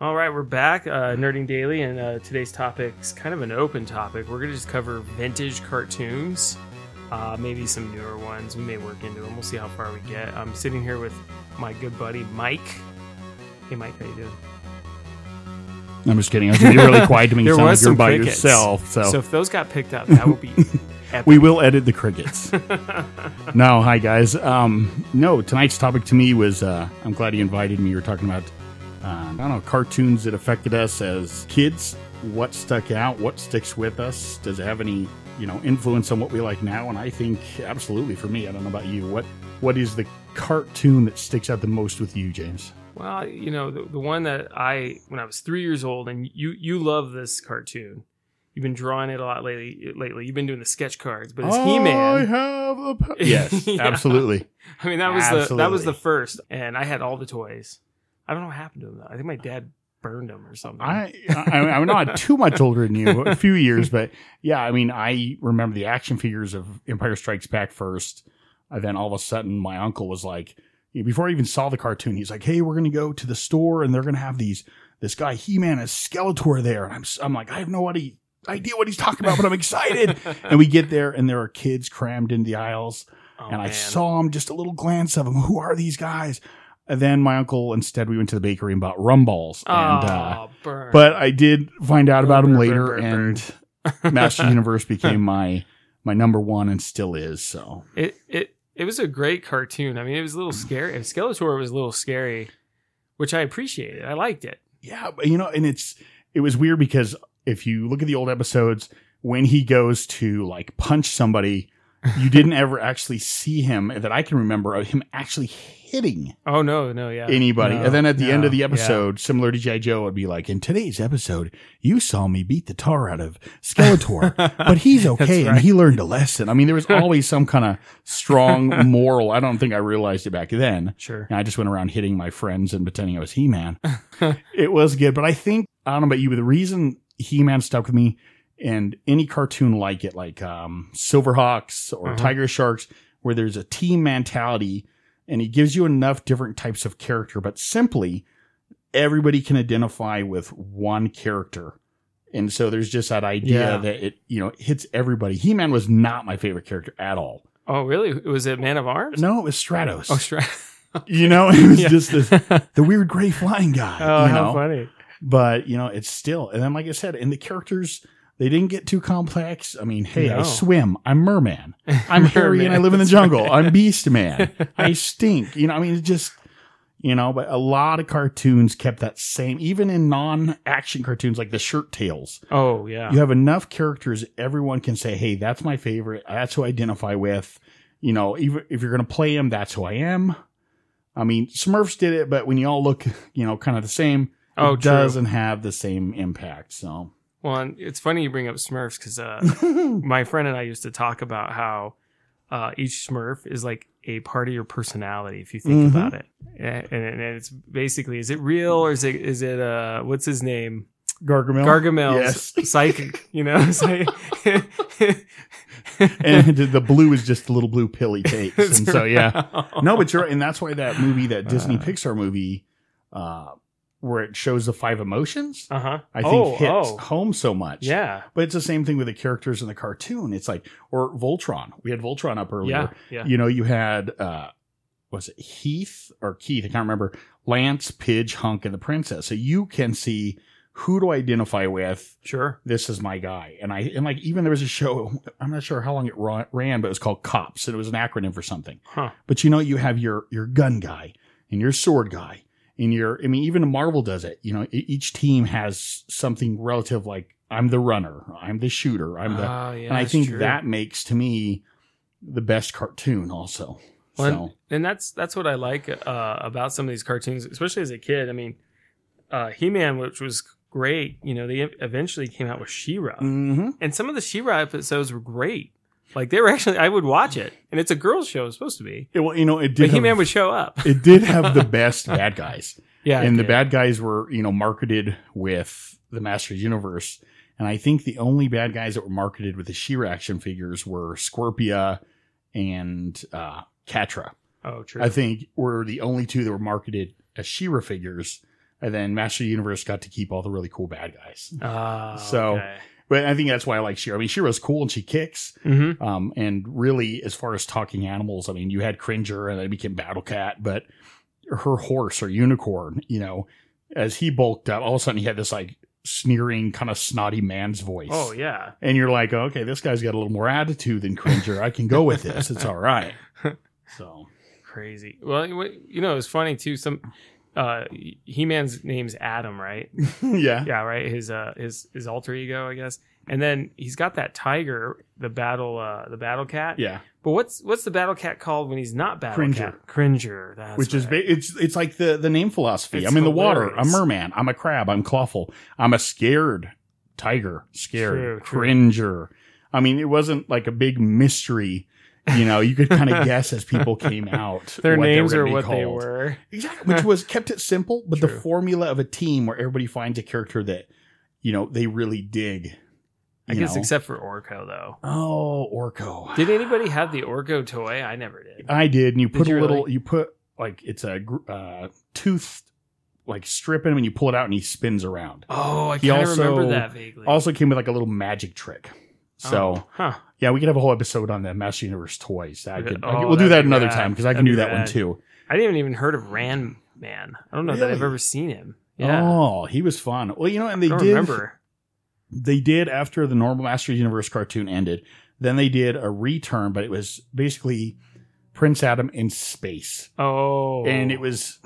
All right, we're back, uh, Nerding Daily, and uh, today's topic's kind of an open topic. We're going to just cover vintage cartoons, uh, maybe some newer ones. We may work into them. We'll see how far we get. I'm sitting here with my good buddy Mike. Hey, Mike, how you doing? I'm just kidding. I was going to be really quiet to make it There sound like was you're some by crickets. yourself. So. So if those got picked up, that would be epic. we will edit the crickets. no, hi guys. Um, no, tonight's topic to me was uh, I'm glad you invited me. You were talking about uh, I don't know cartoons that affected us as kids. What stuck out? What sticks with us? Does it have any you know influence on what we like now? And I think absolutely for me. I don't know about you. What what is the cartoon that sticks out the most with you, James? Well, you know, the, the one that I when I was three years old, and you you love this cartoon. You've been drawing it a lot lately. Lately, you've been doing the sketch cards, but it's I He-Man. have a po- yes, Yeah. absolutely. I mean, that was the that was Absolutely. the first, and I had all the toys. I don't know what happened to them. Though. I think my dad burned them or something. I, I I'm not too much older than you, a few years, but yeah, I mean, I remember the action figures of Empire Strikes Back first. And then all of a sudden, my uncle was like, before I even saw the cartoon, he's like, "Hey, we're gonna go to the store, and they're gonna have these this guy He Man as Skeletor there." And I'm s- I'm like, I have no idea idea what he's talking about, but I'm excited. and we get there, and there are kids crammed in the aisles Oh, and I man. saw him just a little glance of him. Who are these guys? And then my uncle instead we went to the bakery and bought rum balls. Oh, And, uh, burn! but I did find out about him Burr, later, burr, burr, and Master Universe became my my number one and still is. So it it it was a great cartoon. I mean, it was a little scary. Skeletor was a little scary, which I appreciated. I liked it. yeah, but, you know, and it's it was weird because if you look at the old episodes when he goes to like punch somebody. You didn't ever actually see him that I can remember of him actually hitting Oh no, no, yeah. anybody. No, and then at the end no, of the yeah. episode, similar to G.I. Joe, it'd be like, in today's episode, you saw me beat the tar out of Skeletor, but he's okay and right. he learned a lesson. I mean, there was always some kind of strong moral. I don't think I realized it back then. sure. And I just went around hitting my friends and pretending I was He Man. it was good. But I think, I don't know about you, but the reason He Man stuck with me and any cartoon like it, like um, Silverhawks or Mhm. Tiger Sharks, where there's a team mentality and he gives you enough different types of character, but simply everybody can identify with one character. And so there's just that idea Yeah. that it, you know, hits everybody. He Man was not my favorite character at all. Oh really? Was it Man of Arms? No, it was Stratos. Oh, sure. you know, it was Yeah. just this the weird gray flying guy. oh, you know? how funny! But you know, it's still and then like I said, and the characters they didn't get too complex. I mean, hey, I No. swim, I'm merman, I'm Harry and I Merman. live in the That's jungle, right. I'm beast man, I stink. You know, I mean it's just you know, but a lot of cartoons kept that same even in non action cartoons like the shirt tails. Oh yeah. You have enough characters everyone can say, Hey, that's my favorite, that's who I identify with. You know, even if you're gonna play him, that's who I am. I mean, Smurfs did it, but when you all look, you know, kind of the same, oh, it true. doesn't have the same impact. So Well, and it's funny you bring up Smurfs because uh, yeah, my friend and I used to talk about how uh, each Smurf is like a part of your personality if you think Mhm. about it, and, and, and it's basically is it real or is it is it uh what's his name Gargamel. Gargamel's psychic? You know, it's like- and the blue is just the little blue pill he takes. It's and so yeah, real. no, but you're right, and that's why that movie, that Disney Uh. Pixar movie, uh, where it shows the five emotions, uh-huh. I think oh, hits oh, home so much. yeah, But it's the same thing with the characters in the cartoon. It's like, or Voltron. We had Voltron up earlier. yeah, yeah. you know, you had uh was it Heath or Keith? I can't remember. Lance, Pidge, Hunk, and the Princess. So you can see who do I identify with? Sure. This is my guy. And I and like even there was a show. I'm not sure how long it ra- ran, but it was called Cops, and it was an acronym for something. Huh. But you know, you have your your gun guy and your sword guy and your. I mean, even Marvel does it. You know, e- each team has something relative. Like I'm the runner. I'm the shooter. I'm the Oh, yeah, and I that's think true. that makes to me the best cartoon also. Well, so and that's that's what I like uh, about some of these cartoons, especially as a kid. I mean, uh, He Man, which was great. You know, they eventually came out with She-Ra, mm-hmm. and some of the She-Ra episodes were great. Like they were actually, I would watch it, and it's a girls' show, it's supposed to be, it, well, you know, it but did. He Man Have, would show up. it did have the best bad guys, Yeah, and the bad. bad guys were you know marketed with the Master Universe, and I think the only bad guys that were marketed with the She-Ra action figures were Scorpia and uh, Catra. Oh, true. I think were the only two that were marketed as She-Ra figures. and then Master of the Universe got to keep all the really cool bad guys. Ah, So- okay. But I think that's why I like Shiro. I mean, Shiro's cool and she kicks. Mhm. Um, and really, as far as talking animals, I mean, you had Cringer and then it became Battle Cat, but her horse or unicorn, you know, as he bulked up, all of a sudden he had this like sneering, kind of snotty man's voice. oh yeah, And you're like, okay, this guy's got a little more attitude than Cringer. I can go with this. It's all right. So, crazy. Well, you you know, it's funny too. Some uh, He Man's name's Adam, right? yeah. yeah, right. His uh, his his alter ego, I guess. And then he's got that tiger, the battle, uh, the battle cat. Yeah. But what's what's the battle cat called when he's not battle Cringer. cat? Cringer. That's Which is right. ba- it's it's like the the name philosophy. It's I'm in the water. I'm hilarious. merman. I'm a crab. I'm clawful. I'm a scared tiger. True, Scared true. cringer. I mean, it wasn't like a big mystery. You know, you could kind of guess as people came out their what they were names gonna are be what they called. were. Exactly, which was kept it simple, but the True. formula of a team where everybody finds a character that you know they really dig. I you guess know. except for Orco though. oh Orko. Did anybody have the Orco toy? I never did. I did, and you Did put you a really? little. You put like it's a gr- uh, tooth, like strip in him, and you pull it out, and he spins around. Oh, I He kind of also- remember that vaguely. Also came with like a little magic trick. So Oh, huh. yeah, we could have a whole episode on the Master Universe toys. I Okay. could, I Oh, could- we'll do that'd be that another rad. time because I can That'd do be that one rad. too. I didn't even heard of Ran Man. I don't know that I've Really? ever seen him. Yeah, Oh, he was fun. Well, you know, and I they don't did. remember. They did after the normal Master Universe cartoon ended. Then they did a return, but it was basically Prince Adam in space, Oh, and it was,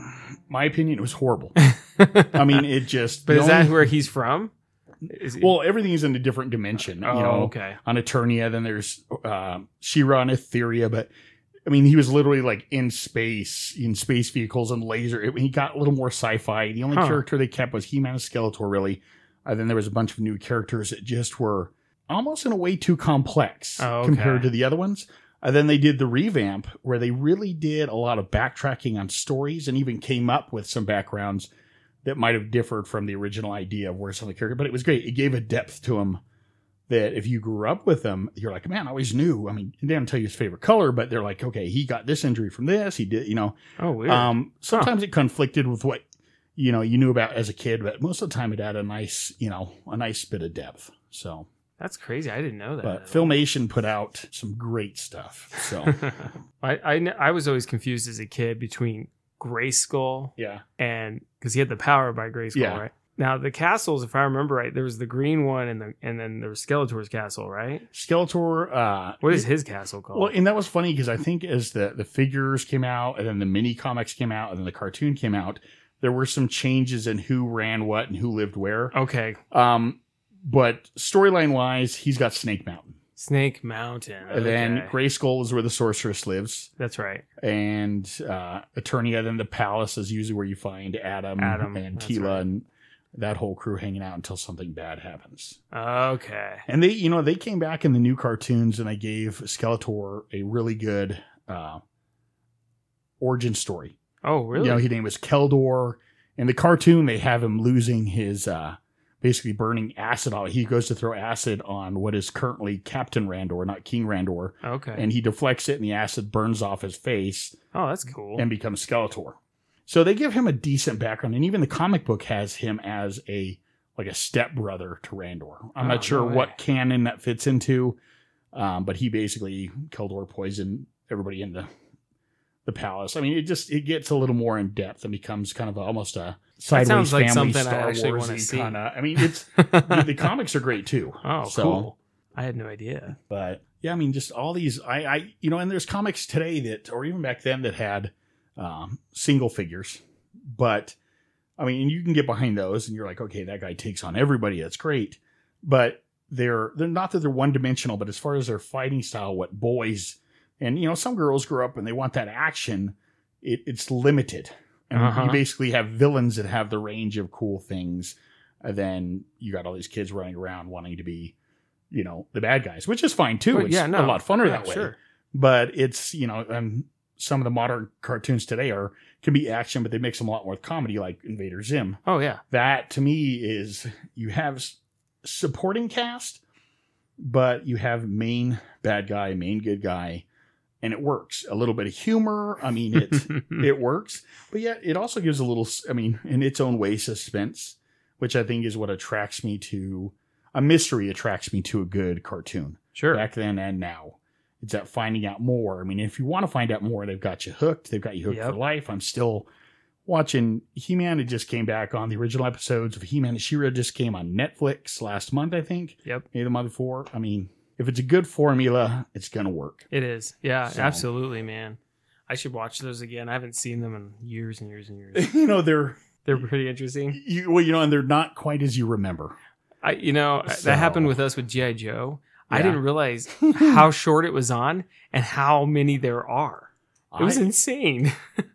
my opinion, it was horrible. I mean, it just. but the is that only- where he's from? Is he- Well, everything is in a different dimension. oh, you know, okay. on Eternia, then there's um Shira on Etheria, but I mean, he was literally like in space, in space vehicles and laser. It, he got a little more sci-fi. The only Huh. character they kept was He-Man and Skeletor, really. And Uh, then there was a bunch of new characters that just were almost in a way too complex Oh, okay. compared to the other ones. And then they did the revamp where they really did a lot of backtracking on stories and even came up with some backgrounds that might have differed from the original idea of where some of the character, but it was great. It gave a depth to them that if you grew up with them, you're like, man, I always knew. I mean, they didn't tell you his favorite color, but they're like, okay, he got this injury from this. He did, you know. Oh, weird. Um, sometimes it conflicted with what you know you knew about as a kid, but most of the time it had a nice, you know, a nice bit of depth. So, That's crazy. I didn't know that. but at all. Filmation put out some great stuff. So, I, I kn- I was always confused as a kid between Grayskull yeah, and because he had the power by Grayskull, Yeah. right? Now the castles, if I remember right, there was the green one and the and then there was Skeletor's castle, right? Skeletor. Uh, What is his castle called? Well, and that was funny because I think as the the figures came out, and then the mini comics came out, and then the cartoon came out, there were some changes in who ran what and who lived where. okay, Um, but storyline wise, he's got Snake Mountain. Snake Mountain. And Then okay. Gray Skull is where the sorceress lives, That's right. and uh, Eternia. Then the palace is usually where you find Adam, Adam, and that's Tila right. and that whole crew hanging out until something bad happens. Okay. And they, you know, they came back in the new cartoons and they gave Skeletor a really good uh, origin story. Oh, really? You know, his name was Keldor. In the cartoon, they have him losing his, uh, basically burning acid on. He goes to throw acid on what is currently Captain Randor, not King Randor, okay. and he deflects it, and the acid burns off his face oh, that's cool. and becomes Skeletor. So they give him a decent background, and even the comic book has him as a like a stepbrother to Randor. I'm Oh, not sure no way. what canon that fits into, um, but he basically Keldor poisoned everybody in the the palace. I mean, it just it gets a little more in depth and becomes kind of almost a sideways sounds like family something I Star actually Wars wanna see. kind of. I mean, it's the, the comics are great too. oh, So- cool. I had no idea. but yeah, I mean, just all these, I, I, you know, and there's comics today that, or even back then that had um, single figures, but I mean, and you can get behind those, and you're like, okay, that guy takes on everybody. That's great, but they're they're not that they're one dimensional, but as far as their fighting style, what boys and you know some girls grow up and they want that action, it, it's limited. And Uh-huh. you basically have villains that have the range of cool things. And then you got all these kids running around wanting to be, you know, the bad guys, which is fine too. Well, it's yeah, no. a lot funner Yeah, that way. Sure. But it's you know, um, some of the modern cartoons today are can be action, but they mix them a lot more with comedy, like Invader Zim. Oh yeah. That to me is you have s- supporting cast, but you have main bad guy, main good guy, and it works. A little bit of humor. I mean, it Hmm. it works, but yet it also gives a little. s- I mean, in its own way, suspense, which I think is what attracts me to a mystery. Attracts me to a good cartoon sure. back then and now. It's that finding out more. I mean, if you want to find out more, they've got you hooked. They've got you hooked Yep. for life. I'm still watching He Man. It just came back on the original episodes of He Man and She-Ra just came on Netflix last month, I think. Yep. Maybe the month before. I mean, if it's a good formula, it's gonna work. It is. Yeah, So- absolutely, man. I should watch those again. I haven't seen them in years and years and years. you know, they're They're pretty interesting. you, well, you know, and they're not quite as you remember. I, you know, uh, So- that happened with us with GI Joe. I Yeah. didn't realize how short it was on and how many there are. It was I, insane.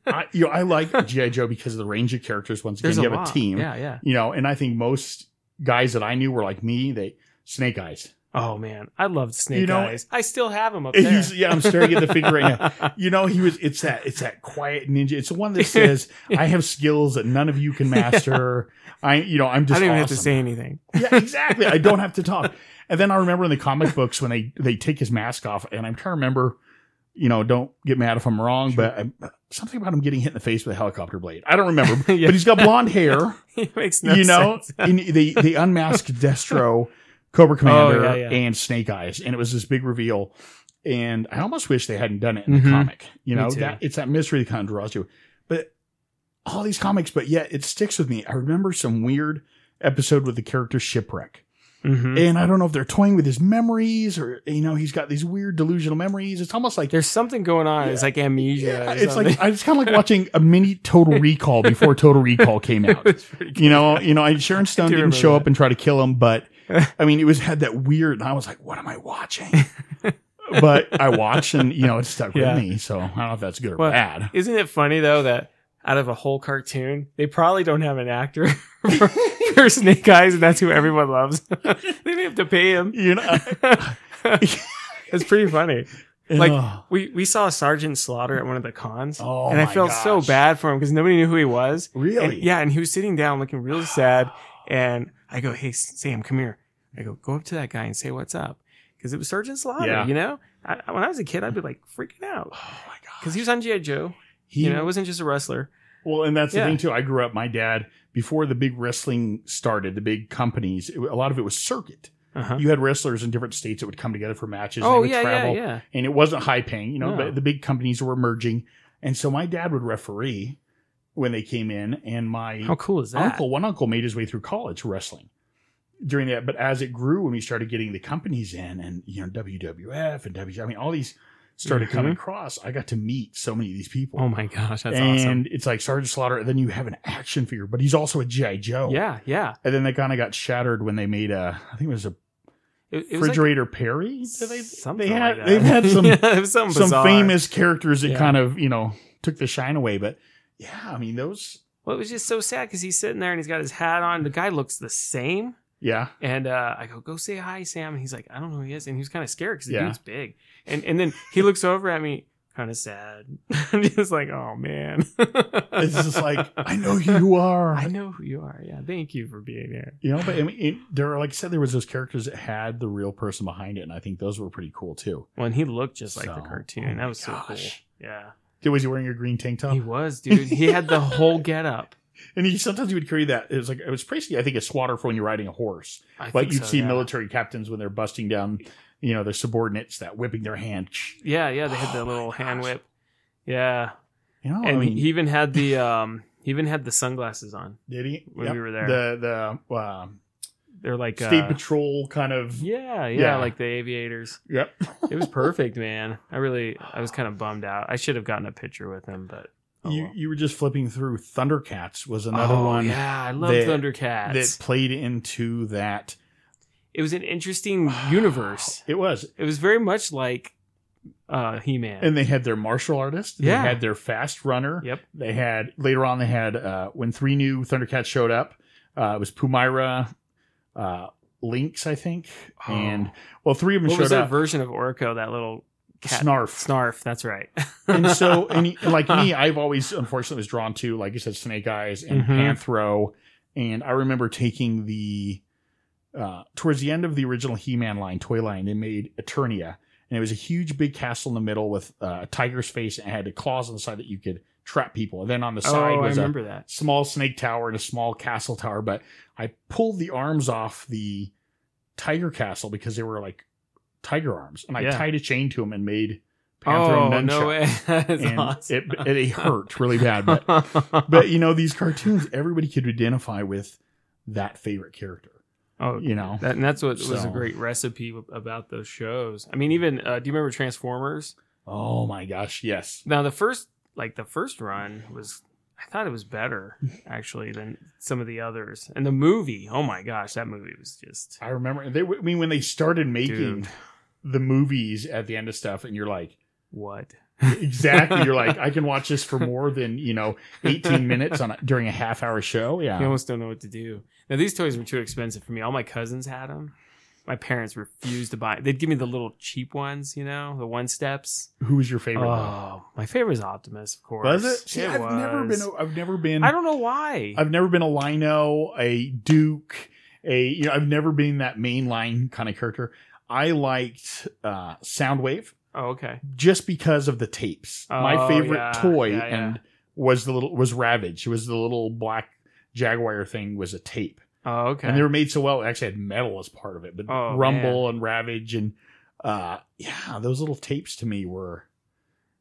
I, you know, I like GI Joe because of the range of characters. Once again, There's you a have lot. a team. Yeah, yeah. You know, and I think most guys that I knew were like me. They Snake Eyes. Oh man, I loved Snake You know- Eyes. I still have them up And there. he's- yeah, I'm staring at the figure right now. You know, he was. It's that. It's that quiet ninja. It's the one that says, "I have skills that none of you can master." I, you know, I'm I just. don't even have to awesome. say anything. Yeah, exactly. I don't have to talk. And then I remember in the comic books when they they take his mask off, and I'm trying to remember. You know, don't get mad if I'm wrong, but I, something about him getting hit in the face with a helicopter blade. I don't remember, Yeah. but he's got blonde hair. it makes no you know, sense. and they they unmasked Destro, Cobra Commander, Oh, yeah, yeah. and Snake Eyes, and it was this big reveal. And I almost wish they hadn't done it in Mhm. the comic. You Me know, too. that it's that mystery that kind of draws you. But all these comics, but yet it sticks with me. I remember some weird episode with the character Shipwreck. Mhm. And I don't know if they're toying with his memories or you know, he's got these weird delusional memories. It's almost like There's something going on. It's like amnesia. yeah, or it's something. like it's kind of like watching a mini Total Recall before Total Recall came out It's pretty good. you know, you know, and Sharon Stone do didn't remember show up that. and try to kill him, but I mean, it was had that weird, and I was like, what am I watching? but I watched, and you know, it stuck Yeah. with me. So I don't know if that's good or Well, bad. Isn't it funny though that out of a whole cartoon, they probably don't have an actor for, for Snake Eyes, and that's who everyone loves. they didn't have to pay him. You know, it's pretty funny. Like- Ugh. We we saw Sergeant Slaughter at one of the cons, oh, and I my felt so gosh. bad for him because nobody knew who he was. And- Really? yeah, and he was sitting down looking really sad. And I go, "Hey, Sam, come here." I go, "Go up to that guy and say what's up," because it was Sergeant Slaughter. Yeah. You know, I, I- when I was a kid, I'd be like freaking out Oh my god. because he was on GI Joe. He, you know, it wasn't just a wrestler. well, and that's the Yeah. thing too. I grew up. My dad, before the big wrestling started, the big companies, it, a lot of it was circuit. Uh-huh. You had wrestlers in different states that would come together for matches. and they Oh would yeah, yeah, travel. yeah. and it wasn't high paying, you know, No. but the big companies were emerging. And so my dad would referee when they came in, and my How cool is that? uncle, one uncle made his way through college wrestling during that. But as it grew, when we started getting the companies in and, you know, WWF and W, I mean, all these started coming across, I got to meet so many of these people. Mm-hmm. Oh my gosh, that's and awesome. it's like Sergeant Slaughter, and then you have an action figure, but he's also a G.I. Joe. Yeah, yeah. And then they kind of got shattered when they made a, I think it was a It, it was like refrigerator Perry. that They, something they had, like that. They've had some yeah, it was something some bizarre. famous characters that Yeah. kind of you know took the shine away. But yeah, I mean those. Well, it was just so sad because he's sitting there and he's got his hat on. The guy looks the same. Yeah, And uh, I go, go say hi, Sam. And he's like, I don't know who he is. And he was kind of scared because the Yeah. dude's big. And and then he looks over at me, kind of sad. I'm just like, oh man. it's just like I know who you are. I know who you are. Yeah, thank you for being here. You know, but I mean, it, there are like I said, there was those characters that had the real person behind it, and I think those were pretty cool too. Well, and he looked just like the So, cartoon. oh my that was so gosh. cool. Yeah, Dude, was he wearing a green tank top? he was, dude. He had the whole getup. and he sometimes he would carry that. It was like it was basically, I think, a swatter for when you're riding a horse. I Like think you'd so, see yeah. military captains when they're busting down, you know, their subordinates that whipping their hand. Yeah, yeah, they had Oh the my little hand gosh. whip. Yeah, You know, and I mean, he even had the um, he even had the sunglasses on. did he? when we were there. the the uh, They're like state uh, patrol kind of. yeah, yeah, Yeah. like the aviators. Yep. It was perfect, man. I really, I was kind of bummed out. I should have gotten a picture with him, but oh, you well. you were just flipping through Thundercats was another Oh, one Yeah, I love that- Thundercats. that played into that it was an interesting universe. It was, It was very much like uh, He Man. and they had their martial artist. Yeah. They had their fast runner. Yep. They had later on. They had uh, when three new Thundercats showed up. Uh, it was Pumira, uh, Lynx, I think, Oh. and well, three of them what was showed that up. version of Orko? That little cat Snarf. snarf. That's right. and so, and he- like me, I've always unfortunately was drawn to, like you said, Snake Eyes and Mhm. Panthro. And I remember taking the uh, towards the end of the original He Man line, toy line, they made Eternia. and it was a huge big castle in the middle with uh, a tiger's face and it had claws on the side that you could trap people. And then on the side oh, I was a remember that. small snake tower and a small castle tower. But I pulled the arms off the tiger castle because they were like tiger arms, and I Yeah. tied a chain to them and made Panther Oh and no way! That's And awesome. it, it it hurt really bad, but but you know these cartoons everybody could identify with that favorite character oh, you know that, and that's what was a So. great recipe w- about those shows. I mean, even uh, do you remember Transformers? oh my gosh yes Now the first, like the first run was, I thought it was better actually than some of the others. And the movie, oh my gosh, that movie was just i remember they i mean when they started making Dude. the movies at the end of stuff and you're like what? exactly you're like i can watch this for more than you know 18 minutes on a, during a half hour show yeah You almost don't know what to do. Now these toys were too expensive for me. All my cousins had them. My parents refused to buy. They'd give me the little cheap ones, you know, the one steps. who was your favorite Oh, my favorite was Optimus, of course. was it see i've never been was. a, i've never been I don't know why. I've never been a lino, a duke, a you know, I've never been that mainline kind of character. I liked uh, Soundwave oh, okay. just because of the tapes. My Oh, favorite yeah, toy yeah, yeah. and was the little was Ravage. It was the little black Jaguar thing was a tape, Oh, okay. and they were made so well. It actually had metal as part of it, but Oh, Rumble and Ravage and uh, yeah, those little tapes to me were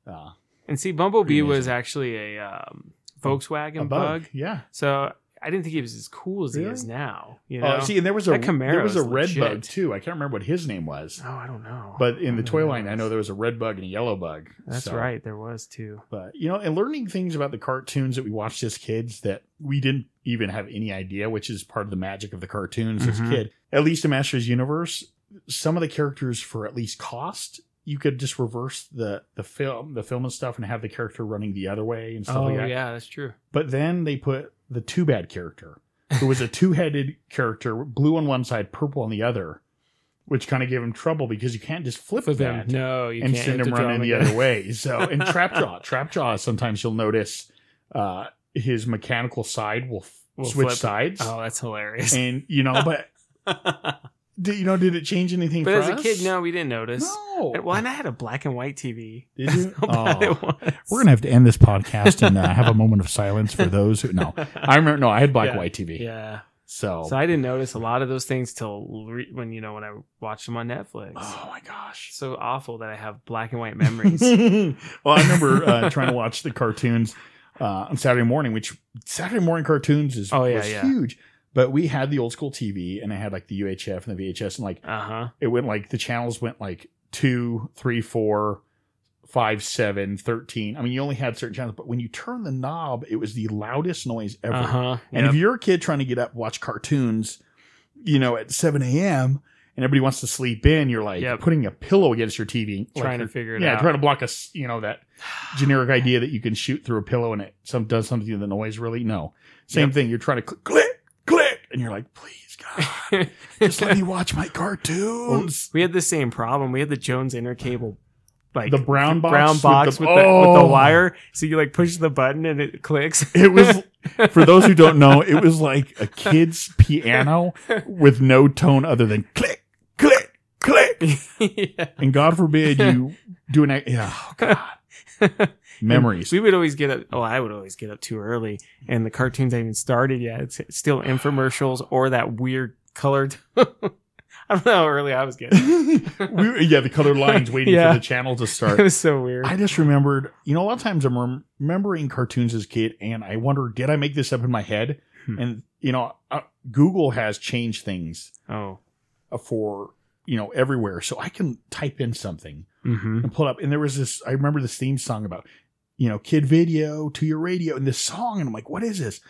uh, and see, Bumblebee Pretty was amazing. actually a um, a Volkswagen bug. bug. Yeah. So I didn't think he was as cool as he Really? is now. You know? Oh, see, and there was a That Camaro there was a is red legit. bug too. I can't remember what his name was. oh, I don't know. But in the don't toy line, I know there was a red bug and a yellow bug. Oh, That's So, right. There was too. But you know, and learning things about the cartoons that we watched as kids that we didn't even have any idea, which is part of the magic of the cartoons Mhm. as a kid. At least in Masters Universe, some of the characters for at least cost, you could just reverse the the film, the film and stuff, and have the character running the other way and stuff Oh, like that. yeah, that's true. But then they put the two bad character, who was a two headed character, blue on one side, purple on the other, which kind of gave him trouble because you can't just flip, Flip him. that No, you and can't send You him have to running the draw other again. way. So, and Trapjaw, Trapjaw, sometimes you'll notice uh, his mechanical side will, f- Will switch flip. sides, Oh, that's hilarious. and you know, but but did, you know, did it change anything? for as a us? kid, no, we didn't notice. no. And- Well, and I had a black and white TV. Did you? That's how bad Oh. it was. We're gonna have to end this podcast and uh, have a moment of silence for those who no. I remember no, I had black and Yeah. white TV. yeah. So, So I didn't notice a lot of those things till re- when you know when I watched them on Netflix. oh my gosh. So awful that I have black and white memories. well, I remember uh, trying to watch the cartoons uh, on Saturday morning, which Saturday morning cartoons is Oh, yeah, was yeah. huge. But we had the old school TV, and I had like the UHF and the VHS, and like uh huh. it went like the channels went like two, three, four, five, seven, thirteen. I mean, you only had certain channels, but when you turn the knob, it was the loudest noise ever. Uh huh. And if you're a kid trying to get up, watch cartoons, you know, at seven a.m. and everybody wants to sleep in, you're like Yep. putting a pillow against your TV, like trying you're to figure it yeah, out. trying to block us, you know, that generic idea that you can shoot through a pillow and it some does something to the noise. Really, no. Same Yep. thing. You're trying to click, click, click, and you're like, please, God, just let me watch my cartoons. we had the same problem. We had the Jones intercable, like the brown box, brown box with the, with, the, oh. wire. So you like push the button and it clicks. It was for those who don't know, it was like a kid's piano with no tone other than click, click, click. yeah. And God forbid you do an act- yeah, oh, God memories. We would always get up. Oh, I would always get up too early, and the cartoons hadn't even started yet. It's still infomercials or that weird colored. I don't know how early I was getting. We were- yeah, the colored lines waiting Yeah. for the channel to start. It was so weird. I just remembered, you know, a lot of times I'm rem- remembering cartoons as a kid, and I wonder, did I make this up in my head? Hmm. And you know, uh, Google has changed things oh, uh, for you know everywhere, so I can type in something mm-hmm. and pull it up. And there was this, I remember this theme song about, you know, kid video to your radio, and this song, and I'm like, what is this?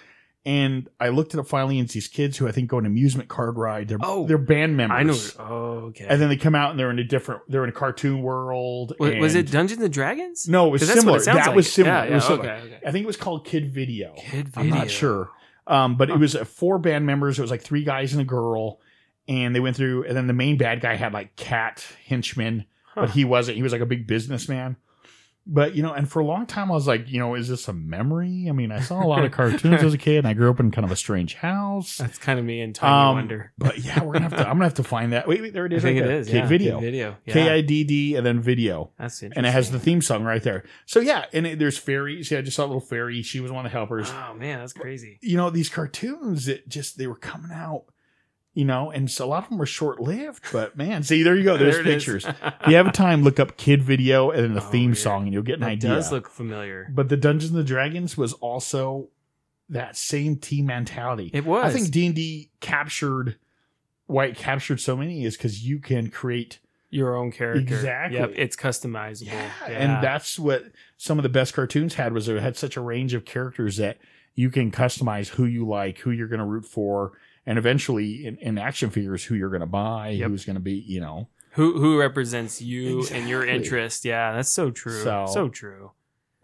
And I looked it up finally, and it's these kids who I think go on amusement card ride. They're, Oh, they're band members. I know. Oh, okay. And then they come out and they're in a different, they're in a cartoon world. Wa- was and- it Dungeons and Dragons? No, it was 'Cause that's what similar. it sounds That like. was similar. Yeah, It was yeah, similar. okay, okay. I think it was called Kid Video. Kid I'm Video. not sure. Um, but Huh. it was uh, four band members. It was like three guys and a girl. And they went through, and then the main bad guy had like cat henchmen, Huh. but he wasn't. He was like a big businessman. But you know, and for a long time, I was like, you know, is this a memory? I mean, I saw a lot of cartoons as a kid, and I grew up in kind of a strange house. That's kind of me and Tiny Um, Wonder. But yeah, we're gonna have to. I'm gonna have to find that. Wait, wait there it I is. think right it there. is. Kid yeah. video. Kid video. Yeah. K I D D and then video. That's interesting. And it has the theme song right there. So yeah, and it, there's fairies. Yeah, I just saw a little fairy. She was one of the helpers. Oh man, that's crazy. You know, these cartoons that just they were coming out. You know, and so a lot of them were short lived. But man, see, there you go. There's There it is. Oh, pictures. if you have time, look up Kid Video and then the Oh, theme weird. song, and you'll get an That idea. does look familiar. but the Dungeons and Dragons was also that same team mentality. It was. I think D and D captured why it captured so many is because you can create, your own character. Exactly. Yep. It's customizable. Yeah. and that's what some of the best cartoons had was they had such a range of characters that you can customize who you like, who you're going to root for, and eventually in, in action figures who you're going to buy, Yep. who's going to be, you know. who who represents you and your Exactly. interest. Yeah, that's so true. So- so true.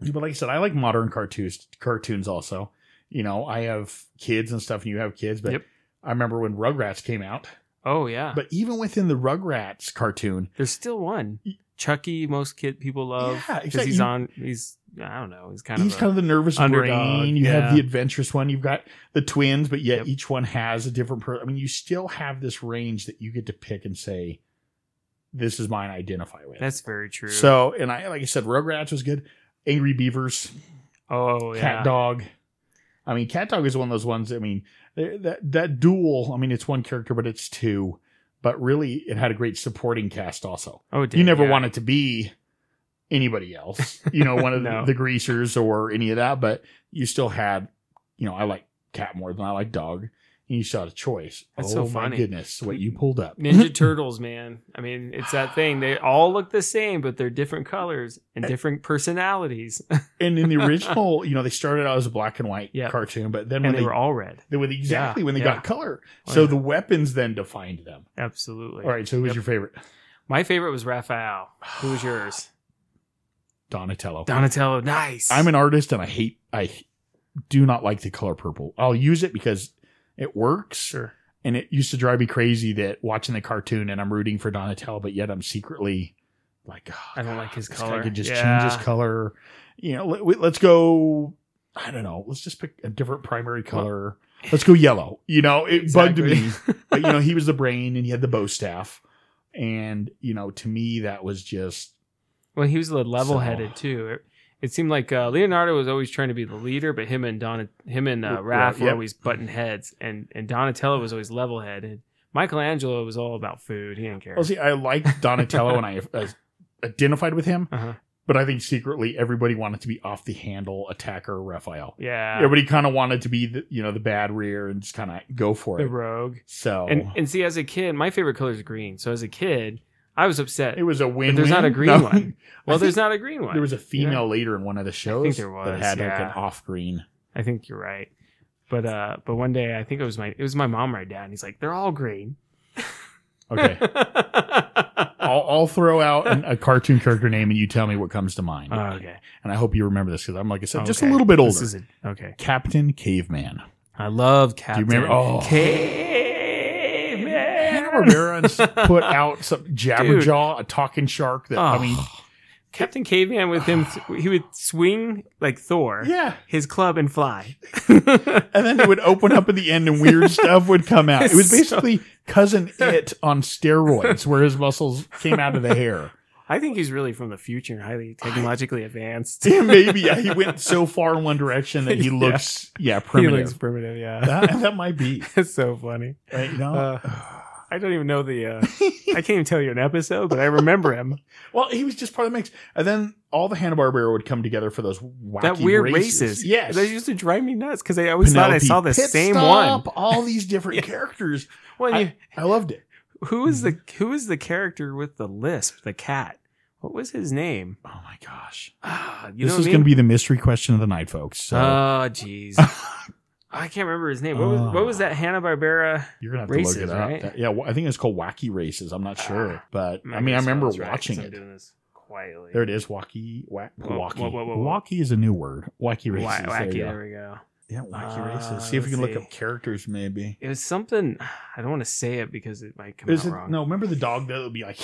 But like I said, I like modern cartoons. Cartoons also, you know, I have kids and stuff, and you have kids, but Yep. I remember when Rugrats came out. Oh yeah. But even within the Rugrats cartoon, There's still one. Chucky, most kid people love Yeah, because exactly. he's You- on. He's I don't know. He's kind he's of. a- kind of the nervous underdog, brain. You have yeah. the adventurous one. You've got the twins, but yet Yep. each one has a different person. I mean, you still have this range that you get to pick and say, "This is mine." I identify with. that's very true. So, and I like I said, Rugrats was good. Angry Beavers, oh Cat yeah. Dog. I mean, Cat Dog is one of those ones. I mean, th- that that duel. I mean, it's one character, but it's two. But really, it had a great supporting cast also. Oh, it did, you never yeah. wanted to be anybody else, you know, one of No. the, the greasers or any of that, but you still had, you know, I like cat more than I like dog. And you still had a choice. That's so oh funny. my goodness, what you pulled up. Ninja Turtles, man. I mean, it's that thing. They all look the same, but they're different colors Eh. and different personalities. and in the original, you know, they started out as a black and white Yeah. cartoon, but then when and they they, were all red. they were exactly Yeah, when they yeah. got color. Oh, so yeah. the weapons then defined them. Absolutely. All right, so who was Yep. your favorite? My favorite was Raphael. Who was yours? Donatello. Donatello. Nice. I'm an artist and I hate I do not like the color purple. I'll use it because it works. sure. and it used to drive me crazy that watching the cartoon and I'm rooting for Donatello, but yet I'm secretly like, oh, I don't like his this color. Guy could just Yeah. change his color. You know, let, let's go. I don't know. Let's just pick a different primary color. Let's go yellow. You know, it bugged me. But you know, he was the brain and he had the bow staff, and you know, to me that was just Well, he was level headed too. It, it seemed like uh, Leonardo was always trying to be the leader, but him and Don, him and uh, Well, Raph were yep. always button heads, and and Donatello was always level headed. Michelangelo was all about food. He didn't care. Well, Oh, see, I liked Donatello and I uh, identified with him, Uh-huh. but I think secretly everybody wanted to be off the handle attacker Raphael. Yeah, everybody kind of wanted to be the you know the bad rear and just kind of go for the it. rogue. So And and see, as a kid, my favorite color is green. So as a kid, I was upset. it was a win. there's not a green one. well, there's not a green one. There was a female later in one of the shows there was, that had like yeah. an off green. I think you're right. But uh, but one day I think it was my it was my mom or my dad, and he's like, they're all green. Okay, I'll, I'll throw out an, a cartoon character name and you tell me what comes to mind. Oh, okay. And I hope you remember this because I'm like I said, just a Okay. little bit This older. is a- okay. Captain Caveman. I love Captain. remember- oh. Caveman. Hanna Barbera put out some Jabberjaw, a talking shark. That I Oh. mean, Captain Caveman with him, th- he would swing like Thor, yeah. his club and fly. And then it would open up at the end and weird stuff would come out. It was So- basically cousin it on steroids where his muscles came out of the hair. I think he's really from the future, and highly technologically advanced. Maybe yeah, he went so far in one direction that he Yeah. looks yeah, He primitive. Oh. looks primitive. Yeah, that, that might be. that's so funny. Right, you know? Uh, I don't even know the. Uh, I can't even tell you an episode, but I remember him. well, he was just part of the mix. And then all the Hanna Barbera would come together for those wacky that weird races. races. Yes. they used to drive me nuts because I always thought I Penelope saw the Pit same Stop, one. All these different characters. Well, you, I loved it. who is the Mm-hmm. who is the character with the lisp, the cat? What was his name? Oh my gosh. Ah, you this know is going to be the mystery question of the night, folks. So Oh. Oh, jeez. I can't remember his name. What was, what was that Hanna Barbera? You're gonna have Races, to look it right? up. That- yeah, wha- I think it's called Wacky Races. I'm not sure, Ah, but I mean, I remember watching I'm it. doing this quietly. There it is. Wacky, wack, Whoa, wacky. whoa, whoa, whoa, whoa. Wacky is a new word. Wacky Wa- races. wacky. there you There, go. we go. Yeah, wacky Uh, races. See if we can let's look up see. characters, maybe. It was something I don't want to say it because it might come Is out it, wrong. no, remember the dog that would be like,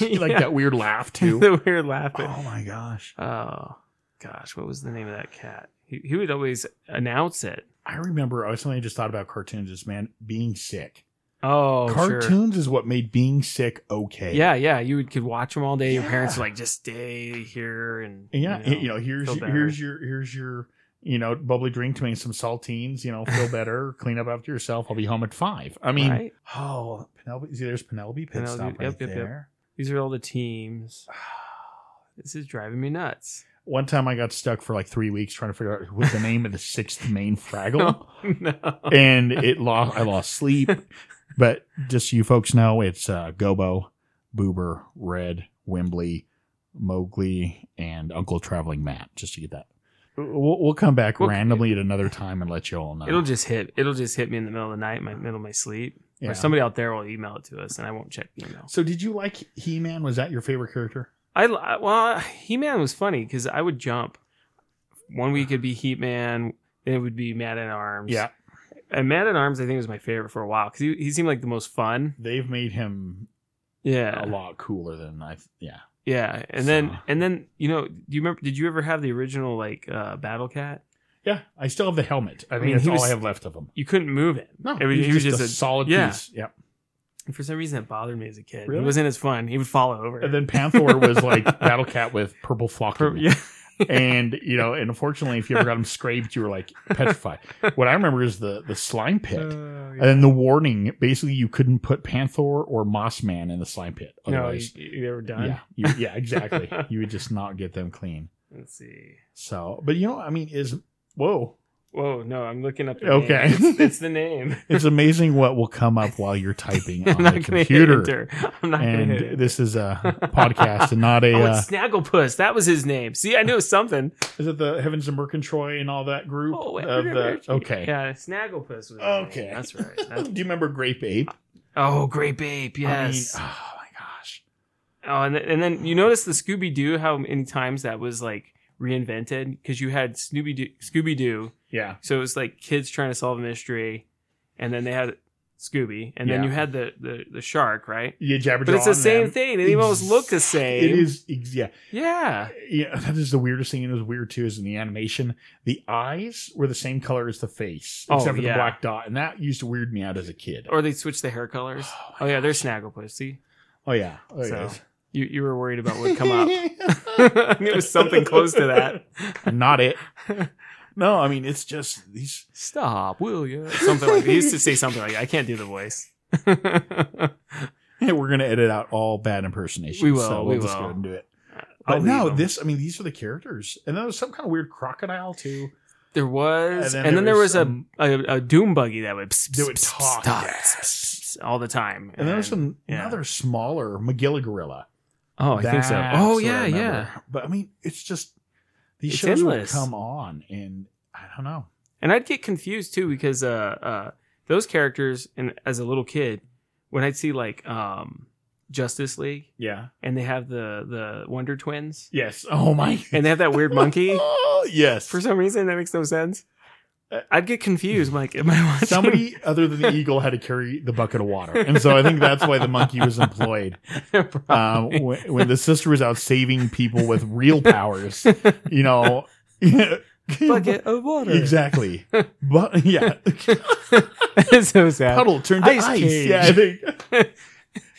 Yeah. like that weird laugh too. the weird laughing. Oh my gosh, Oh. gosh, what was the name of that cat? He, he would always announce it. I I remember remember. I was something I just thought about cartoons. Is man being sick? Oh, sure. cartoons is what made being sick okay. Yeah, yeah. You would, could watch them all day. Your parents Yeah. were like, just stay here and And yeah. You know, here's feel your- better. here's your here's your you know bubbly drink to me and some saltines. You know, feel better, clean up after yourself. I'll be home at five. I mean, Right? oh, Penelope. See, there's Penelope pit Penelope, stop right yep, yep, yep. there. These are all the teams. This is driving me nuts. One time I got stuck for like three weeks trying to figure out what the name of the sixth main Fraggle. no. and it lost. I lost sleep. But just so you folks know, it's uh, Gobo, Boober, Red, Wembley, Mowgli, and Uncle Traveling Matt. Just to get that, we'll, we'll come back We'll- randomly at another time and let you all know. It'll just hit. It'll just hit me in the middle of the night, my middle of my sleep, Yeah. or somebody out there will email it to us, and I won't check the email. so, did you like He Man? Was that your favorite character? I li- well, He Man was funny because I would jump. One week it'd be Heat Man, then it would be Mad at Arms. Yeah, and Mad at Arms I think was my favorite for a while because he, he seemed like the most fun. they've made him Yeah, a lot cooler than I. Yeah, yeah. And then So- and then you know, do you remember? Did you ever have the original like uh, Battle Cat? yeah. I still have the helmet. I, I mean, mean, that's he all was- I have left of him. You couldn't move him. No, It was- he was just a- solid yeah. piece. Yeah. And for some reason, it bothered me as a kid. Really? It wasn't as fun. He would fall over. And then Panther was like Battle Cat with purple Per- flocking. yeah. and you know, and unfortunately, if you ever got them scraped, you were like petrified. What I remember is the the slime pit, Uh, Oh, and then the warning. Basically, you couldn't put Panther or Mossman in the slime pit. no, you, Otherwise, you ever done? yeah, you, yeah, exactly. you would just not get them clean. Let's see. So, but you know, I mean, is whoa, Whoa, no, I'm looking up. The Okay. name. It's, it's the name. it's amazing what will come up while you're typing I'm on not the gonna hit computer. enter. I'm not gonna hit And enter. this is a podcast and not a. Oh, uh, it's Snagglepuss. That was his name. See, I knew it was something. is it the Heavens and Mercantroy and all that group Oh, of the? Okay. Yeah, Snagglepuss was. his Okay. name. that's right. That's- Do you remember Grape Ape? oh, Great Ape. Yes. I mean, oh my gosh. oh, and then, and then you notice the Scooby Doo. How many times that was like reinvented? Because you had Scooby Doo. Scooby Doo. Yeah. So it was like kids trying to solve a mystery, and then they had Scooby, and then Yeah. you had the the, the shark, right? You jabber But it's the same thing. They almost Ex- look the same. It is, ex- yeah, Yeah. yeah. That is the weirdest thing. And it was weird too. Is in the animation, the eyes were the same color as the face, Oh, except for yeah. the black dot, and that used to weird me out as a kid. Or they switch the hair colors. Oh yeah, they're Snagglepuss. See, Oh yeah, oh, So, yes. you you were worried about what would come up. I mean, it was something close to that. Not it. No, I mean it's just these. Stop, will you? Something like he used to say something like, "I can't do the voice." I'll Hey, we're gonna edit out all bad impersonations. We will, So we we'll just go will. ahead and do it. But no, leave 'em. this. I mean, these are the characters, and there was some kind of weird crocodile too. there was, and and then, then there there was, was, um, a, a a doom buggy that would That would talk. stop, Yes. all the time, And there was some yeah. another smaller McGilligorilla. Oh, I think so. That's Oh what I yeah, remember. yeah. But I mean, it's just these It's shows would endless. come on, and I don't know. And I'd get confused too because uh, uh, those characters, and as a little kid, when I'd see like um, Justice League, Yeah. and they have the the Wonder Twins, Yes. Oh my. and they have that weird monkey. Oh, yes. For some reason, that makes no sense. I'd get confused. I'm like, am I watching? Uh, Somebody other than the eagle had to carry the bucket of water, and so I think that's why the monkey was employed. Oh, Um, Probably. when, when the sister was out saving people with real powers, you know. bucket of water. Exactly. But yeah, it's so sad. puddle turned to ice. Ice cage. Yeah, I think.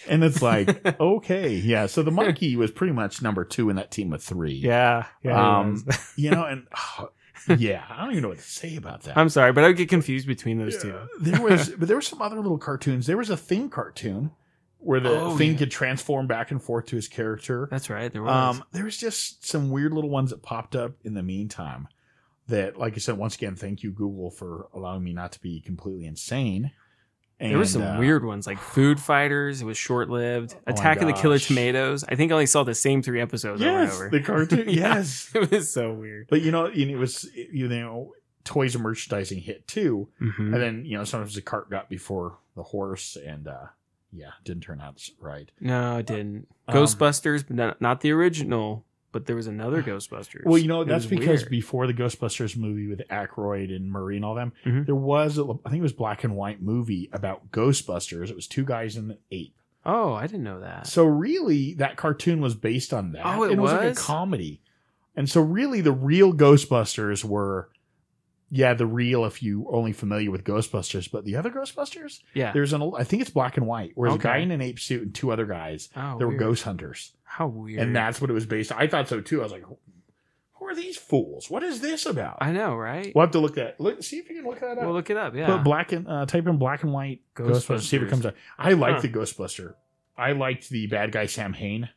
and it's like okay, yeah. So the monkey was pretty much number two in that team of three. Yeah. yeah it Um, was. you know, and oh, yeah, I don't even know what to say about that. I'm sorry, but I would get confused between those Yeah, two. there was, but there were some other little cartoons. There was a thing cartoon where the Oh, thing yeah. could transform back and forth to his character. That's right. There was. Um, there was just some weird little ones that popped up in the meantime. That, like I said, once again, thank you Google for allowing me not to be completely insane. And, there were some uh, weird ones like Food Fighters. It was short lived. my Attack of the Killer gosh. Tomatoes. I think I only saw the same three episodes Yes, over and the cartoon. Yeah. yes, over. It was so weird. but you know, and it was you know, toys and merchandising hit too. Mhm. And then, you know, sometimes the cart got before the horse and uh yeah, didn't turn out s- right. No, it didn't. Um, Ghostbusters, but not, not the original. but there was another Ghostbusters. Well, you know It that's was because weird. before the Ghostbusters movie with Aykroyd and Murray and all them, Mhm. there was a, I think it was black and white movie about Ghostbusters. It was two guys and an ape. oh, I didn't know that. So really, that cartoon was based on that. Oh, it and was like a was? comedy. And so really, the real Ghostbusters were, yeah, the real if you only familiar with Ghostbusters, but the other Ghostbusters, yeah. there's an old, I think it's black and white, where there's Okay. a guy in an ape suit and two other guys. Oh, they were weird. ghost hunters. How weird. And that's what it was based on. I thought so too. I was like, who are these fools? What is this about? I know, right? We'll have to look that. Look, see if you can look that up. We'll look it up. Yeah. Put black and uh, type in black and white Ghostbusters. See if it comes up. I like Huh. the Ghostbuster. I liked the bad guy Sam Hain.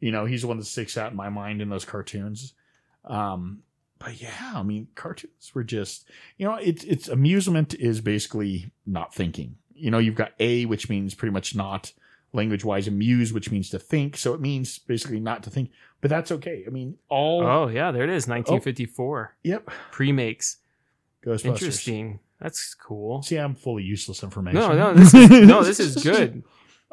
You know, he's the one that sticks out in my mind in those cartoons. Um, but yeah, I mean, cartoons were just you know, it's it's amusement is basically not thinking. You know, you've got a which means pretty much not language wise amuse, which means to think. So it means basically not to think. But that's okay. I mean, all Oh yeah, there it is. 1954 yep, pre-makes. Ghostbusters. Interesting. That's cool. See, I'm full of useless information. No, no, this is, no, this is good.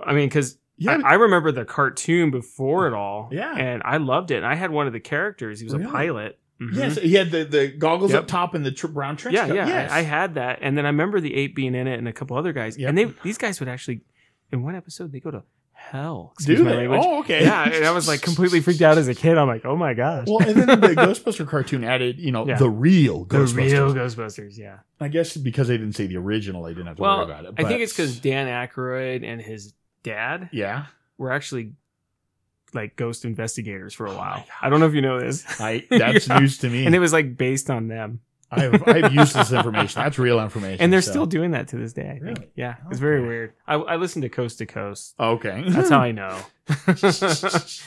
I mean, because Yeah, I, I remember the cartoon before it all. Yeah. and I loved it. And I had one of the characters. He was a Really? pilot. Mhm. Yes, he had the, the goggles Yep. up top and the tr- brown trench Yeah, coat. yeah. Yes. I, I had that, and then I remember the ape being in it, and a couple other guys. Yep. And they these guys would actually, in one episode, they go to hell. Excuse Do my they? language. Oh, okay. Yeah, and I was like completely freaked out as a kid. I'm like, oh my gosh, Well, and then the Ghostbuster cartoon added, you know, Yeah. the real the Ghostbusters. real Ghostbusters. Yeah. I guess because they didn't say the original, they didn't have to Well, worry about it. I think but- it's because Dan Aykroyd and his dad yeah, were actually like ghost investigators for a Oh my while. gosh. I don't know if you know this. I that's Yeah. news to me. And it was like based on them. I've, I've used this information. That's real information. And they're so- still doing that to this day, I think. Really? Yeah. It's very Okay. weird. I, I listened to Coast to Coast. okay. That's how I know.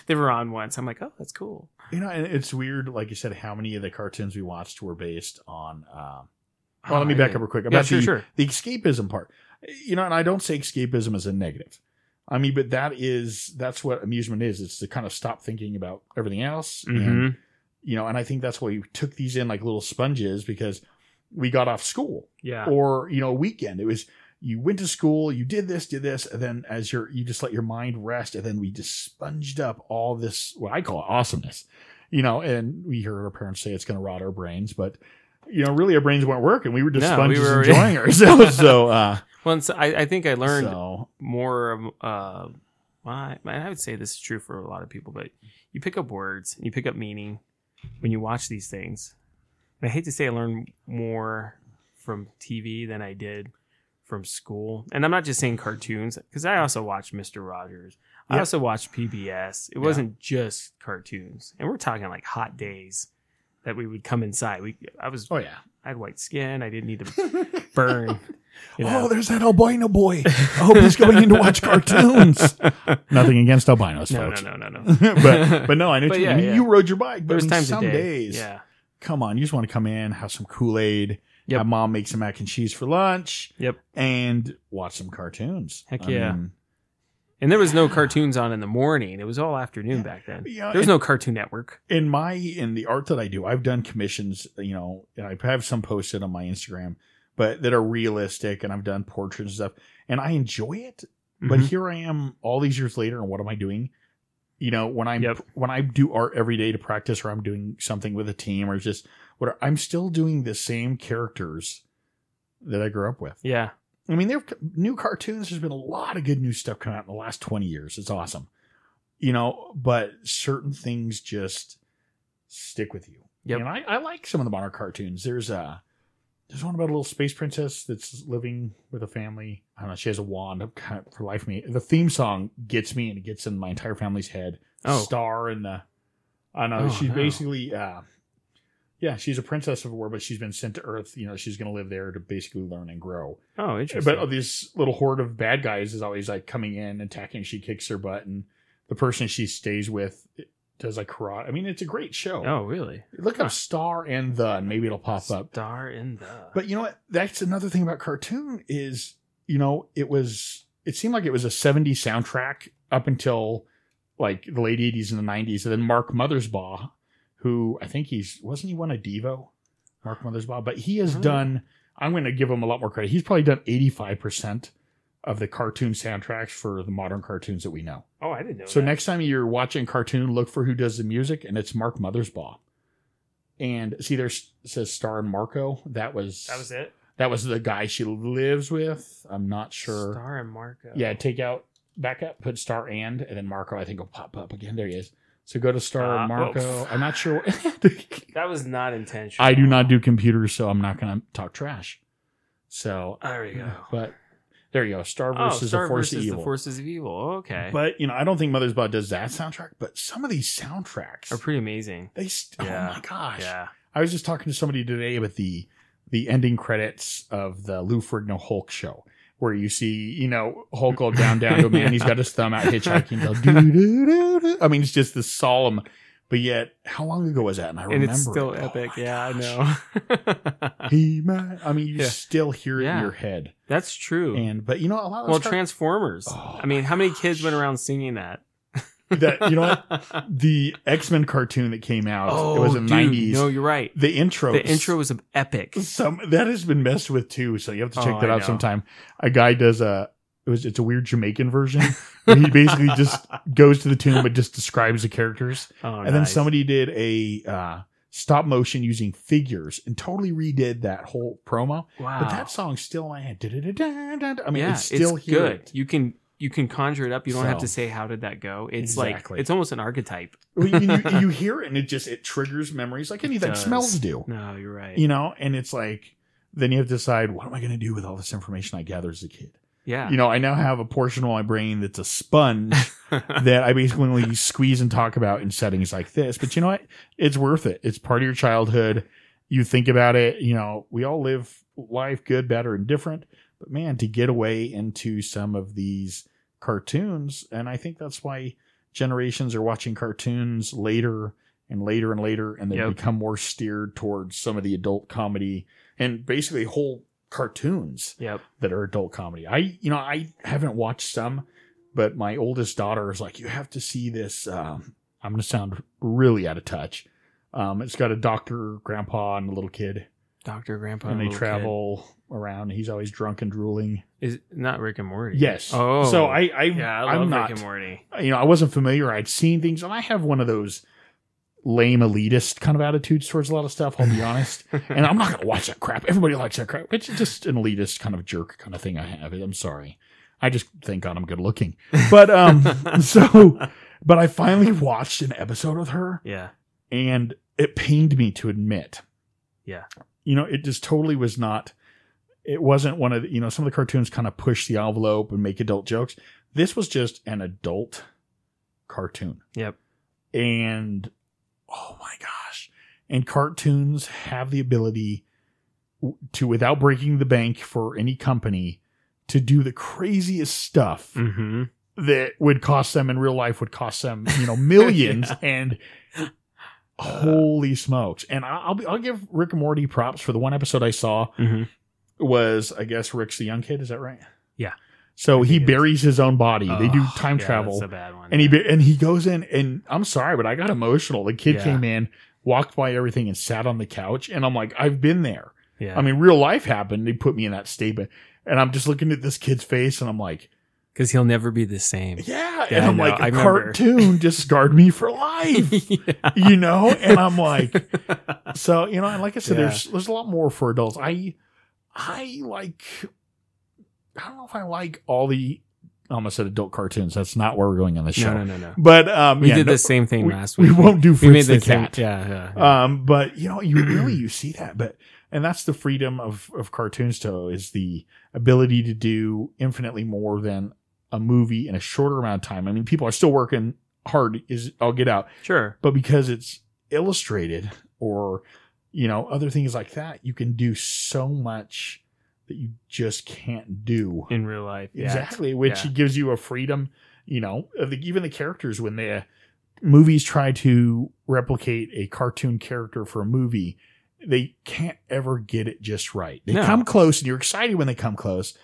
they were on once. I'm like, oh, that's cool. you know. And it's weird, like you said, how many of the cartoons we watched were based on. Uh, well, let me back up real quick about Oh, Yeah, sure, the sure. the escapism part you know and i don't say escapism as a negative i mean but that is that's what amusement is it's to kind of stop thinking about everything else and, Mhm. you know and i think that's why we took these in like little sponges because we got off school Yeah. or you know a weekend it was you went to school you did this did this and then as your you just let your mind rest and then we just sponged up all this what i call it awesomeness you know and we heard our parents say it's going to rot our brains but you know really our brains weren't working we were just No, we sponges were- enjoying ourselves so uh Once I, I think I learned so, more of uh my and I would say this is true for a lot of people, but you pick up words and you pick up meaning when you watch these things. And I hate to say I learned more from TV than I did from school. And I'm not just saying cartoons because I also watched Mr. Rogers. I Yeah. also watched PBS. It wasn't just cartoons. And we're talking like hot days that we would come inside. We I was oh yeah I had white skin. I didn't need to burn. you know. oh there's that albino boy i hope he's going in to watch cartoons nothing against albinos No, folks no, no, no, no. but but no i know But what you, yeah, mean. yeah. you rode your bike but There was I mean, times some a day. days Yeah. come on, you just want to come in, have some Kool Aid. Yep. Have mom make some mac and cheese for lunch. Yep. And watch some cartoons. Heck yeah. And there was no cartoons on in the morning. It was all afternoon Yeah. back then. yeah There was in, no Cartoon Network. in my in the art that I do, I've done commissions. You know, and I have some posted on my Instagram, but that are realistic, and I've done portraits and stuff, and I enjoy it. But Mhm. here I am, all these years later, and what am I doing? You know, when I'm Yep. when I do art every day to practice, or I'm doing something with a team, or just what I'm still doing the same characters that I grew up with. yeah, I mean, there new cartoons. There's been a lot of good new stuff come out in the last 20 years. It's awesome, you know. But certain things just stick with you. Yep. And I, I like some of the modern cartoons. There's a there's one about a little space princess that's living with a family. I don't know. She has a wand. I'm kind of, for life, of me the theme song gets me and it gets in my entire family's head. Oh. Star and the I don't know. Oh, she's no. basically. uh yeah, she's a princess of war, but she's been sent to Earth. You know, she's going to live there to basically learn and grow. oh, interesting. But this little horde of bad guys is always like coming in, attacking. She kicks her butt, and the person she stays with does like karate. I mean, it's a great show. oh, really? Look up Star and the, and maybe it'll pop up. Star in the. But you know what? That's another thing about cartoon is you know it was it seemed like it was a '70s soundtrack up until like the late '80s and the '90s, and then Mark Mothersbaugh, who I think he's wasn't he one of Devo, Mark Mothersbaugh, but he has Oh. done. I'm going to give him a lot more credit. He's probably done 85 percent of the cartoon soundtracks for the modern cartoons that we know. Oh, I didn't know. So that. next time you're watching cartoon, look for who does the music, and it's Mark Mothersbaugh. And see, there s- says Star and Marco. That was that was it. that was the guy she lives with. I'm not sure. Star and Marco. Yeah, take out back up, put Star and, and then Marco. I think will pop up again. There he is. So go to Star Uh, and Marco. oh. I'm not sure. that was not intentional. I do not do computers, so I'm not going to talk trash. So, There we go. but there you go. Star Oh, versus Star the Force versus of Evil. the forces of evil. Oh, okay, But you know, I don't think Mothersbaugh does that soundtrack. But some of these soundtracks, are pretty amazing. they st- Yeah. oh my gosh! Yeah. I was just talking to somebody today about the the ending credits of the Lou Ferrigno Hulk show, where you see you know Hulk go down down to a man, he's got his thumb out hitchhiking. Go, doo, doo, doo, doo. I mean, it's just this solemn. But yet, how long ago was that? And I and remember it's still it. Oh epic. my yeah, I gosh. know. He man, I mean, you Yeah. still hear it Yeah. in your head. That's true. And but you know, a lot of well, stuff- Transformers. Oh I mean, how many my kids went gosh. around singing that? That- you know what? the X Men cartoon that came out. oh, it was in dude, the nineties. No, you're right. the intro, The intro was epic. some that has been messed with too. So you have to check Oh, that I out know. sometime. A guy does a it was it's a weird Jamaican version where he basically just goes to the tomb but just describes the characters. Oh, and then nice. somebody did a uh, stop motion using figures and totally redid that whole promo. Wow. But that song's still in my head. Da-da-da-da-da-da. I mean, yeah, it's still here. good. You can you can conjure it up. You don't have So- to say how did that go. It's like Exactly. it's almost an archetype. Well, you, you, you hear it and it just it triggers memories like anything does. smells do. No, you're right. You know, and it's like then you have to decide what am I going to do with all this information I gather as a kid. yeah. you know, I now have a portion of my brain that's a sponge that I basically only squeeze and talk about in settings like this. But you know what? It's worth it. It's part of your childhood. You think about it, you know, we all live life good, better, and different. But man, to get away into some of these cartoons, and I think that's why generations are watching cartoons later and later and later, and they Yep. become more steered towards some of the adult comedy and basically whole cartoons yep. that are adult comedy. I, you know, I haven't watched some, but my oldest daughter is like, you have to see this. Um, I'm going to sound really out of touch. Um, it's got a doctor, grandpa, and a little kid, Doctor Grandpa and they little kid. travel around. He's always drunk and drooling. is not Rick and Morty. Yes. Oh. So I, I, Yeah, I love I'm Rick not. and Morty. You know, I wasn't familiar. I'd seen things, and I have one of those lame elitist kind of attitudes towards a lot of stuff. I'll be honest. and I'm not going to watch that crap. Everybody likes that crap. It's just an elitist kind of jerk kind of thing I have. I'm sorry. I just thank God I'm good looking. But um, so, but I finally watched an episode with her, yeah. and it pained me to admit. Yeah. You know, it just totally was not. It wasn't one of the, you know some of the cartoons kind of push the envelope and make adult jokes. This was just an adult cartoon Yep. and oh my gosh and cartoons have the ability w- to without breaking the bank for any company to do the craziest stuff Mm-hmm. that would cost them in real life would cost them you know millions and Uh. holy smokes and I- i'll be, i'll give rick and morty props for the one episode i saw Mm-hmm. was i guess rick's the young kid is that right Yeah. so I he think it is. buries his own body they do Oh, time yeah, travel That's a bad one. and he yeah. ba- and he goes in and I'm sorry, but I got emotional. The kid Yeah. came in, walked by everything, and sat on the couch, and I'm like, I've been there. yeah. I mean, real life happened. They put me in that statement, and I'm just looking at this kid's face, and I'm like, because he'll never be the same. yeah, Yeah, and I I'm know. like, I a remember. cartoon just scarred me for life, you know. And I'm like, so you know, and like I said, Yeah. there's there's a lot more for adults. I I like, I don't know if I like all the. I almost said adult cartoons. That's not where we're going on the show. no, no, no, no. But um, We yeah, did no- the same thing we, last we week. won't do We made Fritz the, the, same- cat. Yeah, yeah. yeah. Um, but you know, you really you see that. But and that's the freedom of of cartoons. To is the ability to do infinitely more than a movie in a shorter amount of time. I mean, people are still working hard. Is I'll get out, sure. but because it's illustrated or you know other things like that, you can do so much that you just can't do In real life. Yeah. exactly which yeah. gives you a freedom you know of the, even the characters when the movies try to replicate a cartoon character for a movie they can't ever get it just right they No. come close and you're excited when they come close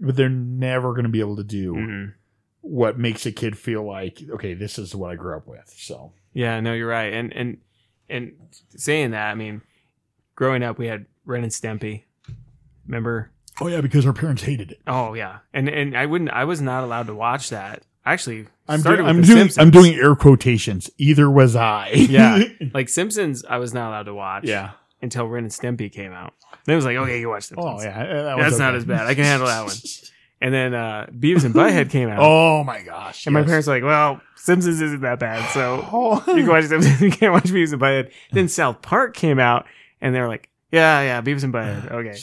but they're never going to be able to do Mhm. what makes a kid feel like okay this is what i grew up with so Yeah, no, you're right. And and and saying that, I mean, growing up, we had Ren and Stimpy. Remember? Oh yeah, because our parents hated it. Oh yeah, and and I wouldn't. I was not allowed to watch that. Actually, I'm, started do- with I'm The doing Simpsons. I'm doing air quotations. Either was I. Yeah. like Simpsons. I was not allowed to watch. yeah. until Ren and Stimpy came out. Then it was like, okay, you watch Simpsons. Oh yeah. eh, that was That's not okay. as bad. I can handle that one. And then uh, Beavis and Butthead came out. Oh my gosh. and my yes. parents were like, well, Simpsons isn't that bad, so Oh. you can watch Simpsons. You can't watch Beavis and Butthead. Then South Park came out, and they were like, yeah, yeah, Beavis and Butthead. Okay,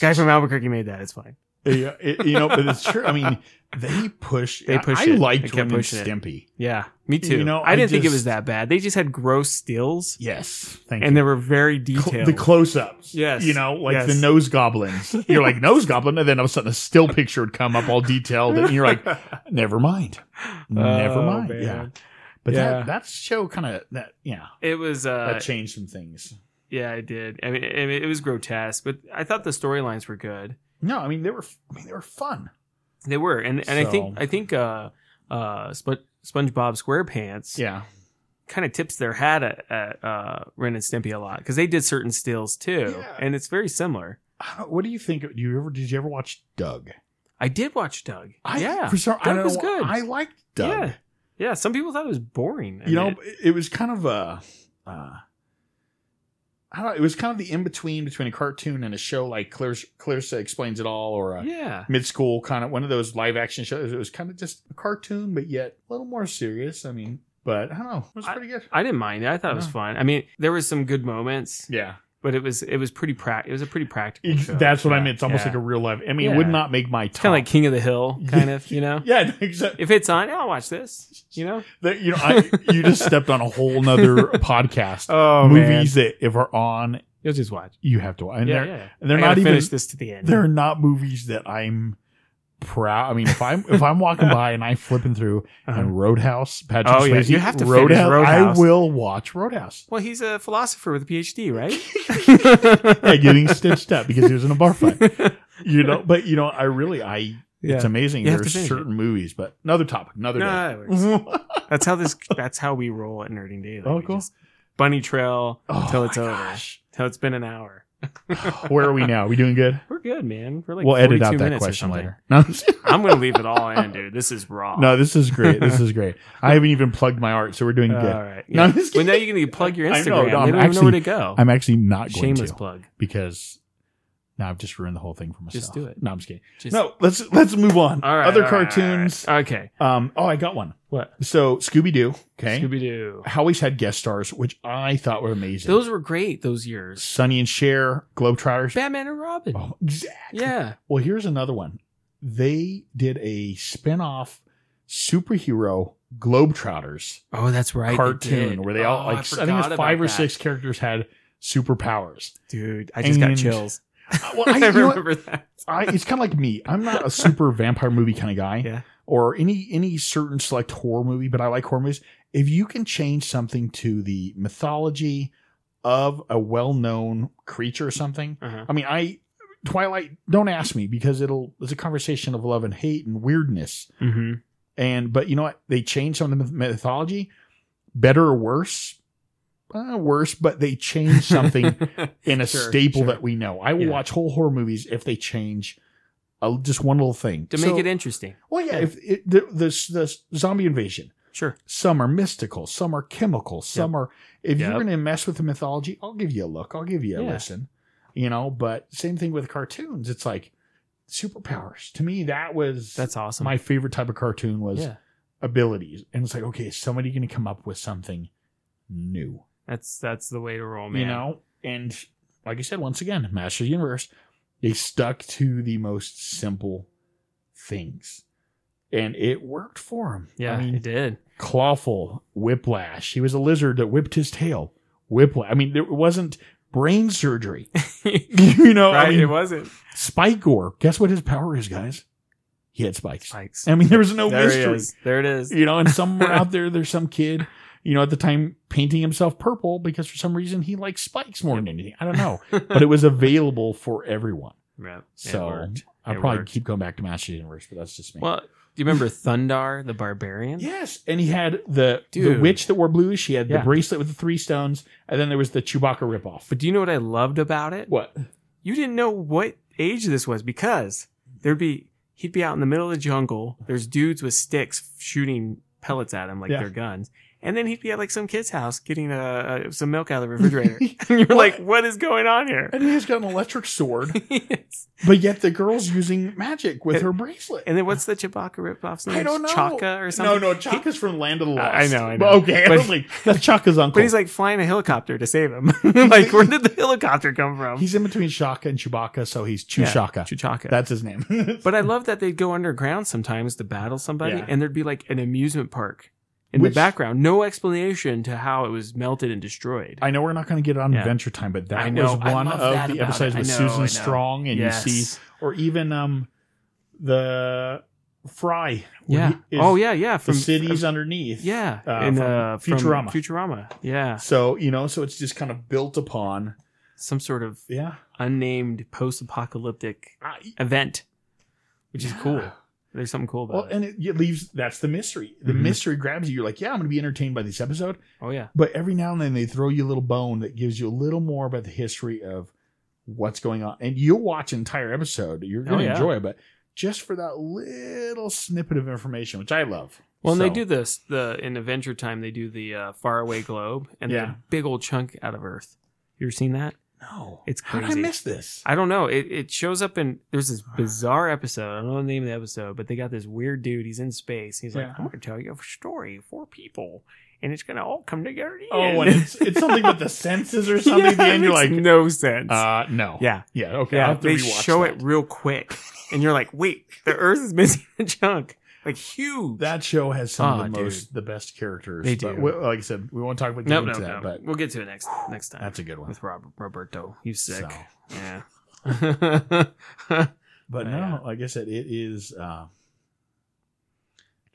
guy from Albuquerque made that. It's fine. Yeah, it- you know, but it's true. I mean, they push. They pushed I, it. liked They kept Ren and pushing it. Stimpy. Yeah, me too. You know, I I didn't think it just- was that bad. They just had gross stills, Yes, thank and you. they were very detailed. the close-ups. Yes. you know, like Yes. the nose goblins. You're like nose goblin, and then all of a sudden a still picture would come up all detailed, and you're like, never mind, never Oh, mind. man. Yeah, but Yeah. that that show kind of that yeah It was uh, that changed some things. Yeah, I did. I mean, I mean, it was grotesque, but I thought the storylines were good. No, I mean they were I mean they were fun. They were, and and I think So- I think uh, uh, Spon- SpongeBob SquarePants Yeah, kind of tips their hat at, at uh, Ren and Stimpy a lot because they did certain stills too, Yeah. and it's very similar. Uh, what do you think? Do you ever did you ever watch Doug? I did watch Doug. I, yeah, for some, I Doug don't was know, good. I liked Doug. yeah, yeah. Some people thought it was boring. you know, and it, it was kind of a, uh, I don't. It was kind of the in between between a cartoon and a show like Clarissa, Clarissa explains it all, or it- a yeah, mid school kind of one of those live action shows. It was kind of just a cartoon, but yet a little more serious. I mean, but I don't know. It was pretty good. I didn't mind it. I thought it was No. fun. I mean, there was some good moments, Yeah, but it was it was pretty prac. It was a pretty practical. It's- show. that's what I Yeah, mean. It's almost yeah. like a real life. I mean, it would Yeah. not make my It's kind time. of like King of the Hill, kind of. You know, yeah, exactly. if it's on, I'll watch this. You know. That- You know, I, you just stepped on a whole nother podcast. Oh, Movies that if are on, You'll just watch. you have to. And yeah, they're, yeah. and they're I not gotta even finish this to the end. they're not movies that I'm proud. I mean, if I'm if I'm walking by and I'm flipping through Uh-huh. and Roadhouse, Patrick Oh, yeah, Swayze, you have to finish Roadhouse, Roadhouse. I will watch Roadhouse. Well, he's a philosopher with a PhD, right? Yeah, getting stitched up because he was in a bar fight. You know, but you know, I really I yeah. it's amazing. You have There's to finish certain movies, but another topic, another No, day. Mm-hmm. that works. that's how this. That's how we roll at Nerding Daily. Oh, We cool. just bunny trail Oh, Till it's my over. gosh. till it's been an hour. Where are we now? we doing good? We're good, man. We're like we'll edit out 42 that minutes or question something. later. No, I'm gonna leave it all in, dude. This is raw. no, this is great. This is great. I haven't even plugged my art, so we're doing all good. right. No, Yeah. I'm just well, now kidding. you can plug your I know, Instagram. no, they I'm don't even know where actually- to go. I'm actually not going Shameless to. plug. because now I've just ruined the whole thing for myself. Just do it. No, I'm just kidding. Just, No, let's let's move on. All right. Other all right, all right. cartoons. Okay. Um. Oh, I got one. What? So Scooby Doo. Okay. Scooby Doo. Howie's had guest stars, which I thought were amazing. Those were great. Those years. Sonny and Cher, Globetrotters. Batman and Robin. Oh, exactly. Yeah. Well, here's another one. They did a spin-off superhero Globetrotters Oh, that's right. they cartoon did. where they all Oh, like I, think forgot it's five about or that. six characters had superpowers. Dude, I just got And- chills. well, I, I, you know what? remember that. I, it's kind of like me. I'm not a super vampire movie kind of guy, Yeah. or any any certain select horror movie. But I like horror movies. If you can change something to the mythology of a well known creature or something, Uh-huh. I mean, I Twilight. Don't ask me because it'll it's a conversation of love and hate and weirdness. Mm-hmm. And but you know what? They changed some of the myth- mythology, better or worse. Uh, worse, but they changed something in a Sure, staple sure. that we know. I will Yeah. watch whole horror movies if they change uh, just one little thing to So- make it interesting. Well, yeah, yeah. if it, the, the the zombie invasion, Sure. some are mystical, some are chemical, some are. If Yep. you're going to mess with the mythology, I'll give you a look, I'll give you a Yeah. listen, you know. But same thing with cartoons. It's like superpowers. To me, that was That's awesome. my favorite type of cartoon was yeah. abilities, and it's like okay, is somebody going to come up with something new? That's that's the way to roll, Oh, man. you know and like i said once again master of the universe they stuck to the most simple things and it worked for him Yeah, i mean it did. clawful whiplash he was a lizard that whipped his tail whiplash i mean there wasn't brain surgery you know right? Oh, i mean it wasn't. spike gore guess what his power is guys he had spikes Spikes. i mean there was no there it mystery is. There it is. you know, and somewhere out there, there's some kid, you know, at the time painting himself purple because for some reason he likes spikes more than anything. I don't know, but it was available for everyone. Yeah, it So worked. I It probably worked. keep going back to Master of the Universe, but that's just me. Well, do you remember Thundar the Barbarian? yes, and he had the Dude. the witch that wore blue. She had Yeah. the bracelet with the three stones, and then there was the Chewbacca ripoff. But do you know what I loved about it? What? You didn't know what age this was because there'd be he'd be out in the middle of the jungle. There's dudes with sticks shooting pellets at him like Yeah. they're guns. And then he'd be at like some kid's house getting uh, uh, some milk out of the refrigerator. and you're like, what is going on here? And he's got an electric sword, Yes. but yet the girl's using magic with her bracelet. And then what's the Chewbacca ripoff's name? I don't know. Chaka or something? No, no, Chaka's from Land of the Lost. I- I know, I know. But Okay, I But- don't think- that's Chaka's uncle. But he's like flying a helicopter to save him. like, where did the helicopter come from? He's in between Shaka and Chewbacca, so he's um, Yeah, Chushaka. Chewbacca. That's his name. But I love that they'd go underground sometimes to battle somebody, Yeah. and there'd be like an amusement park in Which- the background. No explanation to how it was melted and destroyed. I know we're not going to get it on Yeah. Adventure Time, but I that know. was I one love of that the about episodes it. I with know, I know. Susan Strong, and you see, or even um, the Fry. where yeah. he is oh, yeah, yeah. the From cities underneath. yeah, uh, in from uh, from Futurama. Futurama. Yeah, So you know, so it's just kind of built upon. some sort of Yeah, unnamed post-apocalyptic I, event, which is Yeah. cool. There's something cool about Well, it. and it, it leaves that's the mystery. The Mhm. mystery grabs you. You're like, yeah, I'm going to be entertained by this episode. oh yeah, But every now and then they throw you a little bone that gives you a little more about the history of what's going on. And you'll watch an entire episode. You're going Oh, to yeah. enjoy it, but just for that little snippet of information, which I love. Well, and they So, do this the in Adventure Time. They do the uh, faraway globe and Yeah. the big old chunk out of Earth. You ever seen that? No, It's How did crazy. I miss this? I don't know. It, it shows up in there's this bizarre episode. I don't know the name of the episode, but they got this weird dude. He's in space. He's Yeah. like, I'm gonna tell you a story for people, and it's gonna all come together. at the oh, and end." it's it's something with the senses or something. at the Yeah, end, you're it like, makes no sense. uh, no, yeah, yeah, okay. I'll yeah. have to They rewatch show that. it real quick, and you're like, wait, the Earth is missing a chunk, like huge. That show has some Ah, of the dude. most, the best characters. They but do. we- like I said, we won't talk about no, getting no, into no. that, but we'll get to it next next time that's a good one. with Rob, Roberto. He's sick. So, Yeah. but Oh, no, yeah. like I said, it is. Uh,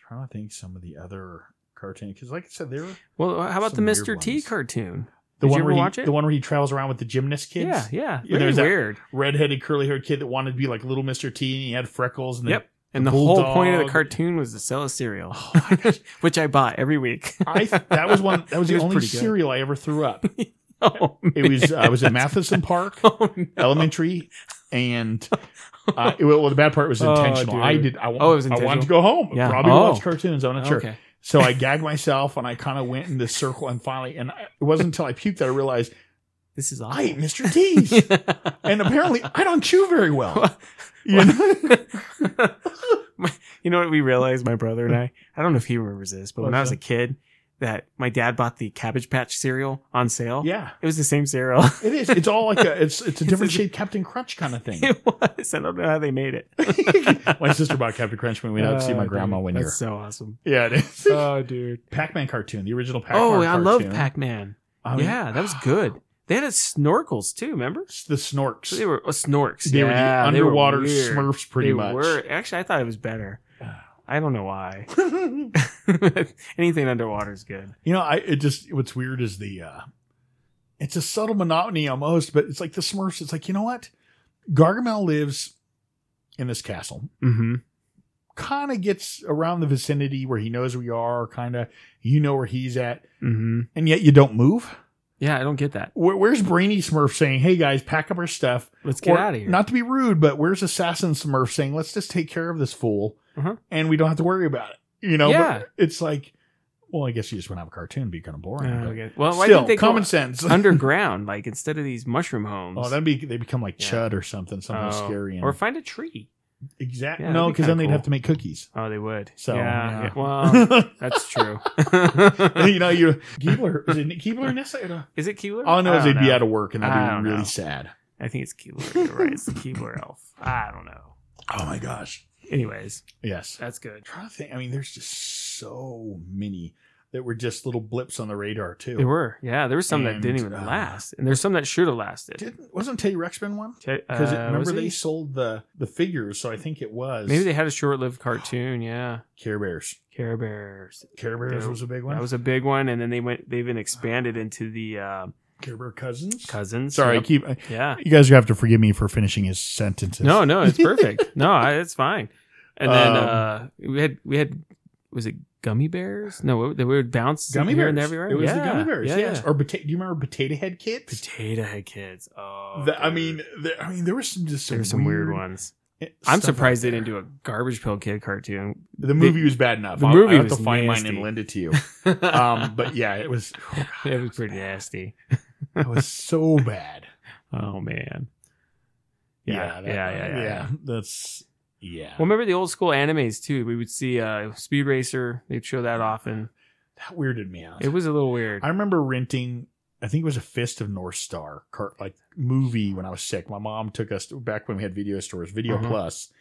trying to think some of the other cartoon because, like I said, there were well, how about Some the weird Mr. T ones. cartoon? the Did you one ever where he, watch it? the one where he travels around with the gymnast kids. Yeah, yeah. Yeah, Very there's that- weird. redheaded, curly-haired kid that wanted to be like little Mister T, and he had freckles. And Yep. And the whole point of the bulldog. Oh, cartoon was to sell a cereal, which I bought every week. then I that was one that was It the was only pretty good. cereal I ever threw up. oh, It was I was at Matheson Park no. Elementary, and uh, it, well, the bad part was Oh, intentional. I dude. did. I, Oh, it was I wanted intentional? to go home. Yeah. Probably Oh. watch cartoons. I'm not sure. Okay. So I gagged myself and I kind of went in this circle and finally, and I, it wasn't until I puked that I realized This is I ate awesome. Mr. T's. And apparently I don't chew very well. You know? My- you know what we realized, my brother and I? I don't know if he remembers this, but when What's I was that? a kid, that my dad bought the Cabbage Patch cereal on sale. Yeah, It was the same cereal. it is. It's all like a, it's, it's a different It's a- shade Captain Crunch kind of thing. it was. I don't know how they made it. Oh, my sister bought Captain Crunch when we went out to see my grandma dude, one year. Uh, That's so awesome. Yeah, it is. Oh, dude. Pac-Man cartoon, the original Pac-Man Oh, I cartoon. love Pac Man. I mean, yeah, that was good. They had a snorkels too. Remember? The Snorks. So they were oh, snorks. They were the yeah, they underwater weird. Smurfs pretty they much. Were. Actually, I thought it was better. I don't know why. you Anything underwater is good. know, I it just what's weird is the uh it's a subtle monotony almost, but it's like the Smurfs. It's like you know what, Gargamel lives in this castle, Mm-hmm. kind of gets around the vicinity where he knows we are, kind of you know where he's at, Mm-hmm. and yet you don't move. Yeah, I don't get that. Where, where's Brainy Smurf saying, "Hey guys, pack up our stuff"? Let's get Or, out of here. Not to be rude, but where's Assassin Smurf saying, let's just take care of this fool Uh-huh. and we don't have to worry about it? You know, but Yeah. it's like, well, I guess you just want to have a cartoon and be kind of Uh, boring. but okay. Well, why Still, didn't they common go sense. underground? Like instead of these mushroom homes, oh, that'd be, they become like Yeah. Chud or something, something Oh. scary. And, or find a tree. exactly. yeah, no, that'd be because then kinda they'd cool. Um, have to make cookies. Oh, they would. So, yeah. yeah. yeah. Well, that's true. you know, you're Keebler. Is it Keebler Nessa? Is it Keeler? All I know is they'd don't be know. out of work and I that'd don't be really know. sad. I think it's Keebler. You're right. It's the Keebler elf. I don't know. Oh my gosh. Anyways, Yes. that's good. trying to think. I mean, there's just so many that were just little blips on the radar too. There were. Yeah, there were some that And, didn't even uh, last. And there's some that should have lasted. Didn't wasn't Teddy Rexman one? Because Because remember they sold the the figures, so I think it was Uh, Maybe they had a short lived cartoon. Yeah. Care Bears. Care Bears. Care Bears Yeah, was a big one. That was a big one. And then they went, they even expanded into the uh, Care Bear Cousins. cousins. Sorry, I Yep. keep. Yeah. You guys have to forgive me for finishing his sentences. No, no, it's perfect. no, I, it's fine. And then Um, uh, we had, we had was it gummy bears? No, they would bounce Gummy here and bears. everywhere. It was yeah. the gummy bears. Yeah, yes. yeah. Or pota- do you remember potato head kids? potato head kids. Oh, The- I dude. mean, there, I mean, there was some just some eh, there's some weird, ones. I'm surprised they didn't do a garbage pill kid cartoon. The movie was bad enough. the I'll- movie I have was to find mine nasty. and lend it to you. um, Um, but yeah, it was. oh, God, it was pretty nasty. It was so bad. Oh man. Yeah, that- yeah, yeah, yeah, yeah. That's yeah. Well, remember the old school animes too. We would see uh, Speed Racer. They'd show that often. that weirded me out. It was a little weird. I remember renting. I think it was a Fist of North Star car, like movie when I was sick. My mom took us to, back when we had video stores, Video Uh-huh. Plus,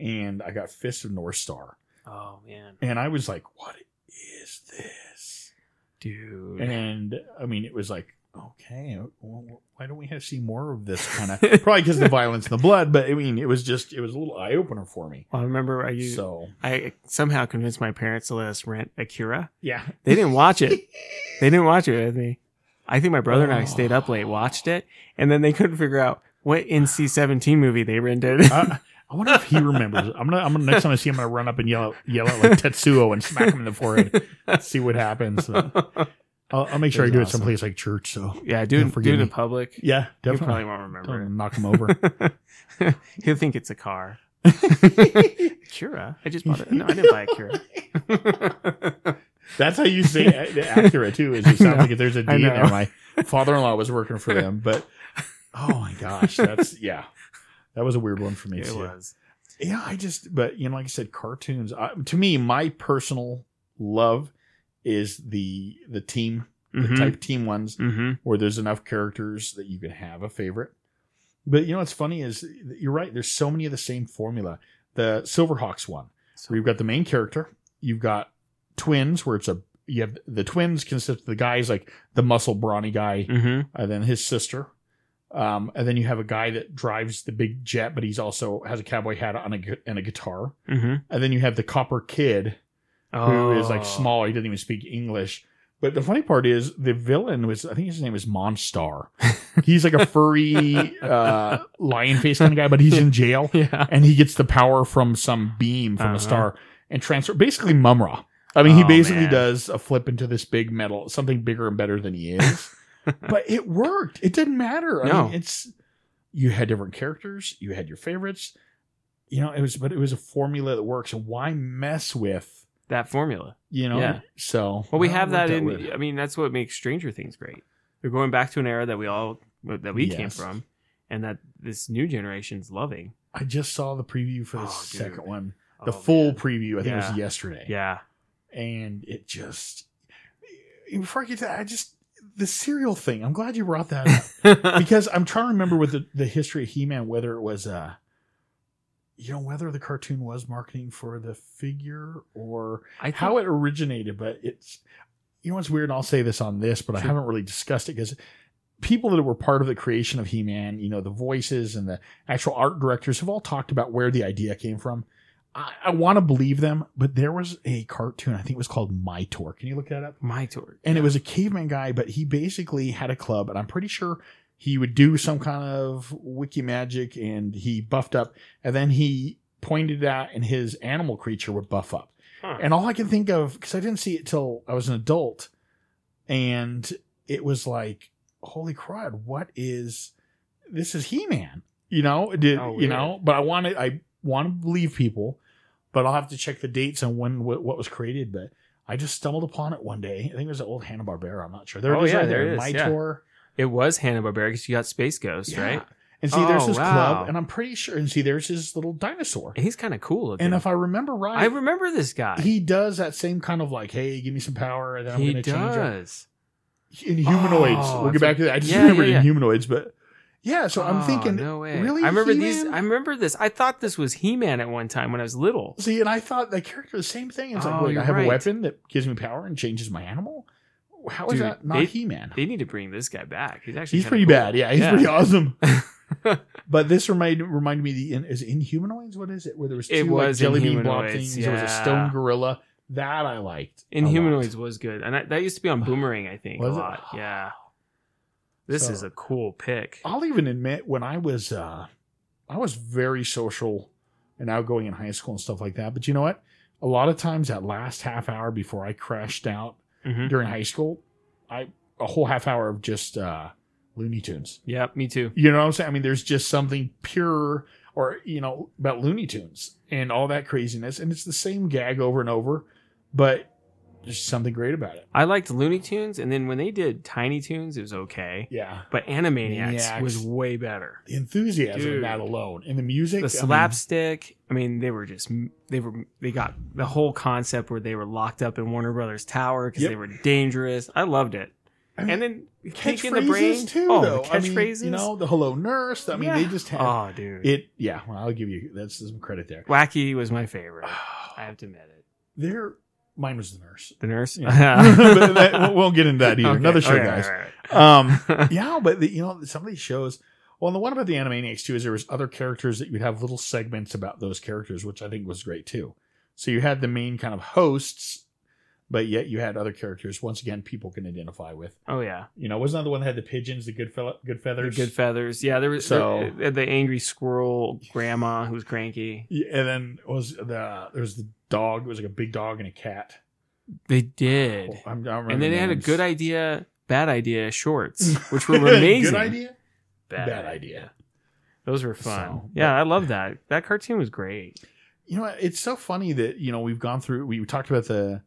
and I got Fist of North Star, oh man, and I was like, "What is this?" dude. And I mean, it was like, okay, well, why don't we have see more of this kind of? Probably because the violence and the blood, but I mean, it was just it was a little eye opener for me. Well, I remember I used, so I somehow convinced my parents to let us rent Akira. yeah, They didn't watch it. They didn't watch it with me. I think my brother and I stayed up late, watched it, and then they couldn't figure out what NC seventeen movie they rented. I, I wonder if he remembers. I'm gonna, I'm gonna next time I see him, I'm gonna run up and yell, yell out like Tetsuo and smack him in the forehead. See what happens. I'll, I'll make sure I That's do it awesome. someplace like church. So yeah, do Yeah, it, do forgive it in me. public. yeah, You probably definitely won't Tell him remember to knock him over. it. He'll think it's a car. Akira. I just bought it. No, I didn't buy Akira. That's how you say it- Acura too. Is it I sounds know. like if there's a D I in know. there. My father-in-law was working for them, but oh my gosh, that's yeah, that was a weird one for me it too. was. Yeah, I just, but you know, like I said, cartoons. I, to me, my personal love is the the team, the Mm-hmm. type team ones hmm where there's enough characters that you can have a favorite. But you know what's funny is that you're right. There's so many of the same formula. The Silverhawks one, where you've got the main character, you've got twins, where it's a you have the twins consist of the guys like the muscle brawny guy, hmm and then his sister. Um, and then you have a guy that drives the big jet, but he's also has a cowboy hat on a, gu- and a guitar. hmm And then you have the copper kid who is Oh. like small. He doesn't even speak English. But the funny part is the villain was, I think his name was Monstar. He's like a furry, uh, lion face kind of guy, but he's in jail Yeah. and he gets the power from some beam from Uh-huh. a star and transfer basically Mumra. I mean, he Oh, basically man. does a flip into this big metal, something bigger and better than he is. but it worked. It didn't matter. I No. mean, it's you had different characters, you had your favorites. You know, it was but it was a formula that works. And why mess with That formula. you know? Yeah. So Well, we I have worked that in. uh, with. I mean, that's what makes Stranger Things great. They're going back to an era that we all that we came Yes. from, and that this new generation's loving. I just saw the preview for the Oh, dude. second one. The Oh, full man. preview, I think it Yeah. was yesterday. Yeah. and it just before I get to that, I just the cereal thing. I'm glad you brought that up because I'm trying to remember with the, the history of He-Man whether it was uh you know whether the cartoon was marketing for the figure or I think, how it originated, but it's you know what's weird. And I'll say this on this, but I Sure. haven't really discussed it because people that were part of the creation of He-Man, you know, the voices and the actual art directors have all talked about where the idea came from. I, I want to believe them, but there was a cartoon I think it was called My Tour. Can you look that up? my tour. And it was a caveman guy, but he basically had a club, and I'm pretty sure he would do some kind of wiki magic, and he buffed up, and then he pointed it out, and his animal creature would buff up. Huh. And all I can think of, because I didn't see it till I was an adult, and it was like, holy crud, what is this? Is He Man? You know, did Oh, you know? But I want to, I want to believe people, but I'll have to check the dates and when what, what was created. But I just stumbled upon it one day. I think it was an old Hanna Barbera. I'm not sure. There Oh, it is, yeah, right there there. it is, My yeah. tour. It was Hanna Barbera because you got Space Ghost, Yeah. right? And see, there's Oh, this wow. club, and I'm pretty sure. And see, there's his little dinosaur. And he's kind of cool. Looking. And if I remember right, I remember this guy, he does that same kind of like, hey, give me some power, and then I'm he going to change up. does. in humanoids. Oh, we'll that's get back to that. I just yeah, remembered yeah, yeah. in humanoids, but yeah. So Oh, I'm thinking, no way. really, I remember these. He-Man? I remember this. I thought this was He Man at one time when I was little. see, and I thought that character was the same thing. It's like, Oh, wait, you're I have right. a weapon that gives me power and changes my animal. How is Dude, that they- not He Man? They need to bring this guy back. He's actually He's kinda pretty cool. bad. Yeah, he's Yeah. pretty awesome. but this remind reminded me of the in, is it Inhumanoids. What is it? Where there was two It like, was jelly bean blob Inhumanoids, things. There was a yeah. stone gorilla that I liked. a lot. Inhumanoids was good, and I, that used to be on Boomerang, I think, Was a it? lot. Yeah, this So- Oh. is a cool pick. I'll even admit when I was uh I was very social and outgoing in high school and stuff like that. But you know what? a lot of times that last half hour before I crashed out Mhm. during high school, I a whole half hour of just uh, Looney Tunes. Yeah, me too. You know what I'm saying? I mean, there's just something pure or, you know, about Looney Tunes and all that craziness. And it's the same gag over and over, but there's something great about it. I liked Looney Tunes, and then when they did Tiny Tunes, it was okay. Yeah. But Animaniacs Maniacs. was way better. The enthusiasm in Dude. that alone and the music. The I mean, slapstick. I mean, they were just they were they got the whole concept where they were locked up in Warner Brothers Tower because Yep. they were dangerous. I loved it. I mean, and then Cake catchphrases in the Brain too, Oh, though. the I mean, catchphrases. you know, the hello nurse. I mean, they Yeah. just have oh, dude, it. Yeah. Well, I'll give you that's some credit there. Wacky was my favorite. I have to admit it. There, mine was the nurse. The nurse. But that- we won't get into that either. Okay, Another show, okay, guys. all right, Um, all right. yeah, but the, you know, some of these shows. Well, and the one about the Animaniacs too is there was other characters that you'd have little segments about those characters, which I think was great too. So you had the main kind of hosts, but yet you had other characters. Once again, people can identify with. oh yeah, You know, wasn't that the one that had the pigeons, the good fellow, good the feathers, good feathers. Yeah, there was So- there- the angry squirrel grandma who was cranky. Yeah, and then was the there was the dog. It was like a big dog and a cat. They did, I'm- I don't remember and then they had a names. good idea, bad idea shorts, which were Good amazing. idea. Bad idea. Those were fun. So, yeah, but- I love that. That cartoon was great. you know it's so funny that you know we've gone through we talked about the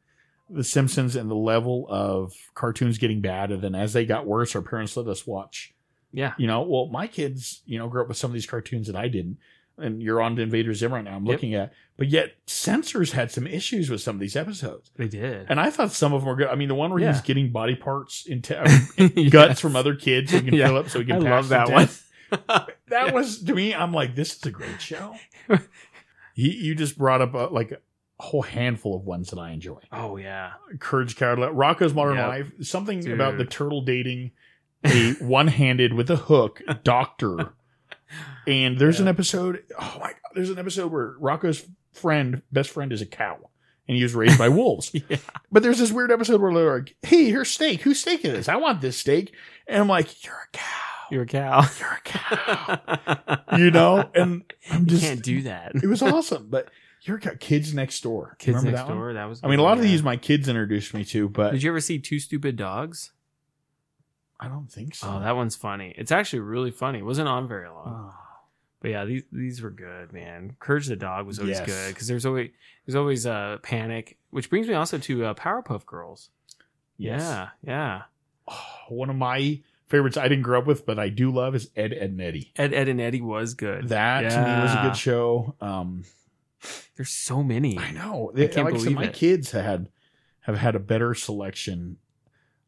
the simpsons and the level of cartoons getting bad and then as they got worse our parents let us watch Yeah. you know well my kids you know grew up with some of these cartoons that i didn't and you're on to invader zim right now i'm Yep. looking at but yet censors had some issues with some of these episodes They did. and i thought some of them were good i mean the one where he's Yeah. getting body parts into Yes. guts from other kids so he can Yeah. fill up so he can I love pass the that test. one. That was to me. I'm like, this is a great show. you, you just brought up a, like a whole handful of ones that I enjoy. oh yeah. Courage, Coward, Lion- Rocco's Modern Yep. Life. Something about the Dude. turtle dating a one-handed with a hook doctor. And there's an Yeah. episode. Oh my god! There's an episode where Rocco's friend, best friend, is a cow, and he was raised by wolves. Yeah. But there's this weird episode where they're like, "Hey, here's steak. Whose steak is this? I want this steak." And I'm like, "You're a cow. You're a cow. Oh. You're a cow." you know, and I'm you just can't do that. it was awesome. But you're got kids next door. Kids Remember next that one? door. That was. I mean, a lot of yeah. these my kids introduced me to, but Did you ever see Two Stupid Dogs? I don't think so. Oh, that one's funny. It's actually really funny. It wasn't on very long, Oh. but yeah, these these were good, man. Courage the Dog was always Yes. good because there's always there's always uh, panic, which brings me also to uh, Powerpuff Girls. Yes. Yeah, yeah. Oh, one of my favorites I didn't grow up with, but I do love is Ed, Ed, and Eddie. Ed, Ed, and Eddie was good. That to me was a Yeah. good show. Um, There's so many. I know. They, can't like I said, believe my it. kids had have had a better selection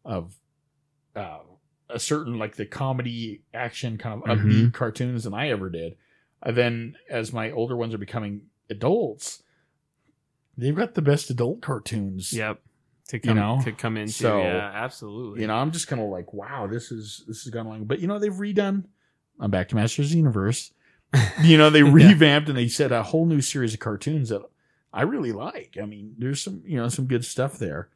of uh, a certain like the comedy action kind of Mm-hmm. upbeat cartoons than I ever did. And then as my older ones are becoming adults, they've got the best adult cartoons. Yep. To You come know? to come into So, yeah, absolutely. You know, I'm just kind of like, wow, this is this has gone along. But you know, they've redone. I'm back to Masters of the Universe. You know, they Yeah. revamped and they set a whole new series of cartoons that I really like. I mean, there's some you know some good stuff there.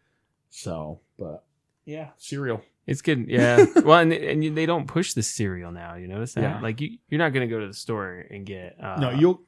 So, but yeah, cereal. It's good, yeah. well, and, and you- they don't push the cereal now. You notice that? Yeah. Like you, you're not gonna go to the store and get uh, no, you'll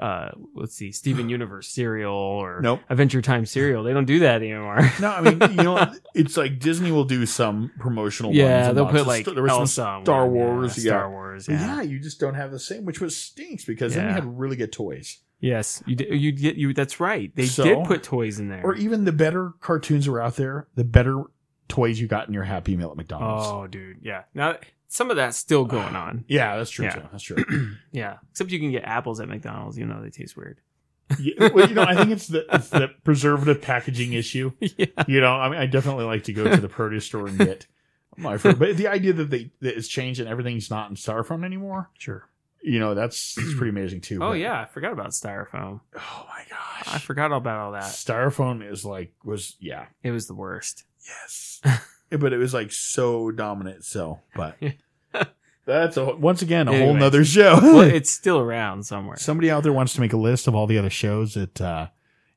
uh, let's see, Steven Universe cereal or nope. Adventure Time cereal. They don't do that anymore. No, I mean, you know, it's like Disney will do some promotional. ones yeah, and they'll lots put of like st- there was some Elsa on Star one, yeah, Wars, yeah. Star Wars. But Yeah. yeah, you just don't have the same, which was stinks because then you Yeah. had really good toys. Yes, you did, you get you. That's right. They So- did put toys in there. Or E even the better cartoons that were out there, the better toys you got in your Happy Meal at McDonald's. oh, dude, yeah. Now some of that's still going on. Yeah, that's true. Yeah. Too. That's true. yeah, except you can get apples at McDonald's, even though they taste weird. Yeah, well, you know, I think it's the, it's the preservative packaging issue. yeah. You know, I mean, I definitely like to go to the produce store and get my fruit. But the idea that they that it's changed and everything's not in styrofoam anymore, Sure. you know, that's it's pretty amazing too. Oh But- yeah, I forgot about styrofoam. Oh my I gosh. forgot all about all that. Styrofoam is like was yeah It was the worst. yes, but it was like so dominant. So, but Yeah. that's a once again a whole Anyways. nother show. Well, it's still around somewhere. Somebody out there wants to make a list of all the other shows that uh,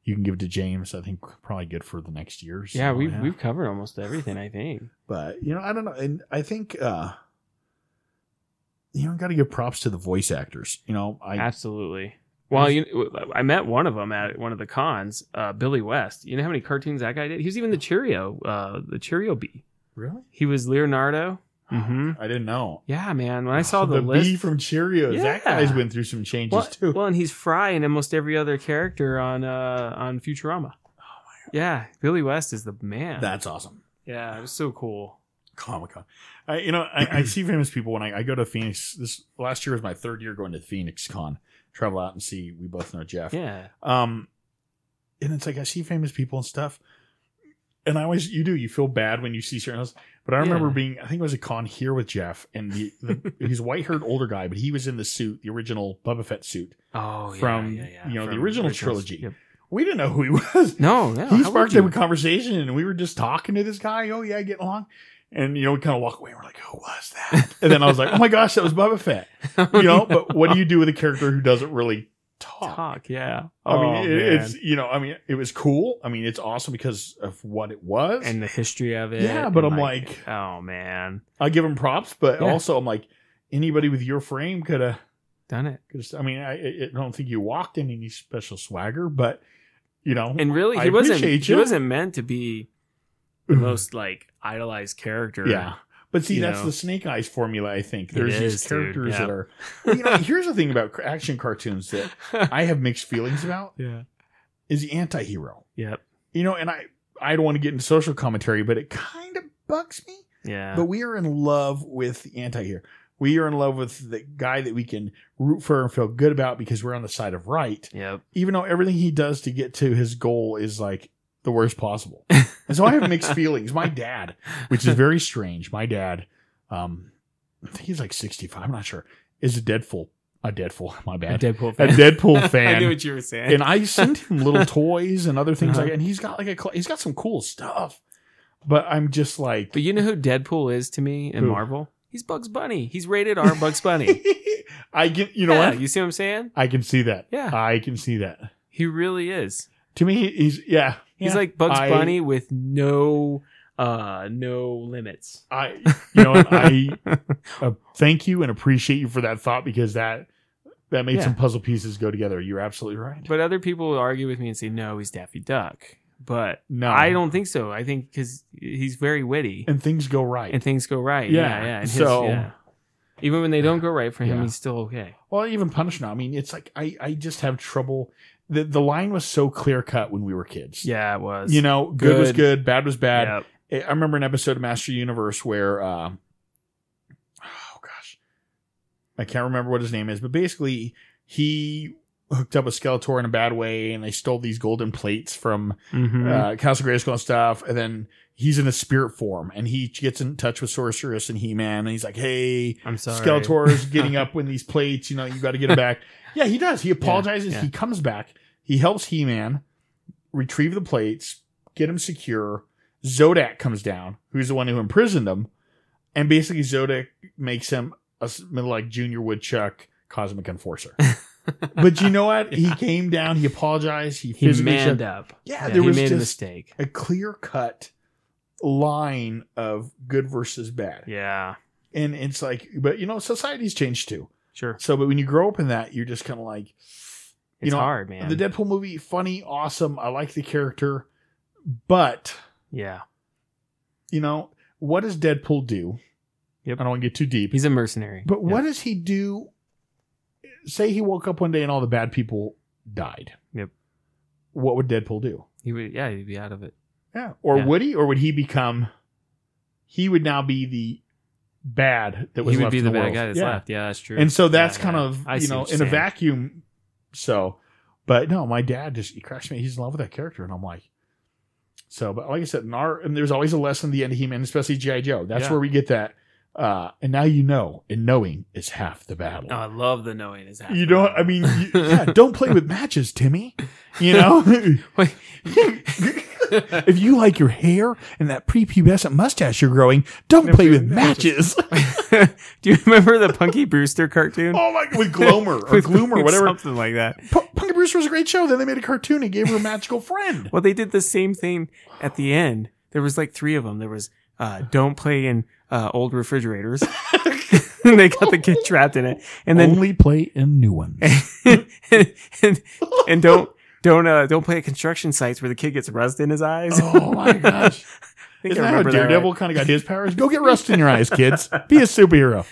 you can give to James. I think probably good for the next year. or so, yeah, we've we've covered almost everything. I think. But you know, I don't know, and I think uh, you know, got to give props to the voice actors. You know, I Absolutely. Well, you, I met one of them at one of the cons, uh, Billy West. You know how many cartoons that guy did? He was Oh. even the Cheerio, uh, the Cheerio bee. Really? He was Leonardo. Mm-hmm. I didn't know. Yeah, man. When I saw the, the list, bee from Cheerios. That Yeah. guy's went through some changes well, too. well, and he's Fry in almost every other character on uh, on Futurama. Oh Yeah, Billy West is the man. That's awesome. yeah, it was so cool. Comic Con. I, you know, I, I see famous people when I, I go to Phoenix. This last year was my third year going to Phoenix Con. Travel out and see. We both know Jeff. Yeah, Um, and it's like I see famous people and stuff, and I always you do you feel bad when you see certain. Else, but I remember Yeah. being I think it was a con here with Jeff and the, the he's a white haired older guy, but he was in the suit, the original Boba Fett suit. Oh, yeah, From, yeah, yeah. you know, the From original Originals. trilogy. Yep. We didn't know who he was. No, no. he how sparked would up a you? conversation, and we were just talking to this guy. Oh yeah, getting along. And you know, we kind of walk away. and We're like, "Who was that?" And then I was like, "Oh my gosh, that was Boba Fett." You know, but what do you do with a character who doesn't really talk. Yeah, I mean, Oh, it, man. it's you know, I mean, it was cool. I mean, it's awesome because of what it was. and the history of it. Yeah, but and, I'm like- oh man, I give him props, but Yeah. also I'm like, anybody with your frame could have. done it. Could have. I mean, I, I- I don't think you walked in any special swagger, but you know, And really, I he wasn't. appreciate He ya. wasn't meant to be the most like idolized character. yeah. But see, you that's know. the Snake Eyes formula. I think there's is, these dude, characters yeah. that are. You know, here's the thing about action cartoons that I have mixed feelings about yeah. is the anti-hero. Yep. You know, and I I don't want to get into social commentary, but it kind of bugs me Yeah. But we are in love with the anti hero. We are in love with the guy that we can root for and feel good about because we're on the side of right, yep. even though everything he does to get to his goal is like the worst possible. and so I have mixed feelings. My dad, which is very strange, my dad, um, I think he's like 65, I'm not sure, is a Deadpool, a Deadpool, my A bad, Deadpool a fan. Deadpool I knew fan. what you were saying. and I send him little toys and other things Uh-huh. like that. And he's got like a, cl- he's got some cool stuff, but I'm just like, but you know who Deadpool is to me in Who? Marvel? He's Bugs Bunny. He's rated R Bugs Bunny. I can, you know yeah, what? Uh, You see what I'm saying? I can see that. Yeah. I can see that. He really is. To me, he's yeah. He's Yeah. like Bugs I- Bunny with no uh no limits. I, you know, what? I uh, thank you and appreciate you for that thought because that that made Yeah. some puzzle pieces go together. You're absolutely right. But other people will argue with me and say, no, he's Daffy Duck. But No, I don't think so. I think because he's very witty Uh-huh. And things go right. and things go right. Yeah, Yeah, yeah. and his- so- yeah. even when they don't go right for him, Yeah. he's still okay. well, even Punisher. now, I mean, it's like I, I just have trouble. The the line was so clear cut when we were kids. Yeah, it was. You know, good, was Good. good, bad was bad. Yep. I I remember an episode of Master Universe where, um, oh gosh, I can't remember what his name is, but basically he hooked up with Skeletor in a bad way, and they stole these golden plates from Mhm. uh, Castle Grayskull and stuff. And then he's in a spirit form, and he gets in touch with Sorceress and He Man, and he's like, "Hey, I'm sorry. Skeletor is getting up when these plates, you know, you got to get it back. yeah, he does. He apologizes. yeah. He comes back. He helps He Man retrieve the plates, get him secure. Zodak comes down, who's the one who imprisoned him. And basically, Zodak makes him a s- like Junior Woodchuck Cosmic Enforcer. but you know what? He came down, he apologized, he He physically. manned shut- up. Yeah, yeah, there he was made a just mistake. a clear cut line of good versus bad. Yeah, And it's like, but you know, society's changed too. sure. So, but when you grow up in that, you're just kind of like, It's know, hard, man. the Deadpool movie, funny, awesome. I like the character, but yeah, you know, what does Deadpool do? Yep. I don't want to get too deep, he's a mercenary. but Yeah. what does he do? Say he woke up one day and all the bad people died. Yep. What would Deadpool do? He would. Yeah, he'd be out of it. Yeah. Or Yeah. would he? Or would he become? He would now be the bad that was. he would left be in the, the bad world. guy that's Yeah. left. Yeah, that's true. And so that's Yeah, kind yeah. of I you see know what in you're a saying. vacuum. So, but no, my dad just he crashed me. He's in love with that character, and I'm like, so. But like I said, in our and there's always a lesson at the end of He-Man, especially GI Joe. That's Yeah. where we get that. Uh, and now you know, and knowing is half the battle. Oh, I love the knowing is happening. you know, I mean, you, yeah, don't play with matches, Timmy. You know, Wait. if you like your hair and that prepubescent mustache you're growing, don't Don't play play with with matches. matches. Do you remember the Punky Brewster cartoon? oh my, with Glomer or With- Gloom or with whatever. something like that. P- Punky Brewster was a great show. Then they made a cartoon and gave her a magical friend. Well, they did the same thing at the end. There was like three of them. There was uh, don't play in uh, old refrigerators. they got the kid trapped in it, and then play in new ones. and and, and, and don't don't uh, don't play at construction sites where the kid gets rust in his eyes. Oh my gosh. I think Isn't I that how remember that Daredevil kind of got his powers? Go get rust in your eyes, kids. Be a superhero.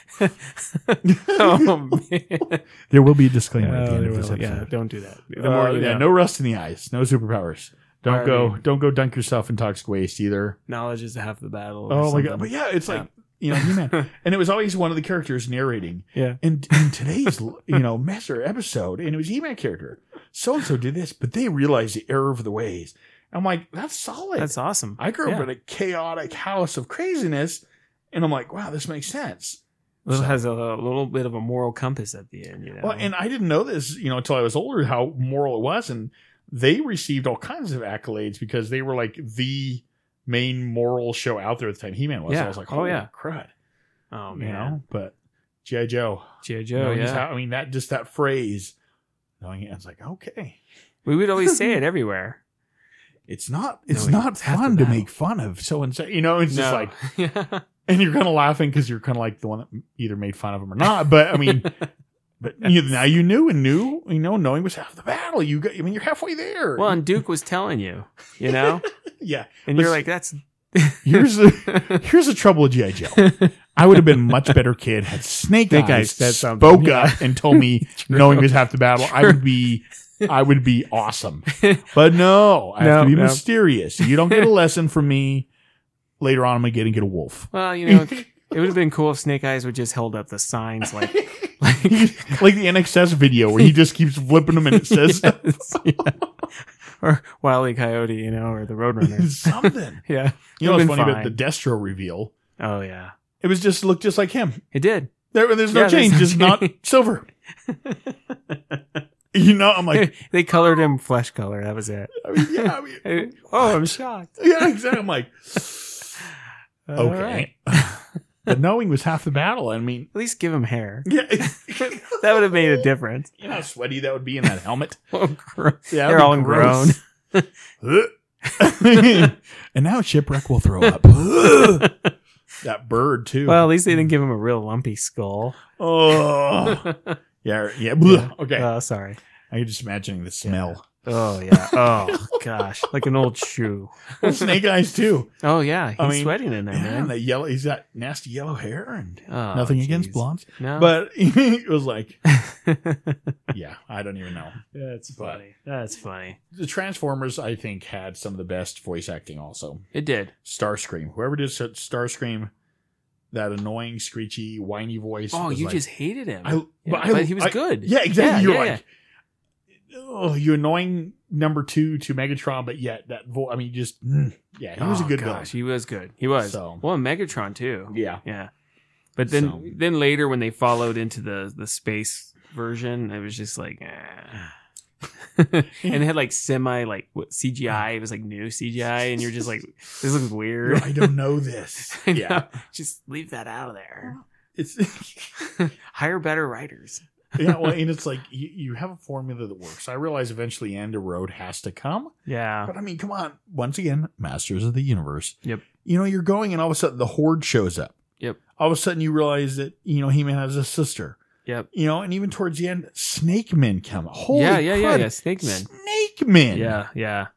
right. Oh man. There will be a disclaimer at the Oh, end there of this will- episode. yeah, don't do that. The Uh, more you yeah, know. no rust in the eyes, no superpowers. Don't Alright, go, man. don't go dunk yourself in toxic waste either. knowledge is half the battle. or Oh my god! something. But yeah, it's Yeah. like you know, He-Man. and it was always one of the characters narrating. Yeah. And in today's you know master episode, and it was He-Man character. So and so did this, but they realized the error of the ways. I'm like, that's solid. that's awesome. I grew up yeah. in a chaotic house of craziness, and I'm like, wow, this makes sense. Little has a little bit of a moral compass at the end, you know. Well, and I didn't know this, you know, until I was older how moral it was, and they received all kinds of accolades because they were like the main moral show out there at the time. He Man was. Yeah. I was like, Oh, oh yeah, yeah. crud, oh you man, know. But GI Joe, G.I. you Joe, know, just yeah. how- I mean that just that phrase. Knowing it, I was like, okay, we would always say it everywhere. it's not it's No, not it's half the fun to battle. make fun of so and so. You know, it's just like, yeah. and you're kind of laughing because you're kind of like the one that either made fun of him or not. But I mean. But you, now you knew and knew, you know, knowing was half the battle. You got, I mean, you're halfway there. Well, and Duke was telling you, you know, Yeah. and you're Let's- like, that's Here's the here's the trouble with GI Joe. I would have been a much better kid had Snake Snake Eyes Eyes said something. spoke Yeah. up and told me knowing was half the battle. I would be I would be awesome. But no, I have to No, be no. mysterious. You don't get a lesson from me. Later on, I'm gonna get and get a wolf. well, you know, it would have been cool if Snake Eyes would just held up the signs like, like like the NXS video where he just keeps flipping them and it says Yes, yeah. or Wile E. Coyote, you know, or the Roadrunner. something. yeah. You know what's Would've been funny about fine. the Destro reveal? Oh yeah. It was just looked just like him. It did. There, there's no Yeah, there's change. no it's not change. silver. you know, I'm like, they colored him flesh color. That was it. I mean, yeah, I mean, Eh, Oh, I'm shocked. yeah, exactly. I'm like, All right. okay. but knowing was half the battle. I mean, At least give him hair. yeah, That would have made a difference. You know how sweaty that would be in that helmet. Oh, gross. Yeah, They're all grown. and now shipwreck will throw up. that bird too. Hmm. Well, at least they didn't give him a real lumpy skull. oh, yeah, yeah. bleh. Okay, Oh, sorry. I'm just imagining the smell. Oh yeah. Oh gosh, like an old shoe. Snake eyes too. Oh yeah, he's I mean, sweating in there, Yeah, man. and the yellow. He's got nasty yellow hair and Oh, nothing geez. against blondes. No. But it was like, That's yeah, I don't even know. funny. That's funny. The Transformers, I think, had some of the best voice acting. Also, It did. Starscream, whoever did Star- Starscream, that annoying, screechy, whiny voice. Oh, was you like- just hated him. I, Yeah, but, I- but he was I- good. Yeah, Yeah, exactly. You're yeah, like, oh, you annoying number two to Megatron, but yet that voice. I mean, just mm, yeah, he was a Oh, good villain. gosh, He was good. He was. So- Well, and Megatron too. Yeah, Yeah. But then So- then later when they followed into the the space version, it was just like eh. and it had like semi like what CGI, it was like new CGI and you're just like this looks You're, weird. I don't know this. I yeah, know. Just leave that out of there. it's Hire better writers. yeah, well, and it's like you, you have a formula that works. I realize eventually end a road has to come, Yeah. but I mean, come on. Once again, Masters of the Universe. Yep. You know, you're going, and all of a sudden the Horde shows up. Yep. All of a sudden you realize that you know He Man has a sister. Yep. You know, and even towards the end, Snake Men come. Holy yeah, yeah, yeah, crud. yeah. Snake Man. Snake Men. Yeah, yeah.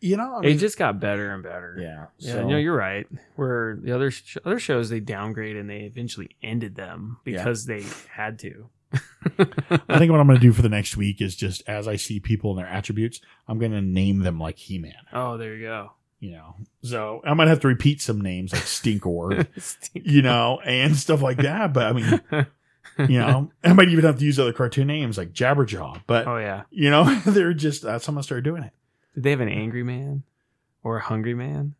You know, I it mean, just got better and better. yeah. Yeah, so- no, you're right. Where the other sh- other shows they downgrade and they eventually ended them Yeah. because they had to. I think what I'm going to do for the next week is just as I see people and their attributes, I'm going to name them like He Man. oh, there you go. You know, so I might have to repeat some names like Stinkor. Stink. you know, and stuff like that. But I mean, you know, I might even have to use other cartoon names like Jabberjaw. But Oh yeah. you know, they're just that's how I'm gonna start doing it. Did they have an angry man or a hungry man?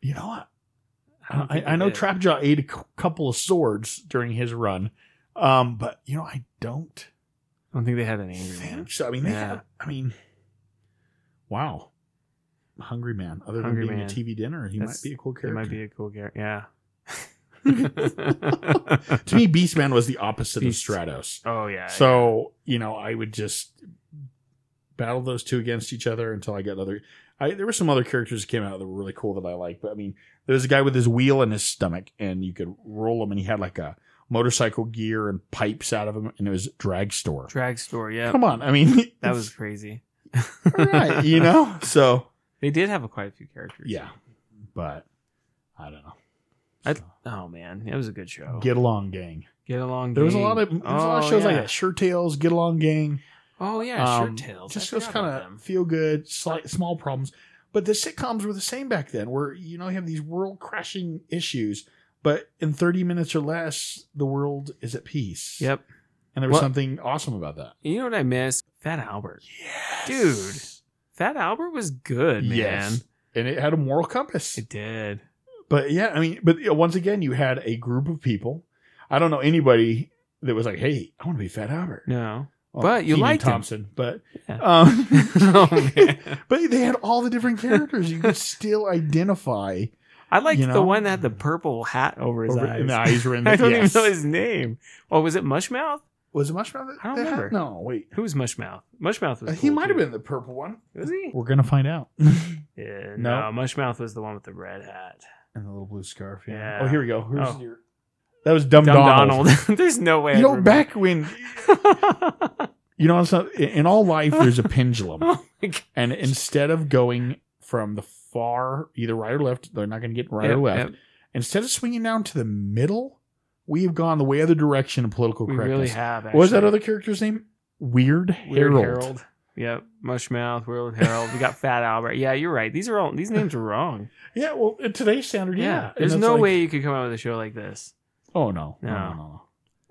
You know, what? I don't I, think I they know did. Trapjaw ate a c- couple of swords during his run, um, but you know, I don't I don't think they had an angry man. think so. I mean, they Yeah. have, I mean, wow, Hungry Man. Other Hungry than being Man. a TV dinner, he That's- might be a cool It character. might be a cool character. Yeah. to me, Beastman was the opposite Beast. of Stratos. oh yeah. So, you know, I would just battle those two against each other until I got other. I, there were some other characters that came out that were really cool that I liked, but I mean, there was a guy with his wheel in his stomach, and you could roll him, and he had like a motorcycle gear and pipes out of him, and it was dragstore. Drag store, yeah. Come on, I mean That was crazy. all right, you know. So They did have a, quite a few characters. yeah, but I don't know. Oh man, it was a good show. Get, Get along, gang. along. There was a Gang. lot of there was a lot of Oh, shows like yeah. that. Sure Tales, Get Along Gang. Oh yeah, Um, Shirt Tales. I Just those forgot kind about of them. feel good, slight small problems. But the sitcoms were the same back then, where you know you have these world crashing issues, but in thirty minutes or less, the world is at peace. Yep. and there was What- something awesome about that. You know what I miss? Fat Albert. Yes. Fat Albert was good, man. Yes. and it had a moral compass. It did. But yeah, I mean, but you know, once again, you had a group of people. I don't know anybody that was like, "Hey, I want to be Fat Albert." No. Well, But you Keenan liked him. Thompson, but Yeah. um, Oh, man. but they had all the different characters. You could still identify I liked You the know? one that had the purple hat over his over- eyes. and the eyes were in. The, I don't yes. even know his name. Oh, was it Mushmouth? Was it Mushmouth? that I don't they had? remember. No, wait. Who was Mushmouth? Mushmouth was. Uh, he cool, might too. have been the purple one. Was he? We're gonna find out. Yeah, no. No. Mushmouth was the one with the red hat. And the little blue scarf. Yeah. Oh, here we go. Here's Oh. your. That was Dumb, Dumb Donald. Donald. There's no way. You I'd know, remember. back when you know, it's not, in- in all life there's a pendulum. oh my god. And instead of going from the far, either right or left, they're not going to get right or Yep, left. yep. Instead of swinging down to the middle, we have gone the way of the direction of political We correctness. really have. what was that actually. other character's name? Weird, Weird Harold. Harold. Yep, Mushmouth, Weird Harold. We got Fat Albert. Yeah, you're right. These are all these names are wrong. Yeah, well, in today's standard, yeah. And there's that's no like- way you could come out with a show like this. Oh no, no, No. no, no. no.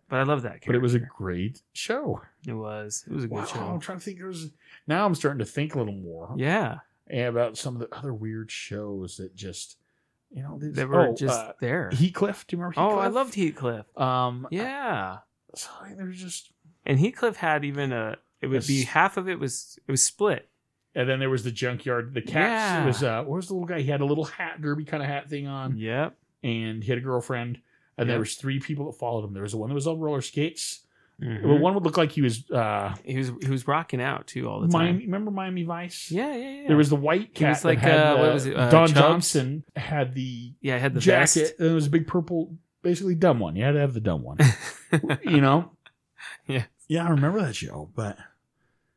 But I love that. Character. But it was a great show. It was. It was a good Wow, I'm show. trying to think. There was now. I'm starting to think a little more Yeah, about some of the other weird shows that just, you know, there's- they were oh, just uh, there. Heathcliff. Do you remember? oh, Heathcliff? I loved Heathcliff. Um, Yeah, so there's just and Heathcliff had even a. It would be Yes. half of it was it was split. And then there was the junkyard, the cats. Yeah. It was uh, what was the little guy? He had a little hat, derby kind of hat thing on, Yep. and he had a girlfriend. And Yeah. there was three people that followed him. There was the one that was on roller skates. Well, one would look like he was uh, He was he was rocking out too Mm-hmm. all the time. Miami. Remember Miami Vice? Yeah, yeah, yeah. There was the white cat. was that like, had uh, what the- was it, uh, Don Chubbs? Johnson had the, yeah, I had the jacket, jacket. and it was a big purple, basically dumb one. You had to have the dumb one, that you know. Yeah. yeah, I remember that show, but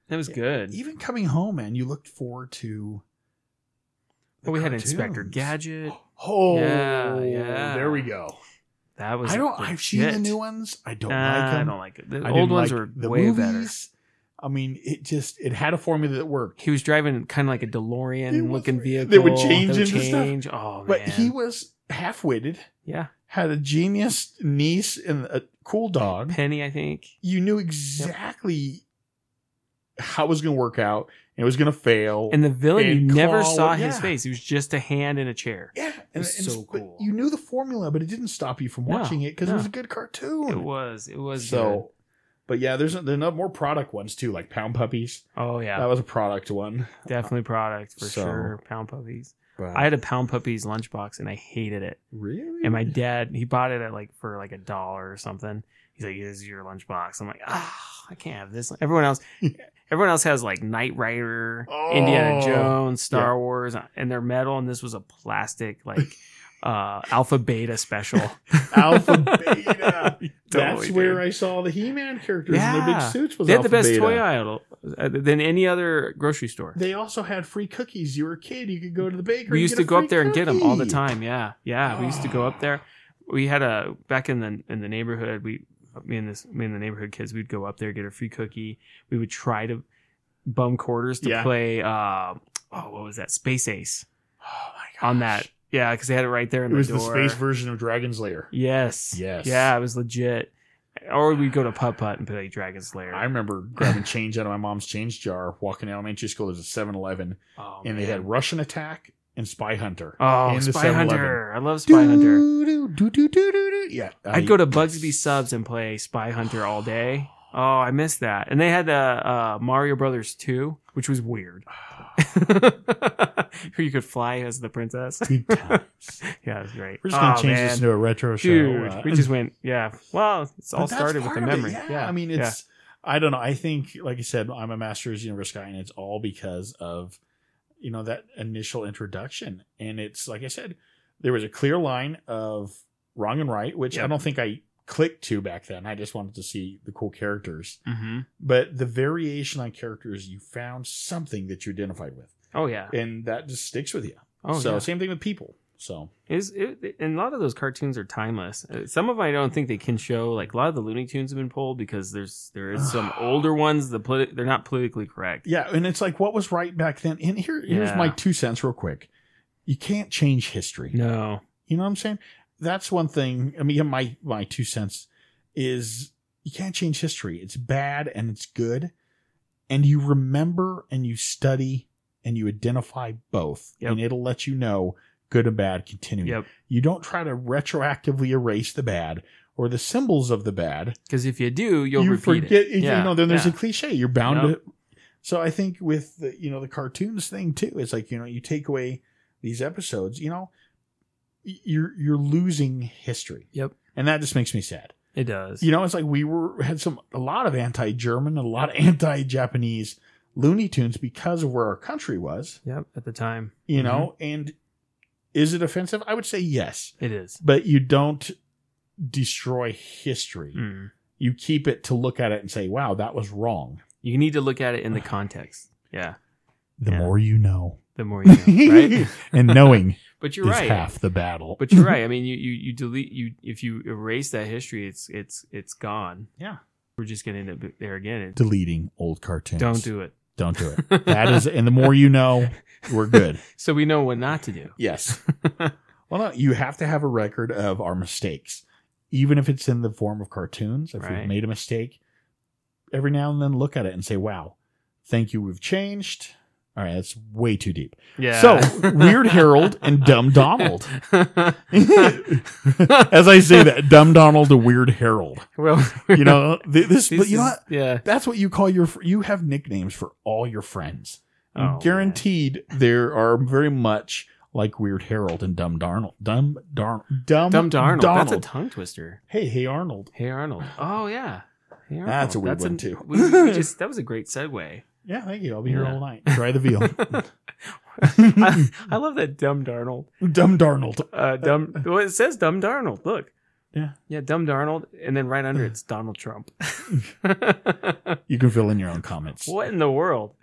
was good. even coming home, man, you looked forward to. the But we had Inspector cartoons. Gadget. Oh, Yeah, yeah. there we go. That was I don't. I've seen the legit. new ones. I don't Nah, like I them. don't like it. The I old didn't ones like were way better. movies. I mean, it just it had a formula that worked. He was driving kind of like a It DeLorean was- looking vehicle. they would change into stuff. change. Oh man! but he was half-witted, yeah, had a genius niece and a cool dog. Penny, I think. You knew exactly how it was going to work out. And it was going to fail. And the villain, And you never Claw- saw his yeah. face. He was just a hand in a chair. yeah, and, was so but cool. You knew the formula, but it didn't stop you from No, watching it because no. it was a good cartoon. It was. It was so. But yeah, there's there's not more product ones too, like Pound Puppies. good. Oh yeah, That was a product one. definitely product for uh, So- uh, sure. Pound puppies. But I had a pound puppies lunchbox and I hated it. really And my dad, he bought it at like for like a dollar or something. He's like, "This is your lunchbox." I'm like, "Ah, I can't have this." Everyone else, everyone else has like Knight Rider, Indiana Oh. Jones, Star Wars, and they're metal. And this was a plastic like uh Alpha Beta special. Alpha Beta. That's Totally, where dude. I saw the He-Man characters in their Yeah. big suits. Was They had Alpha the best Beta. toy aisle uh, than any other grocery store. They also had free cookies. You were a kid, you could go to the bakery. we and used to get a go up free there and get them all the cookie. time. Yeah, yeah. We used to go up there. We had a back in the in the neighborhood. We me and this me and the neighborhood kids. We'd go up there get a free cookie. We would try to bum quarters to Yeah. play. Uh, oh, what was that? Space Ace Oh my gosh. on that. Yeah, because they had it right there in It was the the door. space version of Dragon's Lair. yes. Yes. Yeah, it was legit. Or we'd go to putt putt and play Dragon Slayer. I remember grabbing change out of my mom's change jar, walking to elementary school. There's a 7 Eleven, oh, and they man. had Russian Attack and Spy Hunter. oh in the Spy 7-Eleven. Hunter. I love Spy Hunter. Do, do, do, do, do, do. Yeah. I'd go to Bugsby Subs and play Spy Hunter all day. Oh, I missed that. And they had uh, uh, Mario Brothers 2, which was weird. Who you could fly as the princess. Good times. yeah, it was great. We're just going Oh, to change man. this into a retro Dude, show. uh, we just went, yeah. Well, it's all But that's started with part the of it, memory. Yeah. I mean, it's I don't know. I think, like I said, I'm a master's universe guy, and it's all because of you know that initial introduction. And it's like I said, there was a clear line of wrong and right, which I Yep. don't think I clicked to back then. I just wanted to see the cool characters. Mm-hmm. But the variation on characters, you found something that you identified with, Oh yeah. and that just sticks with you. Oh so yeah. same thing with people. So Is it, and a lot of those cartoons are timeless. Uh, Some of 'em I don't think they can show. Like a lot of the Looney Tunes have been pulled because there's there is some older ones. The politi- they're not politically correct. yeah, and it's like what was right back then. And here, here's Yeah. my two cents, real quick. You can't change history. No. You know what I'm saying? That's one thing. I mean, my my two cents is you can't change history. It's bad and it's good, and you remember and you study and you identify both, Yep. and it'll let you know good and bad continuing. Yep. You don't try to retroactively erase the bad or the symbols of the bad. Because if you do, you'll you repeat forget. it. You Yeah, know, then there's yeah. a cliche. You're bound Yep. to. So I think with the you know the cartoons thing too, it's like you know you take away these episodes, you know, y- you're you're losing history. Yep. And that just makes me sad. It does. You know, it's like we were had some a lot of anti-German, and a lot of anti-Japanese Looney Tunes because of where our country was. Yep. At the time, You know, Mm-hmm. and is it offensive? I would say yes, it is. but you don't destroy history. Mm. You keep it to look at it and say, "Wow, that was wrong." You need to look at it in the context. Yeah. The Yeah. more you know, The more you know, right? and knowing But you're is right. half the battle. But you're right. I mean, you, you you delete you if you erase that history, it's it's it's gone. Yeah. We're just gonna end up there again. It, deleting old cartoons. don't do it. Don't do it. That is, and the more you know, we're good. so we know what not to do. Yes. well, no, you have to have a record of our mistakes, even if it's in the form of cartoons. If Right. we've made a mistake, every now and then look at it and say, "Wow, thank you, we've changed." All right, that's way too deep. Yeah. So, Weird Harold and Dumb Donald. As I say that, Dumb Donald to Weird Harold. well, You know th- this, this but you know is- what? yeah. That's what you call your. fr- You have nicknames for all your friends. And Oh, guaranteed, there are very much like Weird Harold and Dumb Darnold. Dumb Darn. Dumb, Dumb Darnold. Donald. That's a tongue twister. hey, hey, Arnold. Hey Arnold. Oh yeah. Hey, Arnold. That's a weird one, too. we- we just- that was a great segue. Yeah, thank you. I'll be here Yeah. all night. Try the veal. I, I love that dumb Darnold. Dumb Darnold. Uh, dumb. Well, it says dumb Darnold. Look. Yeah. Yeah, dumb Darnold, and then right under it's Donald Trump. You can fill in your own comments. what in the world?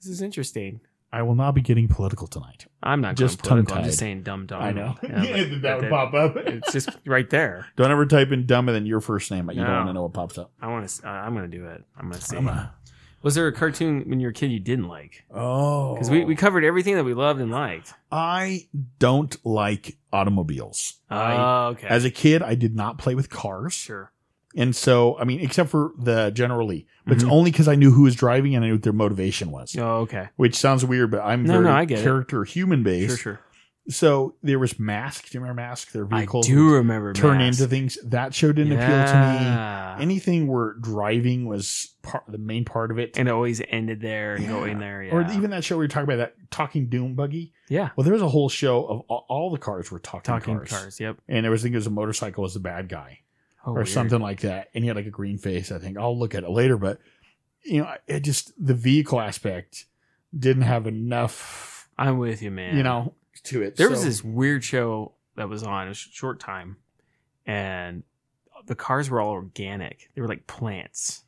This is interesting. I will not be getting political tonight. I'm not Just going political. I'm tongue-tied. just saying dumb Darnold. I know. Oh, Yeah, but- that but would that- pop up. It's just right there. Don't ever type in dumb and then your first name. You No. don't want to know what pops up. I want to. Uh, I'm gonna do it. I'm gonna see. I'm a- Was there a cartoon when you were a kid you didn't like? Oh. Because we, we covered everything that we loved and liked. I don't like automobiles. I, Oh, okay. as a kid, I did not play with cars. sure. And so, I mean, except for the General Lee, but Mhm. it's only because I knew who was driving and I knew what their motivation was, Oh, okay. which sounds weird, but I'm No, very no, I get it. character human based. Sure, sure. So there was Mask. Do you remember Mask? Their I vehicles do would remember. turn Mask. into things. That show didn't appeal to me. Yeah. Anything where driving was part, the main part of it. and it always ended there and Yeah. going there. Yeah. Or even that show we were talking about, that Talking Doom Buggy. yeah. Well, there was a whole show of all, all the cars were talking, Talking cars. cars. Yep. And there was, I think it was a motorcycle was the bad guy. Oh, or weird. something like that. And he had like a green face, I think. I'll look at it later, but you know, it just the vehicle aspect didn't have enough, I'm with you, man. you know, to it. there was So- this weird show that was on a sh- short time, and the cars were all organic. They were like plants,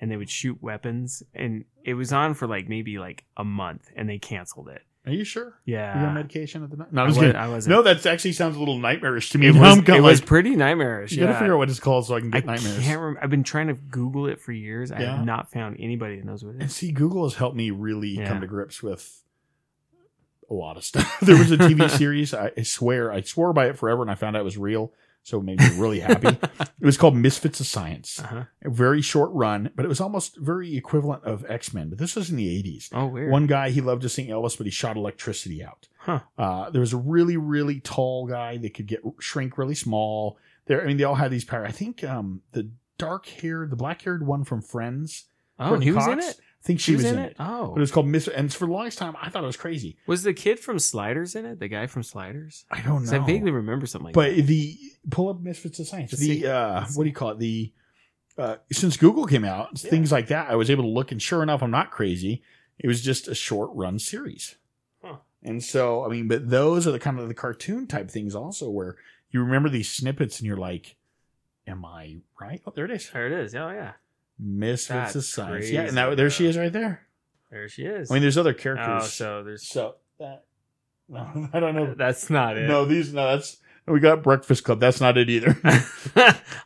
and they would shoot weapons. And it was on for like maybe like a month, and they canceled it. Are you sure? you on Yeah. medication at the night? No, I Ah. I was wa- kidding. I wasn't. No, that actually sounds a little nightmarish to me. it Now was, I'm kinda it was like, pretty nightmarish. you gotta yeah. figure out what it's called so I can I get nightmares. can't remember. I've been trying to Google it for years. I Yeah. have not found anybody that knows what it And is. see, Google has helped me really Yeah. come to grips with a lot of stuff. there was a TV series, I I swear, I swore by it forever and I found out it was real. So it made me really happy. It was called Misfits of Science. uh-huh. a very short run, but it was almost very equivalent of X Men. But this was in the 80s. Oh, weird. One guy, he loved to sing Elvis, but he shot electricity out. Huh. Uh, there was a really, really tall guy that could get shrink really small. There, I mean, they all had these powers. I think um, the dark haired, the black haired one from Friends. oh, Courtney he was in Cox, it. I think she was, in it. Oh, But it was called Miss, and for the longest time, I thought it was crazy. was the kid from Sliders in it? The guy from Sliders? I don't 'Cause know. I vaguely remember something like Oh, but that. the pull up misfits of science Let's the see. uh Let's what do you call it the uh since google came out Yeah. things like that i was able to look and sure enough i'm not crazy it was just a short run series Huh. and so i mean but those are the kind of the cartoon type things also where you remember these snippets and you're like Am I right? Oh, there it is. There it is. Oh yeah, Misfits of That's Science. Yeah, crazy, and that, there she bro. is right there. there she is. I mean, there's other oh, characters. so so there's that. No, I don't know. that's not it. No, these. No, that's we got Breakfast Club. That's not it either.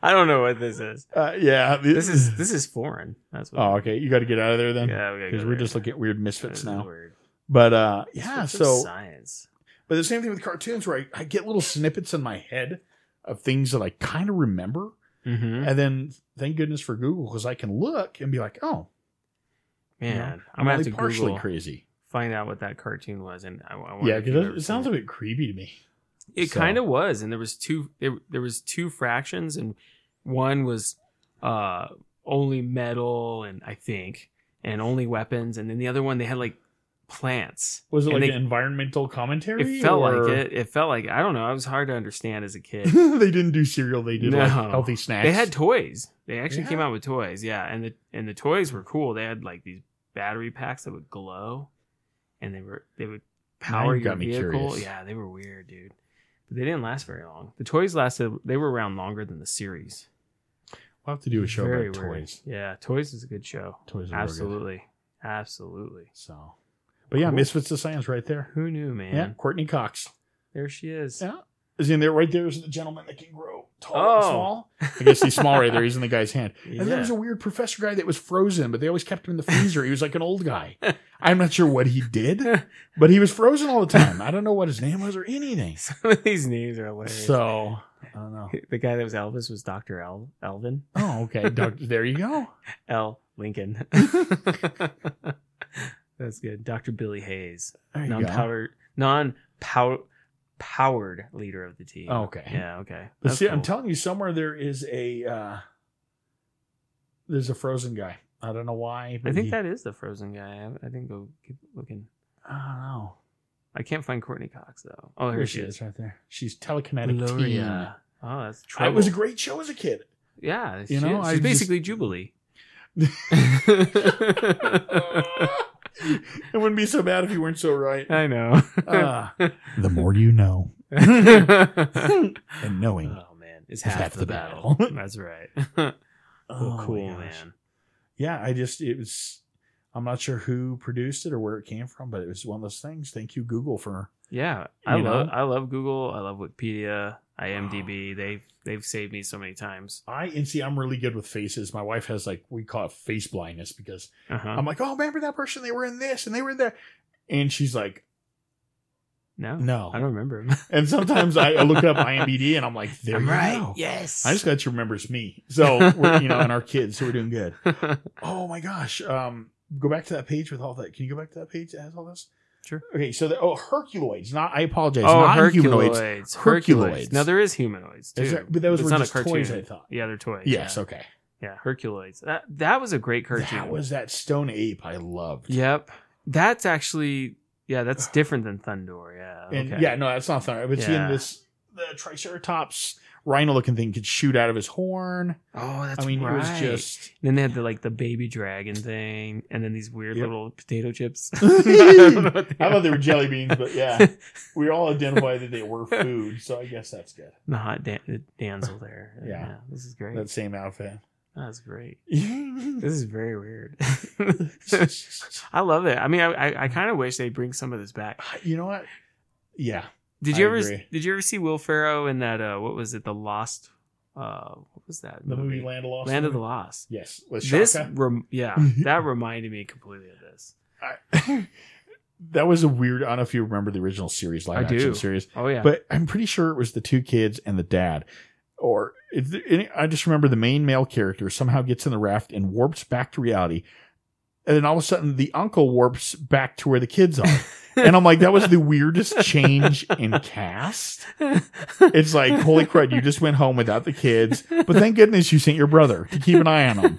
I don't know what this is. Uh, yeah, the- This is this is foreign. That's what. Oh, okay. You got to get out of there then, yeah, we gotta because go we're there. just looking at weird This misfits is now. weird. But uh, yeah, Misfits of so science. But the same thing with cartoons where I, I get little snippets in my head of things that I kind of remember. Mm-hmm. And then thank goodness for Google because I can look and be like, oh, Man, know, I'm gonna have only to partially Google crazy. find out what that cartoon was, and I, I wonder Yeah, if you've because ever it seen sounds a bit creepy to me. It So- kind of was, and there was two. There, there was two fractions, and one was uh only metal, and I think, and only weapons, and then the other one they had like plants. Was it And like they- an environmental commentary? It felt or- like it. It felt like I don't know. It was hard to understand as a kid. they didn't do cereal. They did like No. healthy snacks. they had toys. They actually came Yeah. out with toys. Yeah, and the and the toys were cool. They had like these battery packs that would glow, and they were they would power you your got me vehicle. curious. Yeah, they were weird, dude. But they didn't last very long. The toys lasted. They were around longer than the series. we'll have to do a show Very about weird. toys. Yeah, toys is a good show. Toys are Absolutely. Good. Absolutely, absolutely. So, but yeah, Cool. Misfits of Science right there. Who knew, man? Yeah, Courtney Cox. There she is. Yeah. Is in there right there is the gentleman that can grow tall and Oh. small. I guess he's small right there. He's in the guy's hand. And Yeah. then there's a weird professor guy that was frozen, but they always kept him in the freezer. He was like an old guy. I'm not sure what he did, but he was frozen all the time. I don't know what his name was or anything. Some of these names are hilarious. So I don't know. the guy that was Elvis was Doctor El- Elvin Oh, okay. Doc- there you go. L Lincoln. That's good. Doctor Billy Hayes, There you go. non-powered, non-powered leader of the team. Oh, okay. yeah, okay. But That's see, I'm cool. telling you, somewhere there is a uh, there's a frozen guy. I don't know why. I but think he- that is the Frozen guy. I, I think go keep looking. I don't know. I can't find Courtney Cox though. Oh, There here she is is. right there. She's telekinetic. teen. Gloria. Oh, that's It was trouble. a great show as a kid. Yeah, You you know, know, I she's just- basically Jubilee. it wouldn't be so bad if you weren't so right. I know. Uh, Ah. the more you know, and knowing. Oh man, it's It's half, the, battle. That's right. well, Oh my cool, gosh. man. Yeah, I just it was. I'm not sure who produced it or where it came from, but it was one of those things. Thank you, Google, for Yeah, I You love know? I love Google. I love Wikipedia. IMDb. They they've saved me so many times. I and see. I'm really good with faces. My wife has like we call it face blindness because Uh-huh. I'm like, oh, remember that person? They were in this and they were there, and she's like, No, no. I don't remember. 'em. And sometimes I I look up IMDb and I'm like, there I'm you right. go. Yes. I just got to remember it's me. So we're, you know, and our kids, so we're doing good. Oh my gosh. Um, go back to that page with all that. Can you go back to that page that has all this? Sure. Okay, so the oh Herculoids, not I apologize, oh, not Herculoids. Herculoids. humanoids. Herculoids. No, there is humanoids too. Is there- but those It's were not a just toys, cartoon. I thought. yeah, they're toys. Yes, Yeah. okay. Yeah, Herculoids. That that was a great cartoon. That was that stone ape I loved. Yep. That's actually yeah, that's different than Thundor. Yeah. And okay. yeah, no, that's not Thunder. But Yeah. seeing this the Triceratops rhino looking thing could shoot out of his horn. Oh, that's I mean, right. it was just Then they had the like the baby dragon thing, and then these weird Yep. little potato chips. I thought they were jelly beans, but yeah, we all identify that they were food, so I guess that's good. the hot dan- the damsel there. Yeah. this is great. That same outfit. That's great. yeah, This is very weird. I love it. I mean, I I, I kind of wish they bring some of this back. you know what? Yeah, Did I you ever agree. did you ever see Will Ferrell in that uh what was it the Lost uh what was that the movie Land of Lost. Land of the Women? Lost. Yes, with This Shaka. rem- yeah, that reminded me completely of this. I- that was a weird. I don't know if you remember the original series, live I action do. series, Oh yeah. but I'm pretty sure it was the two kids and the dad. Or it, it- I just remember the main male character somehow gets in the raft and warps back to reality, and then all of a sudden the uncle warps back to where the kids are. And I'm like, that was the weirdest change in cast. It's like, holy crud, you just went home without the kids. But thank goodness you sent your brother to keep an eye on them.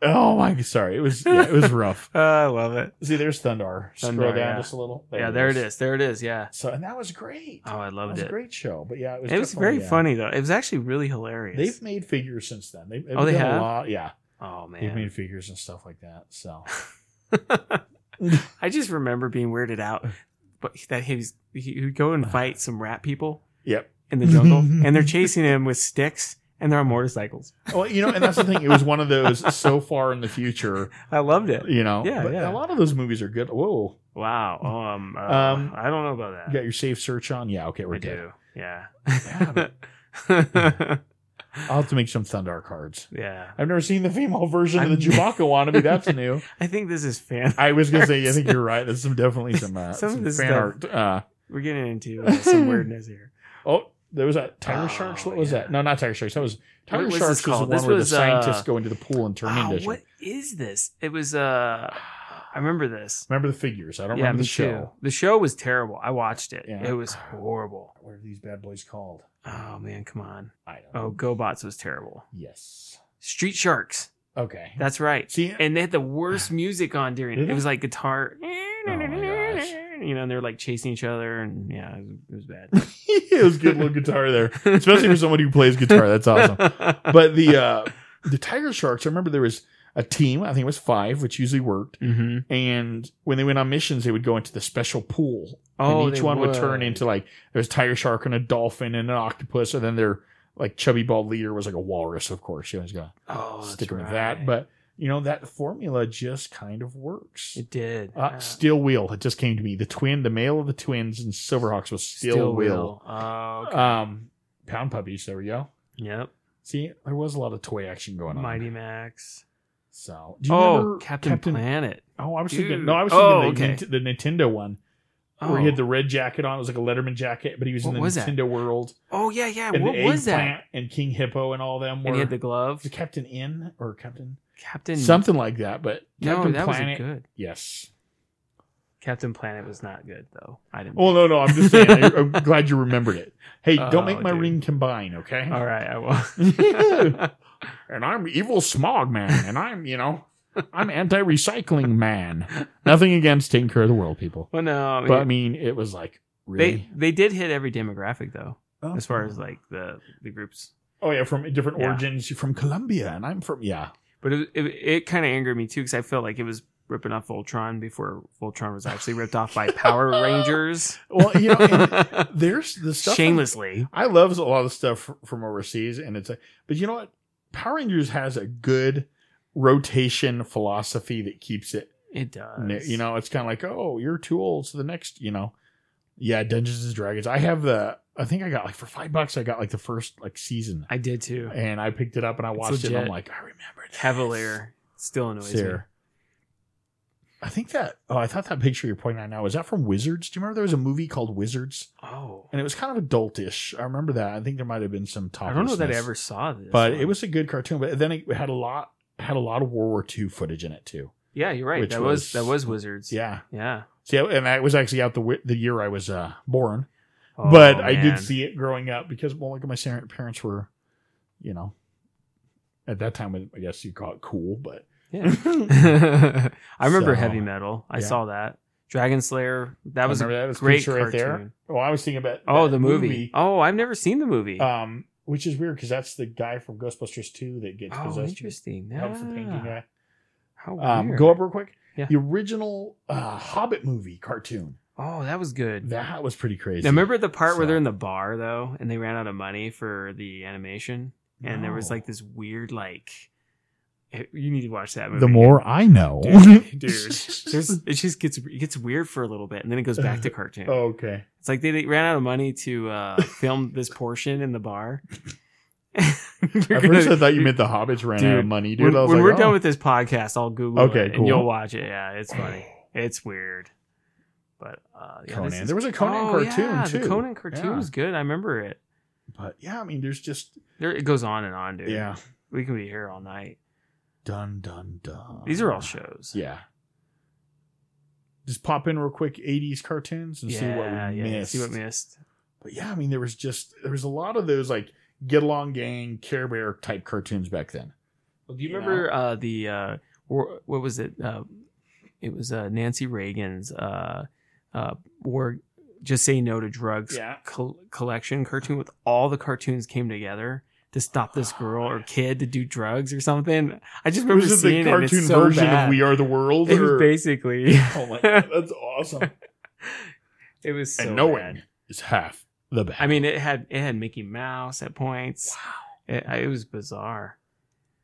Oh my, sorry, it was yeah, it was rough. I love it. See, there's Thundar. Scroll Thundar, down yeah. just a little. yeah, there it is. There it is. Yeah. So, and that was great. Oh, I that loved was a it. great show. But yeah, it was. It was definitely, uh, very yeah. funny though. It was actually really hilarious. They've made figures since then. They've, they've Oh, they done have? A lot. Yeah, oh they've man. made figures and stuff like that. So I just remember being weirded out, but that he was he would go and fight some rat people yep. in the jungle, and they're chasing him with sticks. and they're on motorcycles. Well, you know, and that's the thing. It was one of those so far in the future, I loved it. you know. Yeah, but yeah. A lot of those movies are good. Whoa, Wow. Um, uh, Um, I don't know about that. you got your safe search on? Yeah, okay, we're I good. do. Yeah. Yeah, Yeah. I'll have to make some Thunder cards. yeah. I've never seen the female version of the I'm- Chewbacca wannabe. That's new. I think this is fan. I was gonna say, I think you're right. There's some definitely some uh, Some some, of this fan stuff- art. Uh, We're getting into uh, some weirdness here. oh, there was that tiger sharks. Oh, What was yeah. that? No, not tiger sharks. That was tiger was this sharks was the called? one This where was, the scientists uh, go into the pool and turn Wow, into. what is this? It was. Uh, I remember this. Remember the figures? I don't yeah, remember me too. the show. The show was terrible. I watched it. Yeah. It was horrible. What are these bad boys called? Oh man, come on. I don't. Oh, GoBots was terrible. Yes. Street Sharks. Okay. That's right. See, And they had the worst music on during it. Did It they? was like guitar. Oh gosh. You know, and they're like chasing each other, and yeah, it was, it was bad. it was good little guitar there, especially for someone who plays guitar. That's awesome. But the uh, the tiger sharks. I remember there was a team. I think it was five, which usually worked. hmm And when they went on missions, they would go into the special pool oh, and each they one would. turn into like there's a tiger shark and a dolphin and an octopus, and then their like chubby bald leader was like a walrus, of course. She was gonna oh, that's stick with right. that. But you know, that formula just kind of works. it did. uh, Steel Wheel, it just came to me. The twin, the male of the twins and Silverhawks was Steel, Wheel. Oh, okay. Um Pound Puppies, there we go. yep. See, there was a lot of toy action going on. Mighty Max. So do you Oh, remember Captain, Planet. Oh, I was Dude. thinking no, I was thinking Oh, the, okay. Nint- the Nintendo one. Oh. Where he had the red jacket on, it was like a Letterman jacket, but he was What in the was that? Nintendo world. oh yeah, yeah. and What the was that? eggplant And King Hippo and all them were And he had the glove. the Captain In or Captain Captain. something like that. But No, Captain that Planet, was good. yes. Captain Planet was not good though. I didn't. Well, no, no, I'm just saying. I, am glad you remembered it. Hey, Oh, don't make my dude. ring combine, okay? All right, I will. And I'm evil smog man, and I'm you know, I'm anti recycling man. Nothing against taking care of the world, people. well, no, I mean, But I mean, it was like they really they did hit every demographic though, Oh. as far as like the the groups. oh yeah, from different Yeah. origins. You're from Colombia, and I'm from yeah. But it it, it kind of angered me too because I felt like it was ripping off Voltron before Voltron was actually ripped off by Power Rangers. Well, you know, and there's the stuff in- Shamelessly. I love a lot of stuff fr- from overseas, and it's like, but you know what? Power Rangers has a good rotation philosophy that keeps it. It ne- does. You know, it's kind of like, oh, you're too old, so the next, you know, yeah, Dungeons and Dragons. I have the, I think I got like for five bucks, I got like the first like season, I did too. and I picked it up and I watched it, and I'm legit. like, I remember this. Cavalier still annoys Sarah. I think that. Oh, I thought that picture you're pointing at now is that from Wizards. Do you remember there was a movie called Wizards? me. Oh, and it was kind of adultish. I remember that. I think there might have been some top. I don't know that I ever saw this. but one. it was a good cartoon. But then it had a lot had a lot of World War II footage in it too. yeah, you're right. which That was, was- that was Wizards. Yeah, yeah. see, and that was actually out the wi- the year I was uh, born. Oh, but I did man. see it growing up because well, like my ser- parents were, you know, at that time I guess you call it cool, but Yeah. I remember So, Heavy Metal. I yeah. saw that. Dragon Slayer. That was a remember that was great picture cartoon. right there. Well, I was thinking about Oh, that the movie. Oh, I've never seen the movie. um, which is weird because that's the guy from Ghostbusters two that gets oh, possessed. interesting. That was the painting Yeah. guy. How Um, weird. go up real quick. Yeah. The original uh, Hobbit movie cartoon. Oh, that was good. That was pretty crazy. now remember the part where So- they're in the bar though, and they ran out of money for the animation, and there was No. like this weird like. eh, You need to watch that movie. the more I know. dude, dude. There's, it just gets it gets weird for a little bit, and then it goes back to cartoon. Oh, okay. It's like they, they ran out of money to uh, film this portion in the bar. At first, I thought you meant the Hobbits ran out Dude, of money, dude. When, I was when like, we're oh. done with this podcast, I'll Google Okay, it and cool. you'll watch it. Yeah, it's funny. It's weird, but uh, yeah, Conan. this is- there was a Conan Oh, cartoon yeah, too. The Conan cartoon Yeah. was good. I remember it. But yeah, I mean, there's just There, it goes on and on, dude. yeah, we can be here all night. dun dun dun. These are all shows. Yeah. Just pop in real quick, '80s cartoons, and see what Yeah, we yeah, missed. See what missed. but yeah, I mean, there was just there was a lot of those like Get Along Gang, Care Bear type cartoons back then. Well, do you You remember uh, the uh, war, what was it? Uh, it was uh, Nancy Reagan's uh, uh, war. Just say no to drugs Yeah. col- collection cartoon with all the cartoons came together to stop this girl or kid to do drugs or something. I just remember was it seeing the it. and cartoon It's so version bad. of We Are the World? It was or- basically. oh my god, that's awesome. It was so and bad. knowing is half the battle. I mean, it had it had Mickey Mouse at points. It, I- it was bizarre.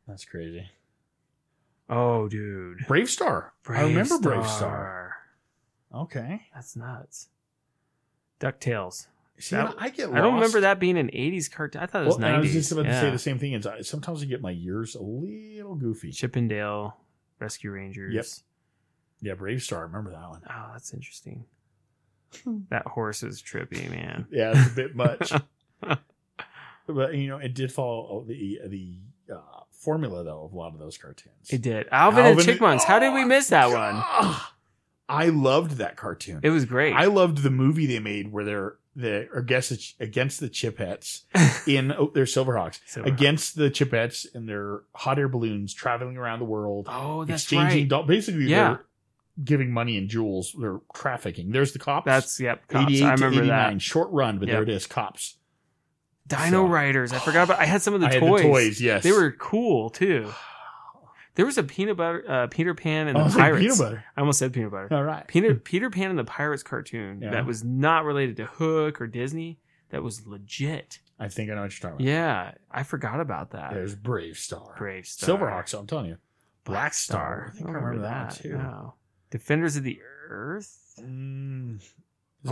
That's crazy. Oh, dude. Brave Star. I remember Brave Star. Okay. That's nuts. DuckTales. See, That- I get. I don't lost. remember that being an 80s cartoon. I thought it was Well, 90s. I was just about yeah. to say the same thing. Is I, sometimes I get my years a little goofy. Chippendale, Rescue Rangers. Yeah, Brave Star. I remember that one. Oh, that's interesting. that horse is trippy, man. Yeah, it's a bit much. but you know, it did follow the the uh, formula though of a lot of those cartoons. It did. Alvin, and the Chipmunks. How did we Oh, miss that one? ah! I loved that cartoon. It was great. I loved the movie they made where they're they're against the, against the Chipettes in oh, their Silverhawks So- uh, against the Chipettes in their hot air balloons traveling around the world, Oh, that's exchanging right. doll- basically Yeah. they're giving money in jewels. They're trafficking. There's the cops. That's yep. Cops. 88 I to remember 89. that. Short run, but Yep. there it is. Cops. Dino So- Riders. I forgot about. I had some of the, I had toys. the toys. Yes, They were cool too. There was a peanut butter, uh, Peter Pan and Oh, I the was like, Pirates. peanut butter. I almost said peanut butter. All right. Peter Peter Pan and the Pirates cartoon Yeah. that was not related to Hook or Disney. That was legit. I think I know what you're talking about. Yeah, I forgot about that. There's Brave Star. Brave Star, Silverhawks. I'm telling you. Black Star. I think I remember that one, too. Wow. Defenders of the Earth. Mm, is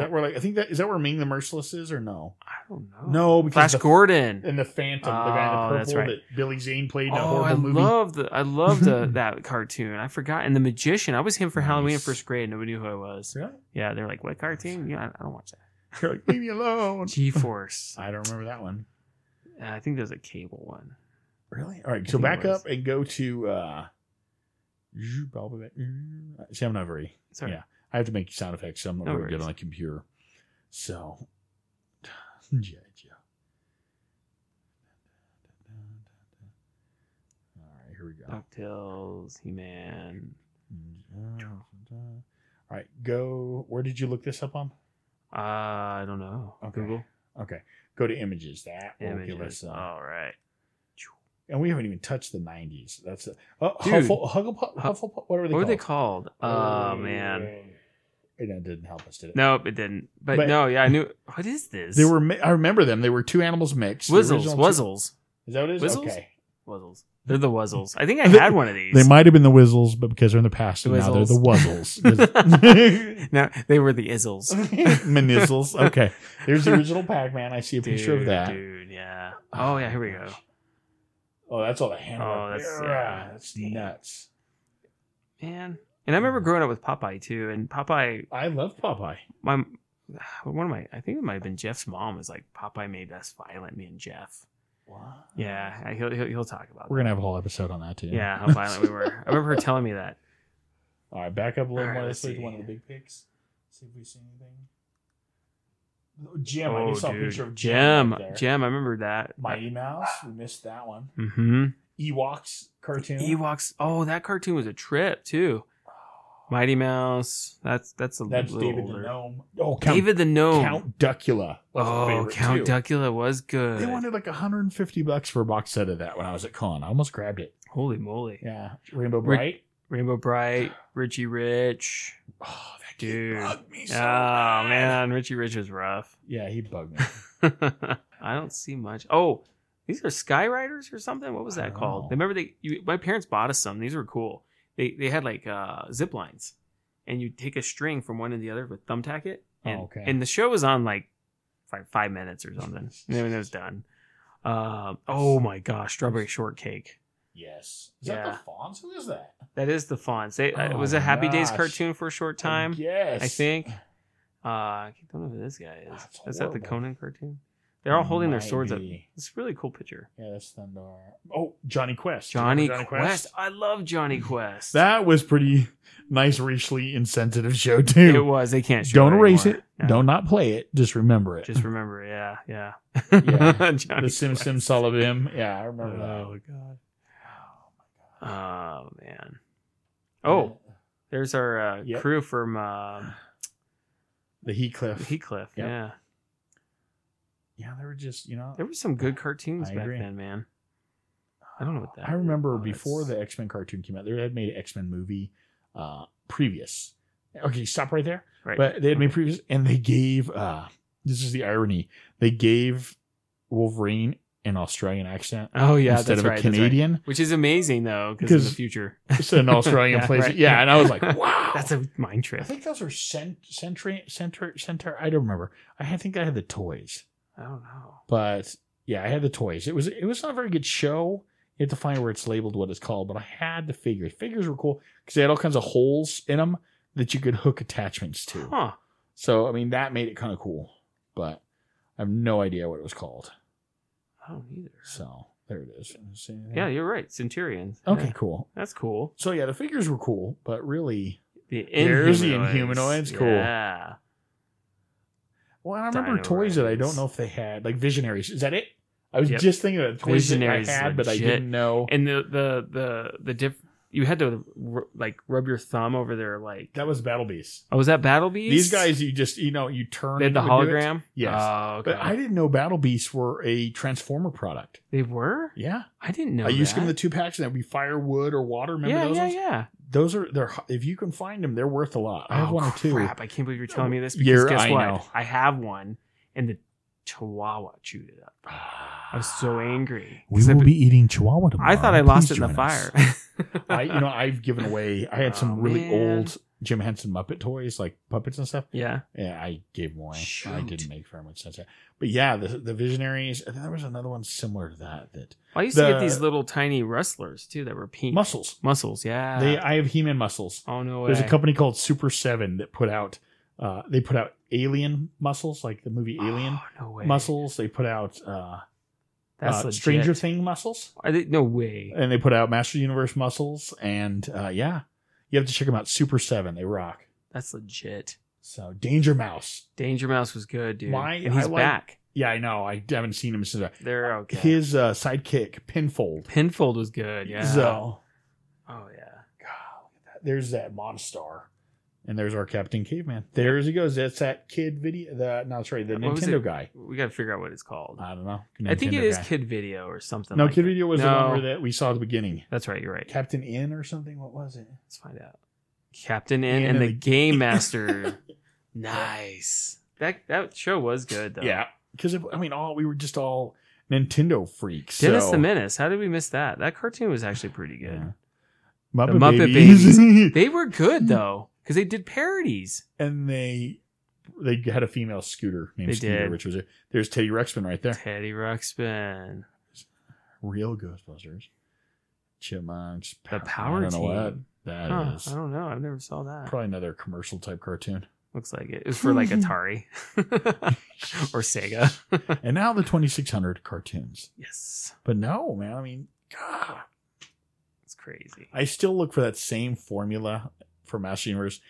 Oh. that where like I think that is that where Ming the Merciless is or no? I don't know. No, because Flash the- Gordon. And the Phantom, the guy in Oh, the purple that's right. that Billy Zane played in a Oh, horrible I movie. love the I love the that cartoon. I forgot. And the magician. I was him for Halloween in Nice. first grade. Nobody knew who I was. Really? Yeah, they're like, what cartoon? Yeah, I don't watch that. You're like, leave me alone. G Force. I don't remember that one. I think there's a cable one. Really? All right, I think so it back was. up and go to. uh zhoop, all the way back. Mm. See, I'm not very. Sorry. Yeah. I have to make sound effects, so I'm not No very good worries. on the computer. So, yeah, yeah. All right, here we go. DuckTales, He Man. All right, go. Where did you look this up on? Uh, I don't know. Okay. Google Okay, go to images. That will give us. images. Oh. Uh, All right. And we haven't even touched the '90s. That's a, oh, Dude. Huffle, Hufflepuff, Hu- Hufflepuff. What were they What were called? they called? Oh man. It uh, didn't help us, did it? Nope, it didn't. But, But- no, yeah, I knew. What is this? They were. mi- I remember them. They were two animals mixed. The Wizzles. original two- Wuzzles. Is that what it is? Wizzles? Okay. Wuzzles. They're the Wuzzles. I think I had one of these. They might have been the Wizzles, but because they're in the past, The now they're the Wizzles. Wuzzles. No, they were the Izzles. Manizzles. Okay. There's the original Pac-Man. I see a picture of that. Dude, yeah. Oh, yeah, here we go. Oh, that's all the hand. Oh, work. that's- Yeah, yeah. that's nuts. Man. And I remember growing up with Popeye too, and Popeye I love Popeye. my one of my I think it might have been Jeff's mom was like Popeye made us violent, me and Jeff. What? Yeah, I- he'll he'll, he'll talk about Oh, We're that. gonna have a whole episode on that too. Yeah, how violent we were. I remember her telling me that. All right, back up a All little right, more. let's Let's look at see. one of the big pics. See if we see anything. Oh, Jim, I oh, just saw a dude. picture of Jim. Jim, right there. Jim, I remember that. Mighty Mouse. We missed that one. Mm-hmm. Ewoks cartoon. Ewoks. Oh, that cartoon was a trip too. Mighty Mouse. That's that's a That's little David older. the Gnome. Oh, Count, David the Gnome. Count Duckula. was a oh, favorite, Count too. Duckula was good. They wanted like 150 bucks for a box set of that when I was at con. I almost grabbed it. Holy moly! Yeah, Rainbow Rick- Bright. Rainbow Bright, Richie Rich. Oh, that Dude. dude bugged me so oh bad. man, Richie Rich was rough. Yeah, he bugged me. I don't see much. Oh, these are Sky Riders or something. What was I that don't called? know. Remember they? You, my parents bought us some. These were cool. They they had like uh, zip lines, and you take a string from one to the other with thumbtack it. And, Oh, okay. And the show was on like five five minutes or something. and then it was done. Um, oh my gosh, strawberry shortcake. Yes. Is that Yeah. the Fonz? Who is that? That is the Fonz. They, it Oh was a my Happy Days gosh. cartoon for a short time. Yes. I think. Uh, I don't know who this guy is. That's is that the horrible. Conan cartoon? They're all holding their Might swords up. be. It's a really cool picture. Yeah, that's Thunder. Oh, Johnny Quest. Do you Johnny, remember Quest. I love Johnny Quest. That was pretty nice, racially insensitive show it too. was. They can't. show Don't erase anymore. it. No. Don't not play it. Just remember it. Just remember. Yeah. Yeah. Yeah. Johnny the Sim Quest. Sim Solabim. Yeah, I remember that. Oh god. Oh man. Oh, there's our uh, Yep. crew from uh, the Heathcliff. Heathcliff. Yep. Yeah. yeah, they were just you know. There were some good cartoons I back agree. then, man. I don't know what that. I remember was. before the X Men cartoon came out, they had made an X Men movie uh, previous. Okay, stop right there. Right. But they had made previous, and they gave. uh This is the irony. They gave Wolverine an Australian accent Oh yeah, instead that's of a right, that's right. Canadian. which is amazing though, because in the 'Cause- future, It's an Australian Yeah, place. right. Yeah, and I was like, wow. that's a mind I trip. think those are cent- century center center. I don't remember. I had- think I had the toys, I don't know. but yeah, I had the toys. It was it was not a very good show. You have to find where it's labeled what it's called, but I had the figures. Figures were cool because they had all kinds of holes in them that you could hook attachments to. Huh. So I mean that made it kind of cool, but I have no idea what it was called. I don't either. So there it is. See? Yeah, you're right. Centurions. Okay. Yeah, Cool. that's cool. So yeah, the figures were cool, but really, The There's the Inhumanoids. Inhumanoids, cool. Yeah. well, I remember Dino toys that I don't Riders. know if they had like Visionaries. Is that it? I was Yep. just thinking about toys Visionaries is that I had, but I legit. didn't know. And the the the the diff. You had to r- like rub your thumb over their like. that was Battle Beast. Oh, was that Battle Beast? These guys, you just you know, you turn They had the and it would do it. hologram. Yes. Oh, okay. But I didn't know Battle Beasts were a Transformer product. they were. Yeah, I didn't know. I used that. to get them in the two packs, and that'd be firewood or water. Remember yeah, those? yeah, ones? yeah. Those are they're if you can find them, they're worth a lot. I have Oh, one or two. crap. I can't believe you're telling me this because You're- guess I what? know. I have one and the chihuahua chewed it up. I was so angry. We 'Cause I will be- be eating chihuahua tomorrow. I thought I Please lost it in the join us. fire. I you know I've given away. I had Oh, some really man. old Jim Henson Muppet toys, like puppets and stuff. yeah. Yeah, I gave them away. I Shoot. didn't make very much sense. there. But yeah, the the Visionaries. And then there was another one similar to that. That Well, I used to get The- these little tiny rustlers too that were pink. muscles. Muscles, yeah. They I have He-Man muscles. oh no way. There's a company called Super Seven that put out. Uh, they put out Alien muscles, like the movie Alien Oh, no way. muscles. They put out uh, That's uh, legit. Stranger Thing muscles. Are they, no way. and they put out Master Universe muscles, and uh, yeah, you have to check them out. Super Seven, they rock. That's legit. So Danger Mouse, Danger Mouse was good, dude. My- and he's I like- back. yeah, I know, I haven't seen him since. I- They're okay. His uh, sidekick Pinfold, Pinfold was good, yeah. So oh yeah. God, look at that. there's that Monstar, and there's our Captain Caveman. There's he goes. That's that kid video. The no, sorry, the What was Nintendo it? guy. We gotta figure out what it's called. I don't know. I think it Uh, Nintendo is guy. Kid Video or something. No, like Kid that. Video was the No. one where that we saw at the beginning. That's right. You're right. Captain In or something. What was it? Let's find out. Captain N Yeah, and no, the the- Game Master. nice. That that show was good though. Yeah, because I mean, all we were just all Nintendo freaks. Dennis so. the Menace. How did we miss that? That cartoon was actually pretty good. Yeah. Muppet, The Muppet Babies. They were good though because they did parodies. and they they had a female scooter named They Scooter, did. which was a, there's Teddy Rexman right there. Teddy Ruxpin, Real Ghostbusters, Chipmunks, the Pow- Power I don't Team. know what that Huh, is. I don't know. I've never saw that. Probably another commercial type cartoon. Looks like it. It was for like Atari or Sega. and now the 2600 cartoons. yes, But no, man. I mean, God, it's crazy. I still look for that same formula for Master Universe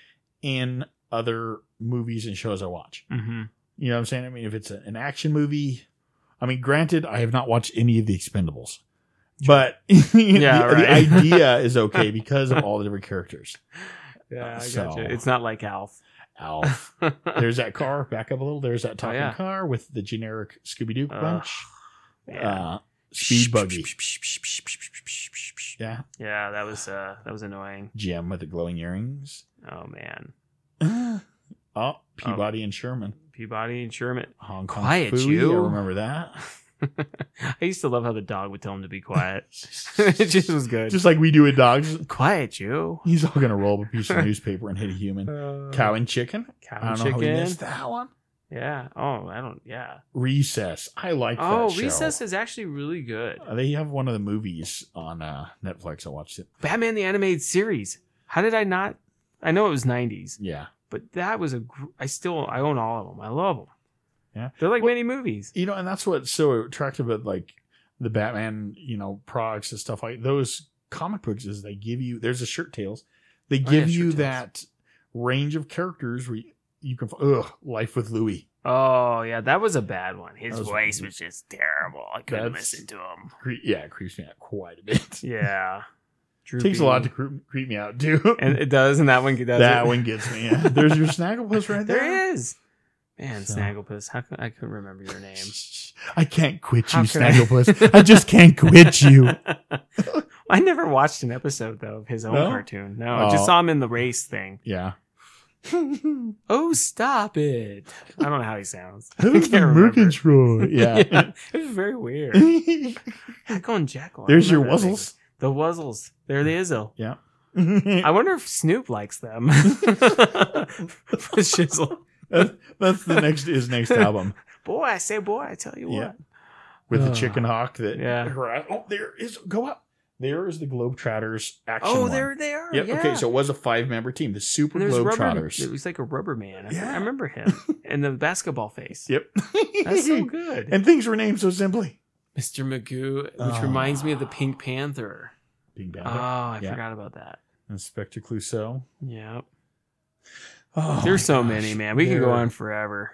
in other movies and shows I watch. hmm You know what I'm saying? I mean, if it's a- an action movie, I mean, granted, I have not watched any of the Expendables, but Yeah, the, the right. idea is okay because of all the different characters. Yeah, I So- gotcha. It's not like Alf. Alf. There's that car. Back up a little. There's that talking Oh, yeah. car with the generic Scooby Doo Ugh, bunch. yeah. Uh, speed buggy. Yeah, Yeah, that was uh that was annoying. Jim with the glowing earrings. Oh man. oh, Peabody and Sherman. Peabody and Sherman. Hong Kong Quiet, Fooey, you. I remember that. I used to love how the dog would tell him to be quiet. it just was good. Just like we do with dogs. quiet you. He's all gonna roll up a piece of newspaper and hit a human. Uh, Cow and chicken. Uh, cow I don't know how we chicken. missed that one. Yeah. Oh, I don't yeah. Recess. I like Oh, that show. Recess is actually really good. Uh, They have one of the movies on uh, Netflix. I watched it. Batman the animated series. How did I not I know it was 90s, Yeah. but that was a gr- I still I own all of them. I love them. Yeah. They're like Well- mini movies. You know, and that's what's so attractive about like the Batman, you know, products and stuff like those comic books is they give you, there's a shirt tails. They Oh, yeah, give you Shirt Tales. that range of characters where you, you can, ugh, Life with Louie. Oh, yeah, that was a bad one. His That was- voice was just terrible. I couldn't That's- listen to him. Cre- yeah, it creeps me out quite a bit. Yeah. Takes a lot to cre- creep me out, too. And it does, and that one does. that it. one gets me. Yeah. There's your Snagglepuss right there. There is. Man, So. Snagglepuss. How can, I couldn't remember your name. I can't quit How you, can I- Snagglepuss. I just can't quit you. I never watched an episode though of his own No? cartoon. No, I Oh. just saw him in the race thing. Yeah. oh, stop it. I don't know how he sounds. That's the can't remember. Murkintroy. Yeah. It was very weird. I'm going Jackal. I There's your remember that name. wuzzles. The Wuzzles. They're the Izzle. That's I wonder if Snoop likes them. Shizzle. the next his next album Boy, I say boy, I tell you Yeah. what. with the Ugh. chicken hawk that Yeah. harass- Oh, there is go up. There is the Globetrotters action. Oh, one. there they are. Yep. Yeah. Okay, so it was a five member team, the Super And there's rubber. Globetrotters. It was like a rubber man. I, Yeah. I remember him and the basketball face. Yep. That's so good. and things were named so simply. Mr. Magoo, which Oh. reminds me of the Pink Panther. Big Oh, I Yeah. forgot about that. Inspector Clouseau. Yeah. Oh, There's my so gosh. many, man. We can go There- on forever.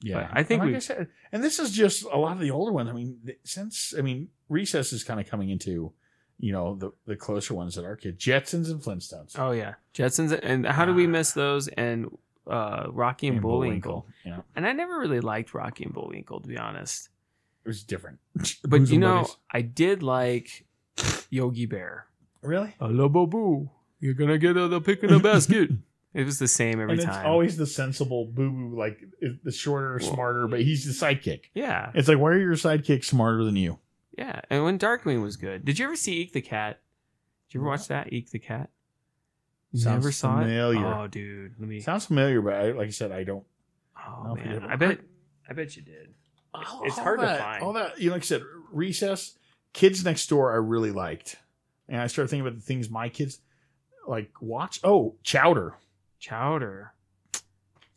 Yeah, But I think And like we- I said, and this is just a lot of the older ones. I mean, th- since I mean, Recess is kind of coming into, you know, the the closer ones that are kids, Jetsons and Flintstones. Oh yeah, Jetsons, and how did we miss those? And uh, Rocky and, Bullwinkle. Yeah, And I never really liked Rocky and Bullwinkle, to be honest. it was different. But Boos you and know, Buddies. I did like Yogi Bear. really, Hello, Boo. You're gonna get the pick in a basket. it was the same every and it's time. always the sensible Boo Boo, like is the shorter, Well- smarter, but he's the sidekick. yeah, It's like, why are your sidekicks smarter than you? yeah. And when Darkwing was good, did you ever see Eek the Cat? Did you ever watch that Eek the Cat? You Sounds never saw familiar. it. Oh, dude, let me. Sounds familiar, but I, like I said, I don't. oh if you man, ever- I bet. I bet you did. all- it's Oh, all hard to that- find. All that, you know, like I said, recess, kids next door, I really liked. And I started thinking about the things my kids like watch. Oh, Chowder. Chowder.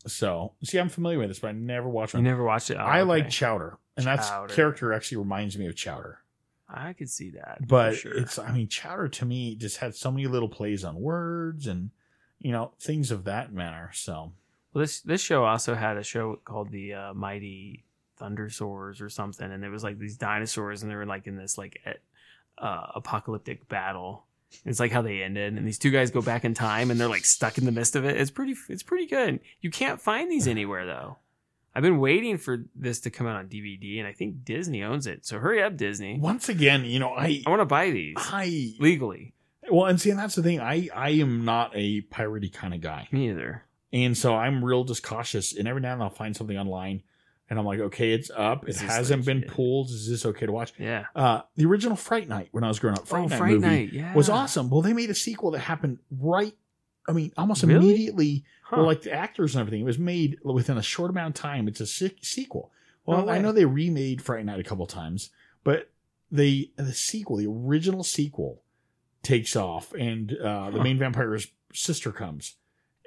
So, see, I'm familiar with this, but I never watched You one. never watched it. Oh, I like okay. Chowder, and that's Chowder. character actually reminds me of Chowder. I could see that. for But sure. it's, I mean, Chowder to me just had so many little plays on words and, you know, things of that manner. So, Well, this this show also had a show called the uh, Mighty Thundersaurs or something, and it was like these dinosaurs, and they were like in this like e- uh, apocalyptic battle. And It's like how they ended, and these two guys go back in time, and they're like stuck in the midst of it. It's pretty. It's pretty good. You can't find these anywhere though. I've been waiting for this to come out on DVD, and I think Disney owns it. So hurry up, Disney. once again, you know, I, Mm-hmm. I want to buy these I, legally. well, and see, and that's the thing. I, I am not a piratey kind of guy. Me either. And so I'm real just cautious. And every now and then I'll find something online and I'm like, okay, it's up. It Is this hasn't been legit? pulled. Is this okay to watch? Yeah. Uh, the original Fright Night when I was growing up, Fright oh, Night Fright movie Night. Yeah. was awesome. Well, they made a sequel that happened right, I mean, almost Really? immediately. Huh. Well, like the actors and everything, it was made within a short amount of time. It's a se- sequel. No Well, I way. know they remade Fright Night a couple times, but they the sequel, the original sequel, takes off, and uh, the Huh. main vampire's sister comes,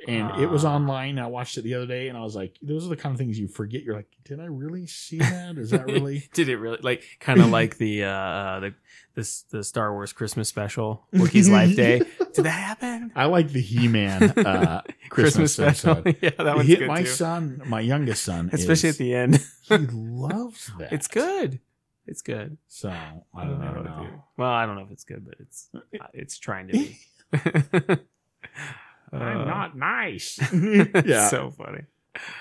and it was Ah. online. I watched it the other day, and I was like, "Those are the kind of things you forget." You're like, "Did I really see that? Is that really?" did it really like kind of like the uh, uh the this the Star Wars Christmas special Wookiee's Life Day? Did that happen? I like the He-Man uh, Christmas, episode. yeah, that one's He- good my too. son, my youngest son, Especially at the end, the he loves that. it's good. It's good. So I don't Oh, know. know. Well, I don't know if it's good, but it's it's trying to be. Uh, nice. it's yeah. so funny.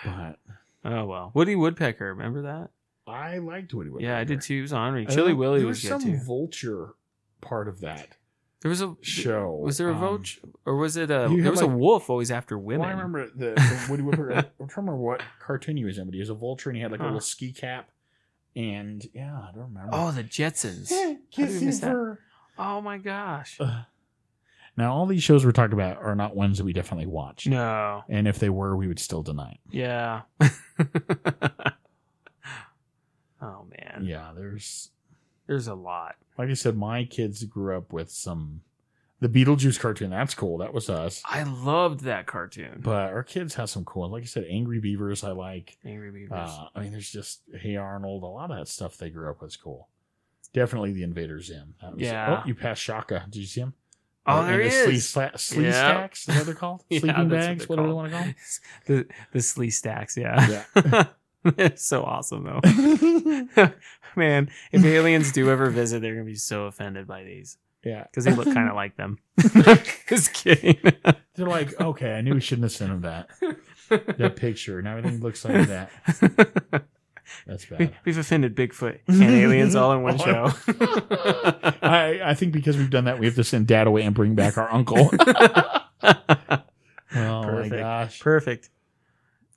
But Oh well, Woody Woodpecker. Remember that? I liked Woody Woodpecker. Yeah, I did too. He was honoring. I Chili like- Willy there was, some good too. vulture part of that There was a show. was there a Um, vulture or was it a you there had was a like- wolf always after Well, women? I remember the, the Woody Woodpecker. I don't remember what cartoon he was in, but he was a vulture and he had like a Huh. little ski cap. And yeah, I don't remember. Oh, the Jetsons. did we kissing miss that? for. Oh my gosh. Ugh. Now all these shows we're talking about are not ones that we definitely watch. No. And if they were, we would still deny it. Yeah. oh man. Yeah, there's There's a lot. like I said, my kids grew up with some the Beetlejuice cartoon. That's cool. That was us. I loved that cartoon. But our kids have some cool. Like I said, Angry Beavers. I like. Angry Beavers. Uh, I mean, there's just Hey Arnold. A lot of that stuff they grew up with is cool. Definitely the Invader Zim. That was- Yeah. Oh, you passed Shaka. Did you see him? oh, Or- there and he the is. Slee, sla- slee Yeah. stacks. Is that what they're called? Yeah, Sleeping that's what they're bags. What do they called. want to call them? the the Slee Stacks, yeah. It's so awesome though. Man, if aliens do ever visit, they're gonna be so offended by these. Yeah. Because they look kinda like them. Just kidding. They're like, okay, I knew we shouldn't have sent him that that picture. Now everything looks like that. That's We- bad. We've offended Bigfoot and aliens all in one All show. I, I think because we've done that, we have to send dad away and bring back our uncle. Well, Perfect. Oh, my gosh. Perfect.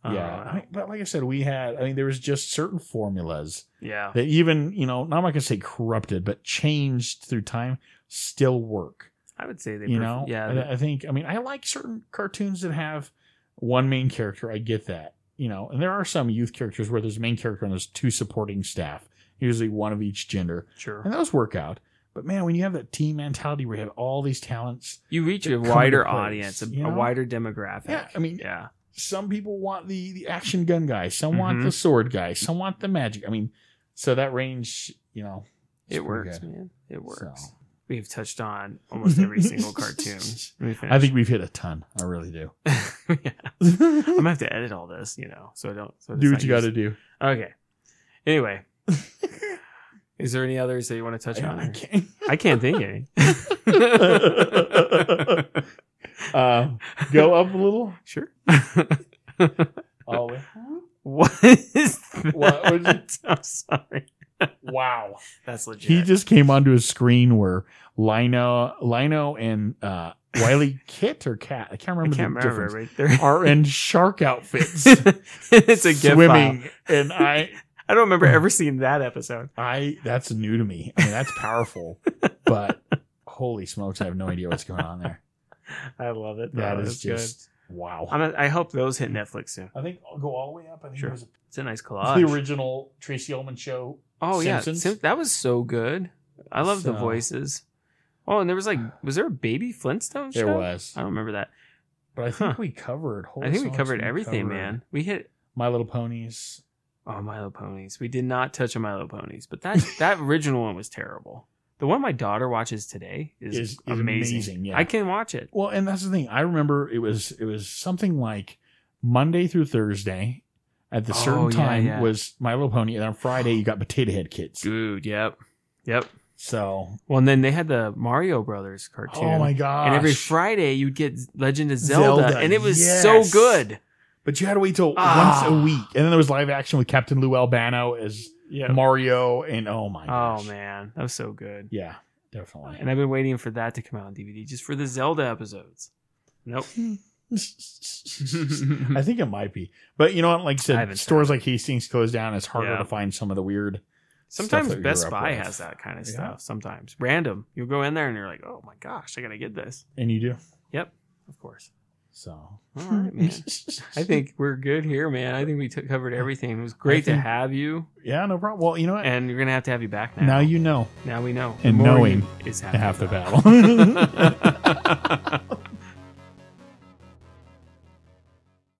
yeah. Uh, I mean, but like I said, we had, I mean, there was just certain formulas yeah. that even, you know, I'm not going to say corrupted, but changed through time still work. I would say they. you perf- know? Yeah. I, I think, I mean, I like certain cartoons that have one main character. I get that, you know, and there are some youth characters where there's a main character and there's two supporting staff, usually one of each gender. sure. And those work out. But man, when you have that team mentality where you have all these talents, You reach that a come into wider place, audience, a, you a know? wider demographic. yeah, I mean, Yeah. some people want the the action gun guy, some want Mhm. the sword guy, some want the magic. I mean, so that range, you know, is It pretty works, good. man. It works. So. We've touched on almost every single cartoon. Let me finish. I think we've hit a ton. I really do. yeah. I'm do gonna have to edit all this, you know. So I don't. So it's what not you got to do. used- Okay. Anyway, is there any others that you want to touch on? I or- can't. I can't think of any. uh, go up a little. sure. Oh, what is that? What was it? I'm sorry. wow. That's legit. He just came onto a screen where Lino, Lino, and uh, Wiley Kit or Cat. I can't I remember can't the remember difference. right there. Are in shark outfits. it's a gift swimming, file. and I, I don't remember ever seeing that episode. I that's new to me. I mean, that's powerful, but holy smokes, I have no idea what's going on there. I love it. That though. is It's good. just wow. I'm a, I hope those hit Netflix soon. I think I'll go all the way up. I think Sure. it was It's a nice the collage. original Tracy Ullman show. Oh Simpsons. yeah, Sim- that was so good. I love the So- voices. Oh, and there was like, was there a baby Flintstone show? There was, I don't remember that. but I think Huh. we covered. Holy I think we smokes, covered everything, covered man. We hit My Little Ponies. oh My Little Ponies. We did not touch on My Little Ponies, but that that original one was terrible. The one my daughter watches today is, Is- is amazing. amazing, yeah. I can watch it. Well, and that's the thing. I remember it was it was something like Monday through Thursday at the Oh, certain yeah, time yeah. was My Little Pony, and on Friday you got Potato Head Kids. Dude, yep, yep. So, Well, and then they had the Mario Brothers cartoon. oh my god! And every Friday you'd get Legend of Zelda, Zelda, and it was so yes. good. But you had to wait till Ah. once a week. And then there was live action with Captain Lou Albano as Yeah. Mario and oh my gosh. Oh Oh man, that was so good. Yeah, definitely. And I've been waiting for that to come out on DVD just for the Zelda episodes. Nope. I think it might be. But you know what? Like I I said, haven't stores like Hastings closed down. It's harder Yeah. to find some of the weird. Sometimes stuff that Best you're up Buy with. has that kind of Yeah. stuff. Sometimes random, you'll go in there and you're like, "Oh my gosh, I gotta get this." And you do. Yep, of course. So. All right, man. I think we're good here, man. I think we took covered everything. It was great to think- have you, Yeah, no problem. Well, you know what? and you're gonna have to have you back now. now you know now we know. And More knowing is half the happening. battle.